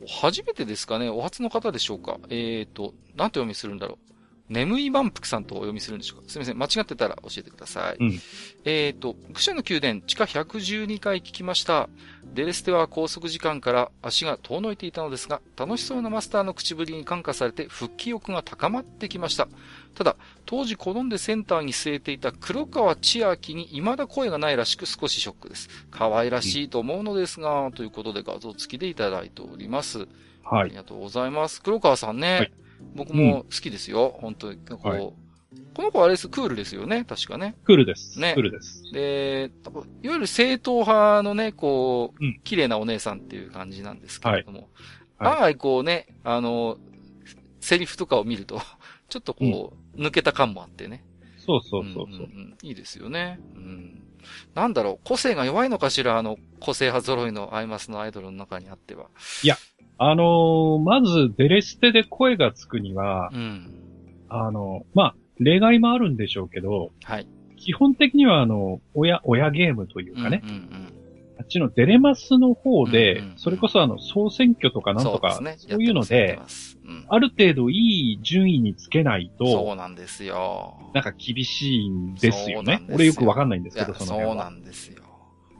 A: 初めてですかね、お初の方でしょうか。えーと、なんてお読みするんだろう。眠い万福さんとお読みするんでしょうか。すみません、間違ってたら教えてください。
B: うん
A: えーと、愚者の宮殿、地下112階聞きました。デレステは拘束時間から足が遠のいていたのですが、楽しそうなマスターの口ぶりに感化されて復帰欲が高まってきました。ただ、当時好んでセンターに据えていた黒川千秋に未だ声がないらしく少しショックです。可愛らしいと思うのですが、ということで画像付きでいただいております。あ
B: は
A: り
B: い。
A: がとうございます。黒川さんね、
B: はい
A: 僕も好きですよ、本当に。こう、
B: はい
A: この子あれです、クールですよね、確かね。
B: クールです。
A: ね
B: クールです。
A: で、多分いわゆる正統派のね、こう
B: うん、
A: 綺麗なお姉さんっていう感じなんですけれども、
B: はい
A: 案外こうね、あの、セリフとかを見ると、ちょっとこう、抜けた感もあってね。
B: そうそうそうそう。
A: んんんいいですよね。うん。なんだろう、個性が弱いのかしら、あの、個性派揃いのアイマスのアイドルの中にあっては。
B: あのーまず、デレステで声がつくには、
A: うん。
B: あのまあ、例外もあるんでしょうけど、
A: はい。
B: 基本的にはあの、親、親ゲームというかね、
A: うんうん
B: あっちのデレマスの方で、
A: うんうんうん
B: それこそあの、総選挙とか
A: うん。
B: なんとか、
A: そ
B: そうう
A: ですね。
B: いうの
A: やって
B: で、
A: ますやってます
B: ある程度いい順位につけない
A: うん。そ
B: と、
A: うなんですよ。
B: なんか厳しいんですよ
A: そうなんで
B: ね
A: す。よ
B: 俺よくわかんないんで
A: い
B: すけ
A: や
B: ど、その
A: そ
B: 辺
A: うな
B: は。
A: んですよ。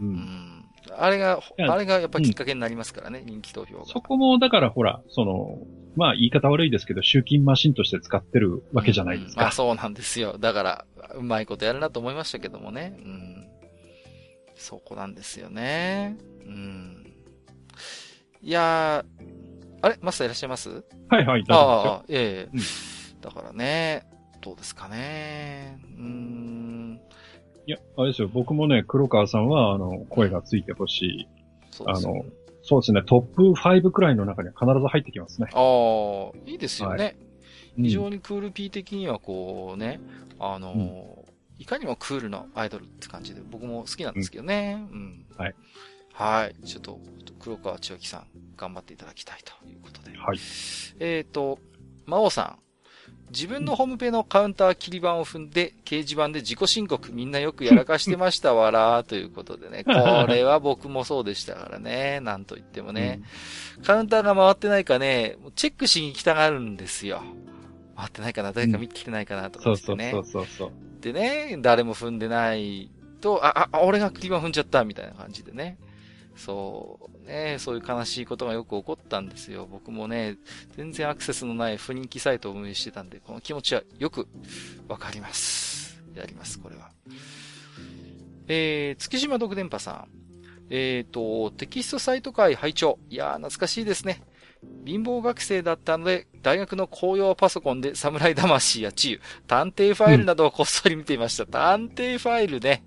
B: う
A: うんん。あれが、
B: いや
A: あれがやっぱきっかけになりますからね、人気投票が。
B: そこも、だからほら、その、まあ言い方悪いですけど、集金マシンとして使ってるわけじゃないで
A: う
B: す
A: んま
B: か
A: あ。そうなんですよ。だから、うまいことやるなと思いましたけどもね。うん。そこなんですよね。うん。いやー、あれマスターいらっしゃいます
B: はいは
A: あ
B: い、大丈夫ですよ
A: あ、ええだからね、どうですかね。うーん。
B: いや、あれですよ、僕もね、黒川さんは、あの、声がついてほしい。
A: そうですよね
B: そうですね、トップ5くらいの中には必ず入ってきますね。
A: ああ、いいですよね。
B: うん
A: 非常にクール P 的にはこうね、あのーいかにもクールなアイドルって感じで、僕も好きなんですけどね。うん。
B: はい。
A: はい。ちょっと、黒川千秋さん、頑張っていただきたいということで。
B: はい。
A: えっ、と、魔王さん。自分のホームペのカウンター切り板を踏んで、掲示板で自己申告みんなよくやらかしてましたわらーということ でね。これは僕もそうでしたからね。なんと言ってもね。カウンターが回ってないかね、チェックしに来たがるんですよ。回ってないかな誰か見てきてないかな
B: う
A: と
B: ん。
A: か
B: そ
A: 言
B: う
A: って
B: そ
A: ね。
B: うそうそうそう。
A: でね、誰も踏んでないと、あ、あ、俺がクリバン踏んじゃったみたいな感じでね。そうね、そういう悲しいことがよく起こったんですよ。僕もね、全然アクセスのない不人気サイトを運営してたんで、この気持ちはよくわかります。やります、これは。えー、月島独電波さん。えーと、テキストサイト会拝聴。いやー、懐かしいですね。貧乏学生だったので、大学の公用パソコンで侍魂や治癒、探偵ファイルなどをこっそり見ていました。探偵ファイルね。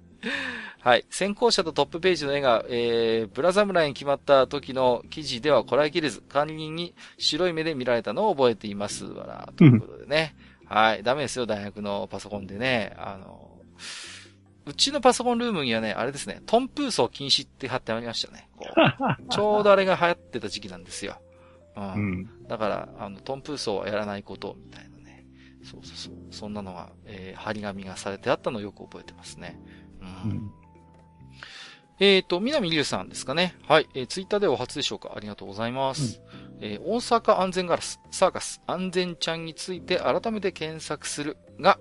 A: はい。先行者とトップページの絵が、えー、ブラ侍に決まった時の記事ではこらえきれず、管理人に白い目で見られたのを覚えています。わら、ということでね。はい。ダメですよ、大学のパソコンでね。あの、うちのパソコンルームにはね、あれですね、トンプーソー禁止って貼ってありましたね。こう ちょうどあれが流行ってた時期なんですよ。うん
B: うん。
A: だから、あの、トンプーソーはやらないこと、みたいなね。そうそうそう。そんなのが、えー、張り紙がされてあったのをよく覚えてますね。う
B: う
A: ん。
B: ん。
A: えっ、ー、と、南龍さんですかね。はい。えー、ツイッターではお初でしょうか。ありがとうございます。えー、大阪安全ガラス、サーカス、安全ちゃんについて改めて検索するが、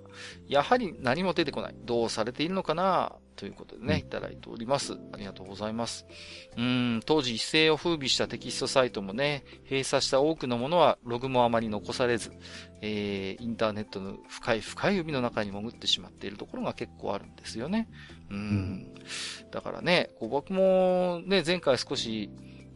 A: やはり何も出てこない。どうされているのかなということでね、いただいております。ありがとうございます。うーん、当時一世を風靡したテキストサイトもね、閉鎖した多くのものはログもあまり残されず、えー、インターネットの深い深い海の中に潜ってしまっているところが結構あるんですよね。うーん。だからね、こう僕もね、前回少し、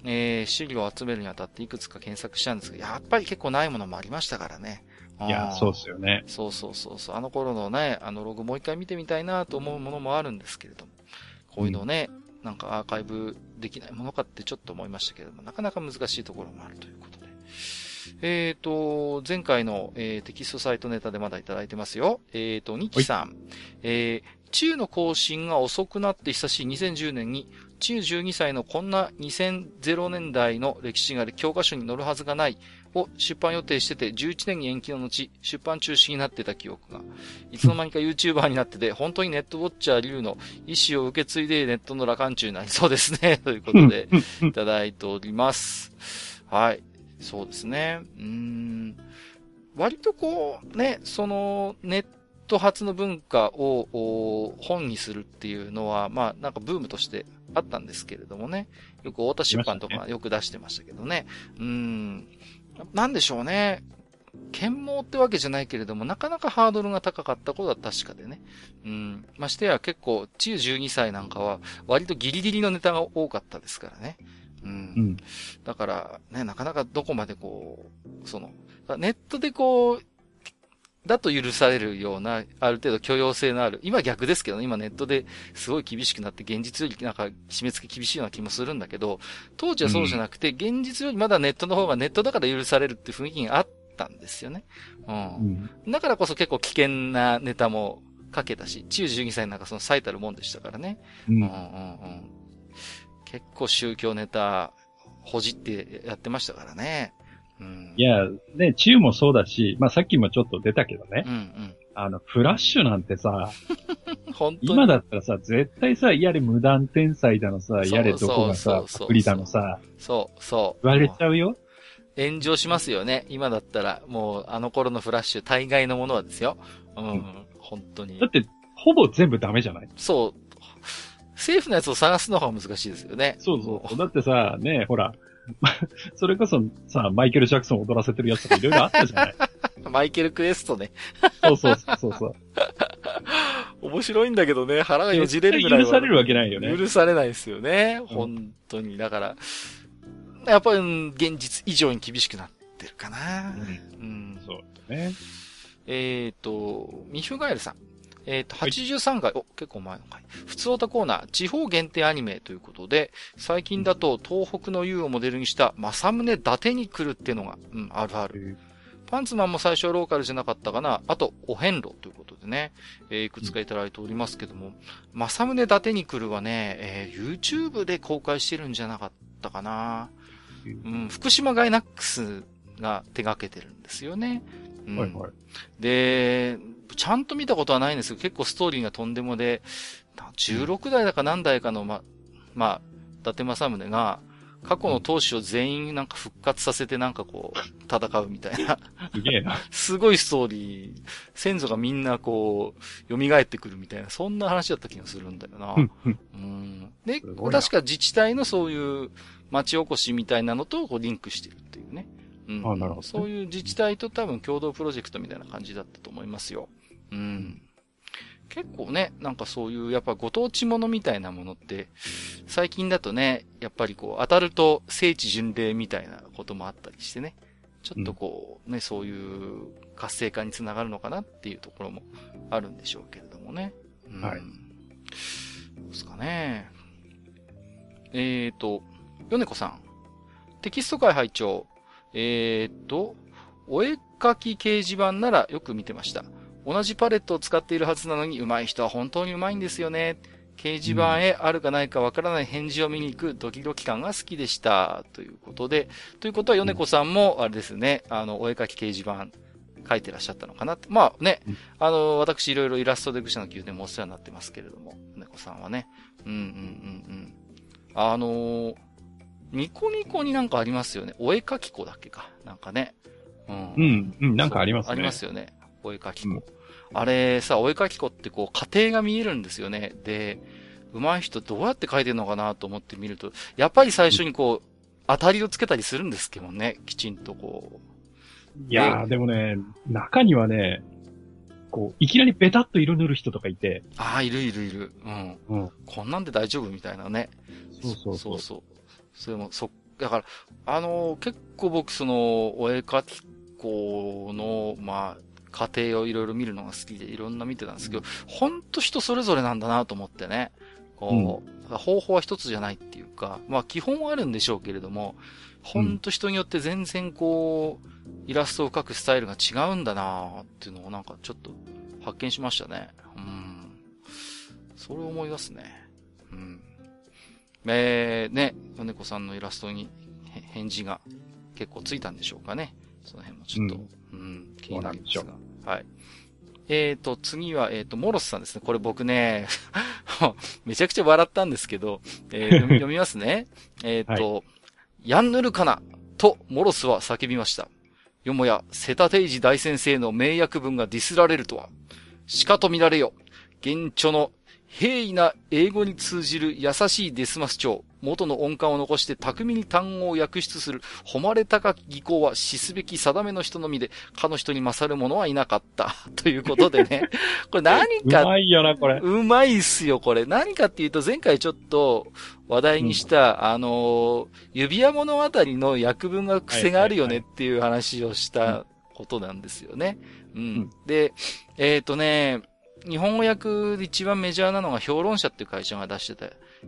A: えー、資料を集めるにあたっていくつか検索したんですけど、やっぱり結構ないものもありましたからね。
B: いや、
A: あー
B: そうっすよね。
A: そうそうそうそう。あの頃のね、あのログもう一回見てみたいなと思うものもあるんですけれども、こういうのをね、なんかアーカイブできないものかってちょっと思いましたけれども、なかなか難しいところもあるということで。えっ、と、前回の、えーテキストサイトネタでまだいただいてますよ。えっ、と、ニッキさん。えー、中の更新が遅くなって久しい2010年に、中12歳のこんな2000年代の歴史が教科書に載るはずがないを出版予定してて11年に延期の後、出版中止になってた記憶が、いつの間にか YouTuber になってて、本当にネットウォッチャー流の意思を受け継いでネットの羅漢中になりそうですね。ということで、いただいております。はい。そうですね。うーん。割とこう、ね、その、ネット発の文化をお本にするっていうのは、まあ、なんかブームとしてあったんですけれどもね。よく太田出版と
B: ありま
A: かよく出してましたけどね。うーん。なんでしょうね。剣網ってわけじゃないけれども、なかなかハードルが高かったことは確かでね。うん。ましてや結構、中12歳なんかは、割とギリギリのネタが多かったですからね。う。
B: うんん。
A: だから、ね、なかなかどこまでこう、その、ネットでこう、だと許されるような、ある程度許容性のある。今逆ですけどね、今ネットですごい厳しくなって、現実よりなんか締め付け厳しいような気もするんだけど、当時はそうじゃなくて、現実よりまだネットの方がネットだから許されるって雰囲気があったんですよね。うん
B: うん。
A: だからこそ結構危険なネタも書けたし、中12歳なんかその最たるもんでしたからね。
B: う。
A: うんうんうんん。結構宗教ネタ、ほじってやってましたからね。うん。
B: い、や、ね、チューもそうだし、まあさっきもちょっと出たけどね
A: う、ん
B: あの、フラッシュなんてさ、
A: うん。本当に。
B: 今だったらさ、絶対さ、やれ無断天才だのさ、
A: そう
B: やれどこが
A: そ
B: さ
A: う、そう
B: パクリだのさ、
A: そう、そう。
B: 言われちゃうよ。
A: 炎上しますよね。今だったら、もうあの頃のフラッシュ、大概のものはですよ。うん、
B: うん
A: 本当に
B: だ。って、ほぼ全部ダメじゃない
A: そう。セーフなやつを探すのが難しいですよね。
B: そうそうそう。だってさ、ね、ほら、 まそれこそさ、マイケル・ジャクソン踊らせてるやつとかいろいろあったじゃない
A: マイケル・クエストね。
B: そうそうそうそうそう。
A: 面白いんだけどね、腹がよじれるぐらいは
B: 許されるわけないよね。
A: 許されないですよね。本当に。だから、やっぱりうん現実以上に厳しくなってるかな。うん。
B: そうね。
A: えっ、と、ミフガエルさん。えっ、と、83回、お、結構前の回。普通オタコーナー、地方限定アニメということで、最近だと東北の優をモデルにした、政宗伊達に来るっていうのが、うん、あるある。パンツマンも最初はローカルじゃなかったかな。あと、お遍路ということでね、えーいくつかいただいておりますけども、政宗伊達に来るはね、えー YouTube で公開してるんじゃなかったかな。うん、福島ガイナックスが手掛けてるんですよね。うん
B: はいはい。
A: で、ちゃんと見たことはないんですけど、結構ストーリーがとんでもで、16代だか何代かの、ま、まあ、伊達政宗が、過去の投手を全員なんか復活させてなんかこう、戦うみたいな。
B: すげえな。
A: すごいストーリー、先祖がみんなこう、蘇ってくるみたいな、そんな話だった気がするんだよな。うん。で、
B: すごいな
A: 確か自治体のそういう町おこしみたいなのとこうリンクしてるっていうね。うん。
B: あなるほど
A: そういう自治体と多分共同プロジェクトみたいな感じだったと思いますよ。うん。結構ね、なんかそういう、やっぱご当地ものみたいなものって、最近だとね、やっぱりこう、当たると聖地巡礼みたいなこともあったりしてね。ちょっとこう、ね、そういう活性化につながるのかなっていうところもあるんでしょうけれどもね。うん
B: はい
A: そうですかね。えーと、米子さん。テキスト会拝聴えーと、お絵かき掲示板ならよく見てました。同じパレットを使っているはずなのに上手い人は本当に上手いんですよね。掲示板へあるかないかわからない返事を見に行くドキドキ感が好きでした。ということで、ということは米子さんも、あれですね、あの、お絵描き掲示板書いてらっしゃったのかなって。まあね
B: うん、
A: あの、私いろいろイラストで愚者の宮殿もお世話になってますけれども、米子さんはね。うんうんうんうん。あのーニコニコになんかありますよね。お絵描き子だっけか。なんかね。うん
B: うん、うん、なんかありますね。
A: ありますよね。お絵描き
B: う
A: 子
B: ん。
A: あれさ、お絵描き子ってこう、過程が見えるんですよね。で、上手い人どうやって描いてるのかなと思って見ると、やっぱり最初にこう、当たりをつけたりするんですけどね。きちんとこ
B: いやー、でもね、中にはね、こう、いきなりベタっと色塗る人とかいて
A: う、。ああ、いるいるいる。うん。
B: うん。
A: こんなんで大丈夫みたいなね。
B: そうそうそう
A: そうそう。それも、そ、だから、あのー結構僕、その、お絵描き校の、まあ、家庭をいろいろ見るのが好きで、いろんな見てたんですけど、ほんと人それぞれなんだなと思ってね。こう、だから方法は一つじゃないっていうか、まあ基本はあるんでしょうけれども、ほんと人によって全然こう、イラストを描くスタイルが違うんだなっていうのをなんかちょっと発見しましたね。うん。それを思い出すね。うん。えー、ね、米子さんのイラストにへ返事が結構ついたんでしょうかね。その辺もちょっと、うん、気になります
B: そう
A: が。はい。えーと、次は、えーと、モロスさんですね。これ僕ね、 めちゃくちゃ笑ったんですけど、えー 読み読みますね。えっと、ヤンヌルカナとモロスは叫びました。よもや、セタテイジ大先生の名役文がディスられるとは。しかと見られよ。現著の平易な英語に通じる優しいデスマス調。元の音感を残して巧みに単語を訳出する、誉れ高き技巧は死すべき定めの人のみで、かの人に勝る者はいなかった。 ということでね。これ何
B: う
A: か
B: まいよな、これ。
A: うまいっすよ、これ。何かっていうと、前回ちょっと話題にした、あのー指輪物語の訳文が癖があるよねっていう話をしたことなんですよね。うん。
B: ん
A: で、えっ、とね、日本語訳で一番メジャーなのが評論者っていう会社が出してた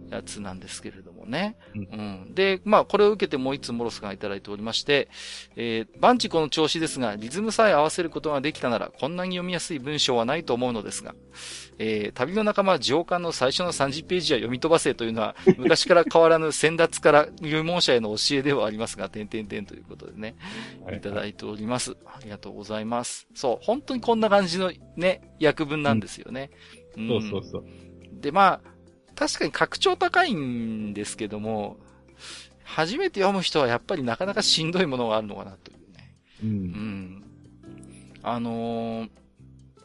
A: やつなんですけれどもね。
B: うん
A: うんで、まあ、これを受けてもう一つモロスがいただいておりまして、えー、バンチコの調子ですが、リズムさえ合わせることができたなら、こんなに読みやすい文章はないと思うのですが、えー、旅の仲間上巻の最初の30ページは読み飛ばせというのは、昔から変わらぬ先達から入門者への教えではありますが、点々点ということでね、いただいております。ありがとうございます。そう、本当にこんな感じのね、訳文なんですよね。ん
B: そうそうそう。
A: で、まあ、確かに拡張高いんですけども、初めて読む人はやっぱりなかなかしんどいものがあるのかなというね。
B: う。
A: うんん。あのー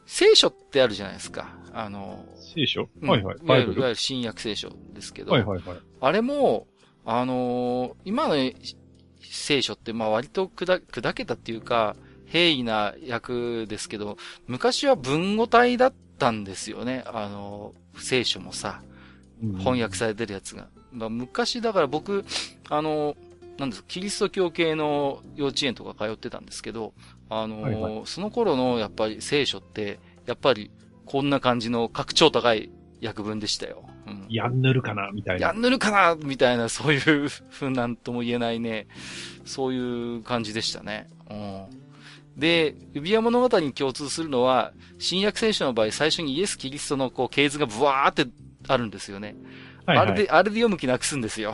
A: 聖書ってあるじゃないですか。あの
B: 聖書
A: ー
B: はいはい。
A: うん
B: バイ
A: いわ
B: ブ
A: ゆるい
B: ル
A: わ
B: は
A: ゆる新約聖書ですけ
B: い
A: ど、
B: はいはい。
A: あれも、あのー今のし聖書って、まあ割と砕砕けたっていうか、平易な訳ですけど、昔は文語体だったんですよね。あのー聖書もさ、
B: うん
A: 翻訳されてるやつが。まあ、昔だから僕、あの、なんですか、キリスト教系の幼稚園とか通ってたんですけど、あの、
B: はいは
A: その頃のやっぱり聖書って、やっぱりこんな感じの格調高い訳文でしたよ。うん、
B: やんぬるかな、みたい
A: や
B: な。
A: んぬるかなみたいな、そういうふうなんとも言えないね、そういう感じでしたね。うん。で、指輪物語に共通するのは、新約聖書の場合、最初にイエス・キリストのこう、系図がブワーってあるんですよね。
B: はい
A: あ
B: は
A: れ
B: い。
A: で、あれで読む気なくすんです よ。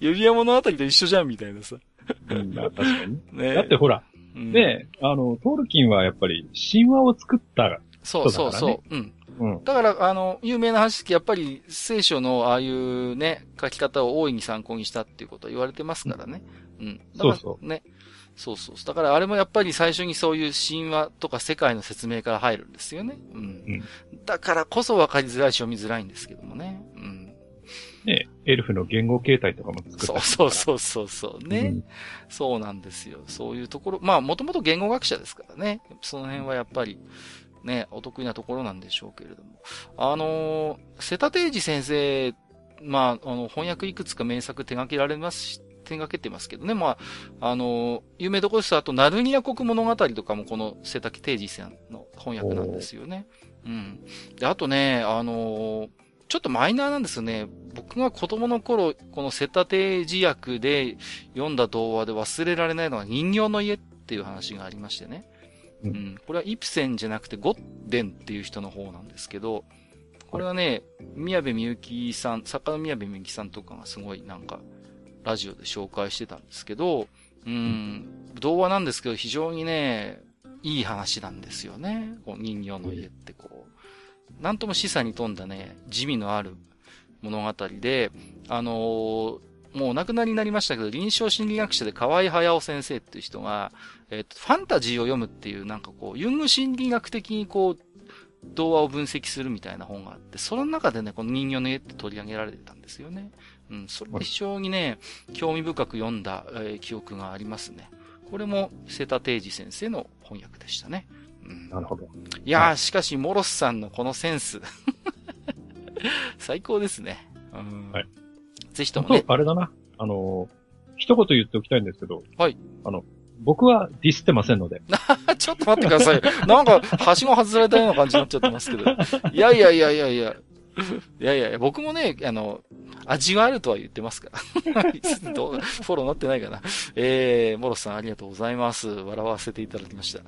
A: 指輪物語と一緒じゃん、みたいなさ。
B: うん確かに。
A: ね
B: だって、ほら、
A: うん、
B: ね、あの、トールキンはやっぱり神話を作った。
A: そうそうそう。うん。
B: うん。
A: だから、あの、有名な話ですけど、やっぱり聖書のああいうね、書き方を大いに参考にしたっていうことは言われてますからね。うん。だから
B: そう
A: ね。そうそうそう。だからあれもやっぱり最初にそういう神話とか世界の説明から入るんですよね。うん。だからこそ分かりづらいし読みづらいんですけどもね。うん。
B: ね、エルフの言語形態とかも作った
A: そうそうそうそうそう。ね。そうなんですよ。そういうところ。まあ、もともと言語学者ですからね。その辺はやっぱり、ね、お得意なところなんでしょうけれども。あのー瀬田定治先生、まあ、あの、翻訳いくつか名作手掛けられますし、手掛けてますけどね。まあ、あのー有名どころですと、あと、ナルニア国物語とかもこの瀬田定治さんの翻訳なんですよね。うん。で、あとね、あのーちょっとマイナーなんですよね。僕が子供の頃、この瀬田定治役で読んだ童話で忘れられないのは人形の家っていう話がありましてね。う
B: うん
A: ん。これはイプセンじゃなくてゴッデンっていう人の方なんですけど、これはね、宮部みゆきさん、作家の宮部みゆきさんとかがすごいなんか、ラジオで紹介してたんですけど、うん、童話なんですけど非常にね、いい話なんですよね。こう人形の家ってこう、なんとも示唆に富んだね、地味のある物語で、あのーもうお亡くなりになりましたけど、臨床心理学者で河合隼夫先生っていう人が、えっと、ファンタジーを読むっていう、なんかこう、ユング心理学的にこう、童話を分析するみたいな本があって、その中でね、この人形の家って取り上げられてたんですよね。うん、それは非常にね、興味深く読んだ、えー記憶がありますね。これも瀬田定治先生の翻訳でしたね。うん
B: なるほど。
A: いやー、しかし、モロスさんのこのセンス。 最高ですね。うん
B: はい
A: ぜひと
B: あ
A: もね
B: と、。あれだな。あの、一言言っておきたいんですけど。
A: はい。
B: あの、僕はディスってませんので。
A: ちょっと待ってくださいよ。なんか、はしご外れたような感じになっちゃってますけど。いやいやいやいやいや。いやいやいや、僕もね、あの、味があるとは言ってますから。 どうフォローなってないかな。えー、モロスさんありがとうございます。笑わせていただきました。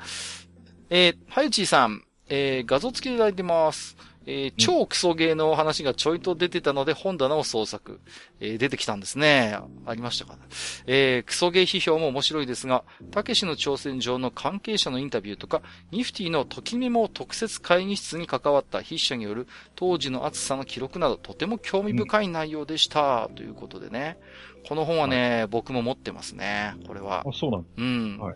A: えー、ハユチーさん、えー、画像付きでいただいてます。えー、超クソゲーのお話がちょいと出てたので本棚を捜索。えー、出てきたんですね。ありましたかね。えー、クソゲー批評も面白いですが、たけしの挑戦状の関係者のインタビューとか、ニフティのときメモ特設会議室に関わった筆者による当時の暑さの記録など、とても興味深い内容でした。ということでね。この本はね、僕も持ってますね。これは
B: あ、。そうなん
A: うん。
B: はい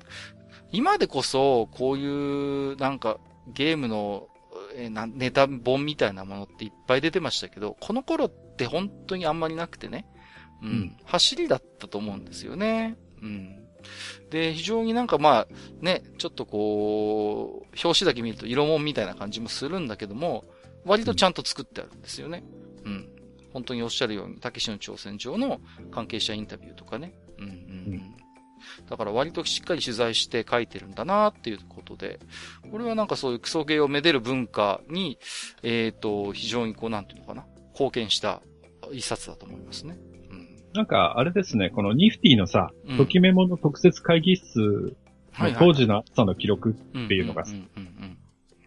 A: 今でこそ、こういう、なんか、ゲームの、えーなんネタ本みたいなものっていっぱい出てましたけど、この頃って本当にあんまりなくてね。うん。
B: うん
A: 走りだったと思うんですよね。うん。で、非常になんかまあ、ね、ちょっとこう、表紙だけ見ると色もんみたいな感じもするんだけども、割とちゃんと作ってあるんですよね。うん。本当におっしゃるように、たけしの挑戦状の関係者インタビューとかね。うんうんうん。
B: うん
A: だから割としっかり取材して書いてるんだなっていうことで、これはなんかそういうクソゲーをめでる文化に、えっ、と、非常にこう、なんていうのかな、貢献した一冊だと思いますね。うん。
B: なんか、あれですね、このニフティのさ、
A: うん
B: ときメモの特設会議室の
A: はいはい
B: 当時の暑さの記録、
A: って
B: いうのが
A: うんうんうん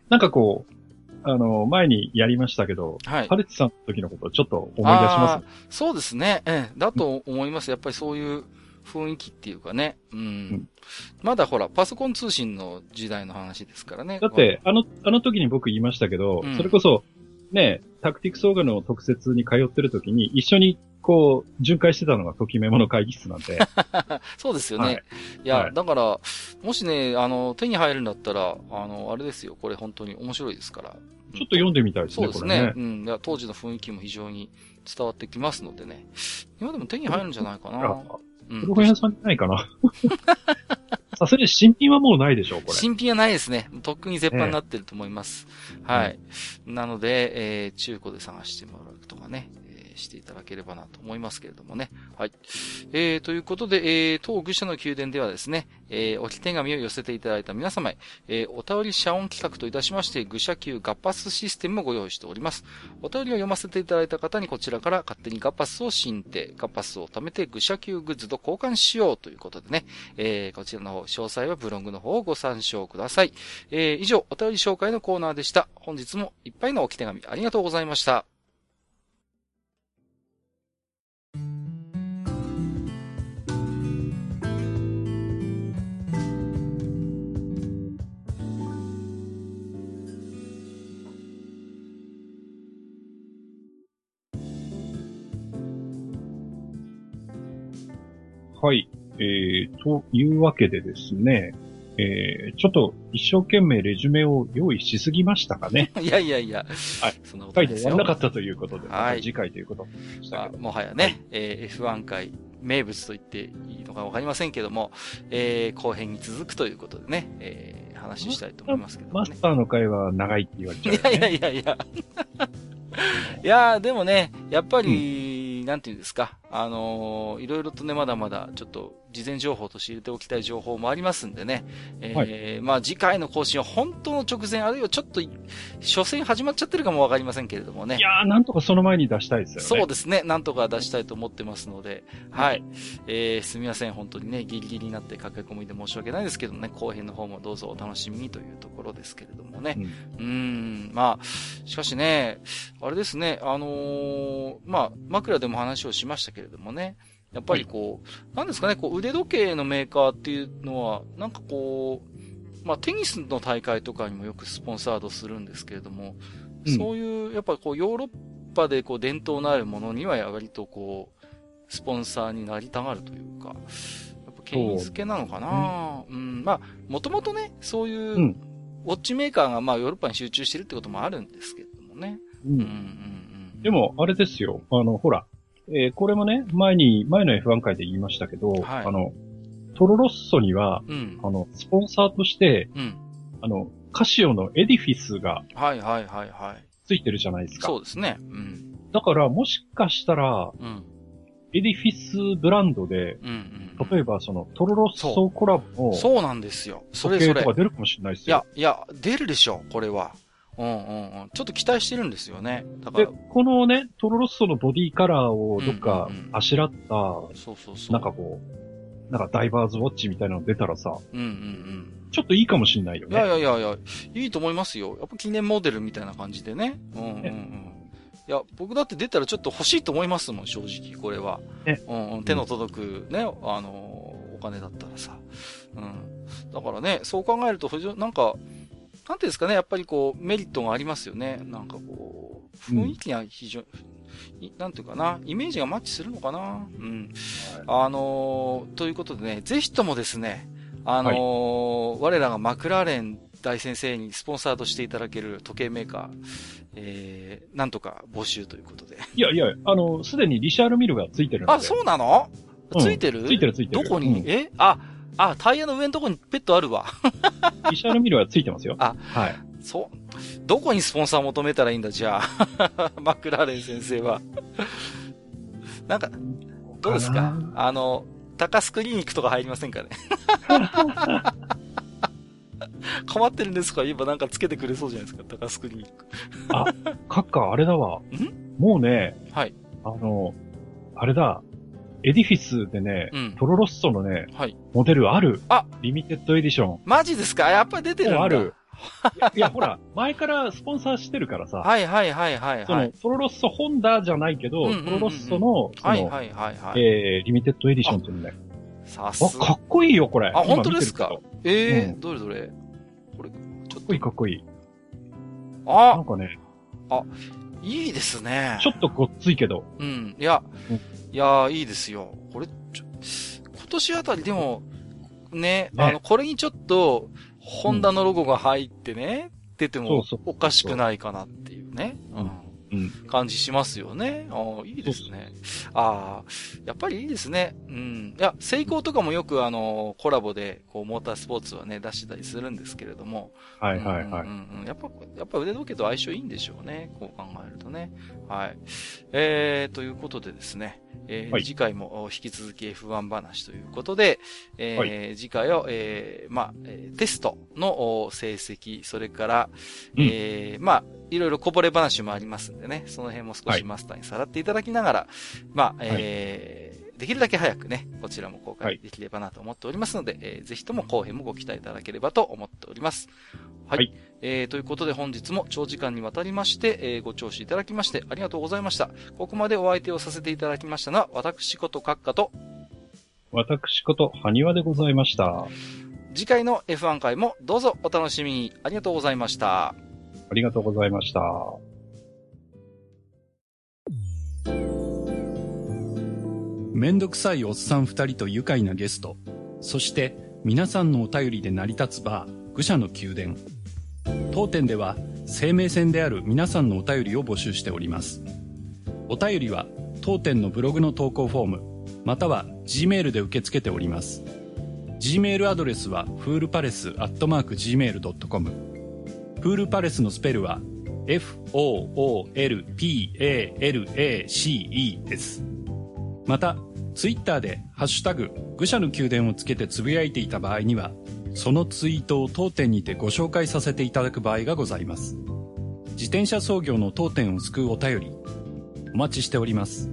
B: なんかこう、あの、前にやりましたけど、
A: うん。はい。
B: ハルチさんの時のことをちょっと思い出しま
A: あーそうですね。ええ、だと思います。やっぱりそういう雰囲気っていうかね。うん。
B: ん
A: まだほら、パソコン通信の時代の話ですからね。
B: す。だって、あの、あの時に僕言いましたけど、
A: うん
B: それこそ、ね、タクティクスオーガの特設に通ってる時に、一緒にこう、巡回してたのがときメモの会議室な んで、
A: そうですよね。
B: はいい、
A: や、
B: はい
A: だから、もしね、あの、手に入るんだったら、あの、あれですよ。これ本当に面白いですから。
B: ちょっと読んでみたいです
A: そう
B: ね、
A: です
B: これ
A: ね
B: ね。。
A: うん。いや当時の雰囲気も非常に伝わってきますのでね。今でも手に入るんじゃないかな。
B: あ
A: うん
B: 古本屋さんない かなさすがに新品はもうないでしょ、これ。
A: 新品はないですね。とっくに絶版になってると思います。はい。なので、えー中古で探してもらうとかね、えーしていただければなと思いますけれどもね。はい。えーということで、えー当愚者の宮殿ではですね、えー置き手紙を寄せていただいた皆様へ、えーお便り謝恩企画といたしまして、愚者級ガッパスシステムもご用意しております。お便りを読ませていただいた方にこちらから勝手にガッパスを申請、ガッパスを貯めて愚者級グッズと交換しようということでね、えーこちらの方、詳細はブログの方をご参照ください。えー以上、お便り紹介のコーナーでした。本日もいっぱいの置き手紙ありがとうございました。
B: はい。えー、というわけでですね、えー、ちょっと一生懸命レジュメを用意しすぎましたかね。
A: いやいやいや、
B: はい、
A: そんなこと
B: 書
A: ないいで
B: て終
A: す
B: わ
A: よ。
B: らなかったということ
A: は
B: で、
A: い
B: また次回ということになりました
A: まあ
B: けど。
A: もはやね、えー F1 界名物と言っていいのかわかりませんけども、えー後編に続くということでね、えー話をしたいと思いますけども
B: マ
A: ね。
B: スターの会は長いって言われちゃう、
A: い
B: ね。
A: やいやいやいや。いやーでもね、やっぱり、なんていうんですか、あのーいろいろとね、まだまだ、ちょっと、事前情報として入れておきたい情報もありますんでね、えー
B: は
A: まあ次回の更新は本当の直前、あるいはちょっとい、初戦始まっちゃってるかもわかりませんけれどもね
B: い。やー、なんとかその前に出したいですよね。
A: そうですね。なんとか出したいと思ってますので、はい。えー、すみません。本当にね、ギリギリになって駆け込みで申し訳ないですけどもね、後編の方もどうぞお楽しみにというところですけれどもね。
B: うん
A: うーん、まあ、しかしね、あれですね、あのーまあ、枕でも話をしましたけれどもね、やっぱりこう、なんですかね、こう腕時計のメーカーっていうのは、なんかこう、まあ、テニスの大会とかにもよくスポンサードするんですけれども、
B: うん
A: そういう、やっぱこう、ヨーロッパでこう、伝統のあるものには、やはりとこう、スポンサーになりたがるというか、やっぱ権威づけなのかなうん、まあ、もともとね、そういう、
B: うん
A: ウォッチメーカーがまあヨーロッパに集中してるってこともあるんですけどもね。
B: うん
A: うんうんうん。
B: で、も、あれですよ。あの、ほら、えーこれもね、前に、前の F1 回で言いましたけど、
A: はい
B: あの、トロロッソには、
A: うん。
B: あの、スポンサーとして、
A: うん。
B: あの、カシオのエディフィスが
A: はいはいはいはい。
B: ついてるじゃないですか。
A: そうですね。うん。
B: だから、もしかしたら、
A: うん。
B: エディフィスブランドで、
A: うんうん。
B: 例えばその、トロロッソコラボの
A: そうなんですよ。それ
B: 時
A: そ
B: 計
A: れ
B: と。か出るかもしれないで
A: い
B: す
A: や
B: よ。、
A: いや、出るでしょ、これは。うんうんうん。ちょっと期待してるんですよね。だか
B: で
A: ら、、
B: このね、トロロッソのボディカラーをどっか
A: うんうんうん
B: あしらった、
A: そうそうそう。
B: なんか、こう、なんかダイバーズウォッチみたいなの出たらさ、
A: うんうんうん。
B: ちょっといいかもしれないよ
A: いやい
B: ね。
A: やいやいや、いいと思いますよ。やっぱ記念モデルみたいな感じでね。うんうんう
B: ね
A: ん。いや、僕だって出たらちょっと欲しいと思いますもん、正直、これは。
B: ね
A: うんうん、手の届くね、あのー、お金だったらさ。うん。だからね、そう考えると、非常になんか、なんていうんですかね、やっぱりこう、メリットがありますよね。なんかこう、
B: うん
A: 雰囲気が非常に、いなんていうかな、イメージがマッチするのかな。うん。あのーということでね、ぜひともですね、あのー我らがマクラーレン大先生にスポンサードしていただける時計メーカー、えー、なんとか募集ということで。
B: いやいや、あの、すでにリシャールミルがついてるので。
A: あ、そうなの、
B: うん
A: ついてる
B: ついてるついてる。
A: どこ
B: うん
A: に、えあ、あ、タイヤの上のとこにペットあるわ。
B: リシャールミルはついてますよ。
A: あ
B: はい。
A: そう。どこにスポンサー求めたらいいんだ、じゃあ。 マクラーレン先生は。なんか、どうです
B: か
A: か
B: な
A: あの、高須クリニックとか入りませんかね 困ってるんですとか言えばなんかつけてくれそうじゃないですか、高須クリニック。
B: カッカーあれだわ。もうね、
A: はい。
B: あの、あれだ、エディフィスでね、
A: うん。
B: トロロッソのね、
A: はい
B: モデルある。
A: あ
B: リミテッドエディション。
A: マジですかやっぱり出てるんだ。
B: もうある。いや、いやほら、前からスポンサーしてるからさ、
A: はいはいはいはい
B: そ
A: は
B: の、
A: い。
B: トロロッソホンダじゃないけど、
A: うんうんうんうん
B: トロロッソの、その、
A: はいはいはいはい。
B: えー、リミテッドエディションっていうのね。
A: さす
B: わ、
A: が。
B: かっこいいよ、これ。
A: あ
B: 今
A: 本当ですか
B: 見てるけどか
A: ええ
B: う
A: ー、どれどれこれ、ちょっ
B: っ
A: と
B: こいい、。かっこいい。な
A: あ
B: ん、かね、
A: いいですね。
B: ちょっとごっついけど、
A: うん。いや
B: うん、
A: いやー、いいですよ。これ、ちょ、今年あたりでも、ね、
B: ね
A: あの、これにちょっと、ホンダのロゴが入ってね、出ても
B: そうそう
A: おかしくないかなっていうね、うん
B: うん
A: 感じしますよね。ああ、いいですね。ああ、やっぱりいいですね。うん。いや、セイコーとかもよくあの、コラボで、こう、モータースポーツはね、出してたりするんですけれども、
B: はいはいはい。
A: うんうんうんやっぱ、やっぱ腕時計と相性いいんでしょうね。こう考えるとね。はい。えー、ということでですね。えー
B: はい
A: 次回もお引き続き F1 話ということで、えー次回を、えーまあ、えーテストのお成績、それから、
B: うん
A: えーまあ、いろいろこぼれ話もありますんでね、その辺も少
B: は
A: し
B: い
A: マスターにさらっていただきながら、まあ、えーできるだけ早くね、こちらも公
B: は
A: 開
B: い
A: できればなと思っておりますので、えーぜひとも後編もご期待いただければと思っております。はい。
B: はい
A: えーということで本日も長時間にわたりまして、えーご聴取いただきましてありがとうございました。ここまでお相手をさせていただきましたのは、私こと閣下と、
B: 私こと、埴輪でございました。
A: 次回の F1 回もどうぞお楽しみに。ありがとうございました。
B: ありがとうございました。
C: めんどくさいおっさん2人と愉快なゲスト、そして皆さんのお便りで成り立つバー、愚者の宮殿。当店では生命線である皆さんのお便りを募集しております。お便りは当店のブログの投稿フォーム、または G メールで受け付けております。G メールアドレスはフールパレスアットマーク Gmail.com。フールパレスのスペルは FOOLPALACE です。またツイッターで「ハッシュタグ愚者の宮殿」をつけてつぶやいていた場合にはそのツイートを当店にてご紹介させていただく場合がございます自転車操業の当店を救うお便りお待ちしております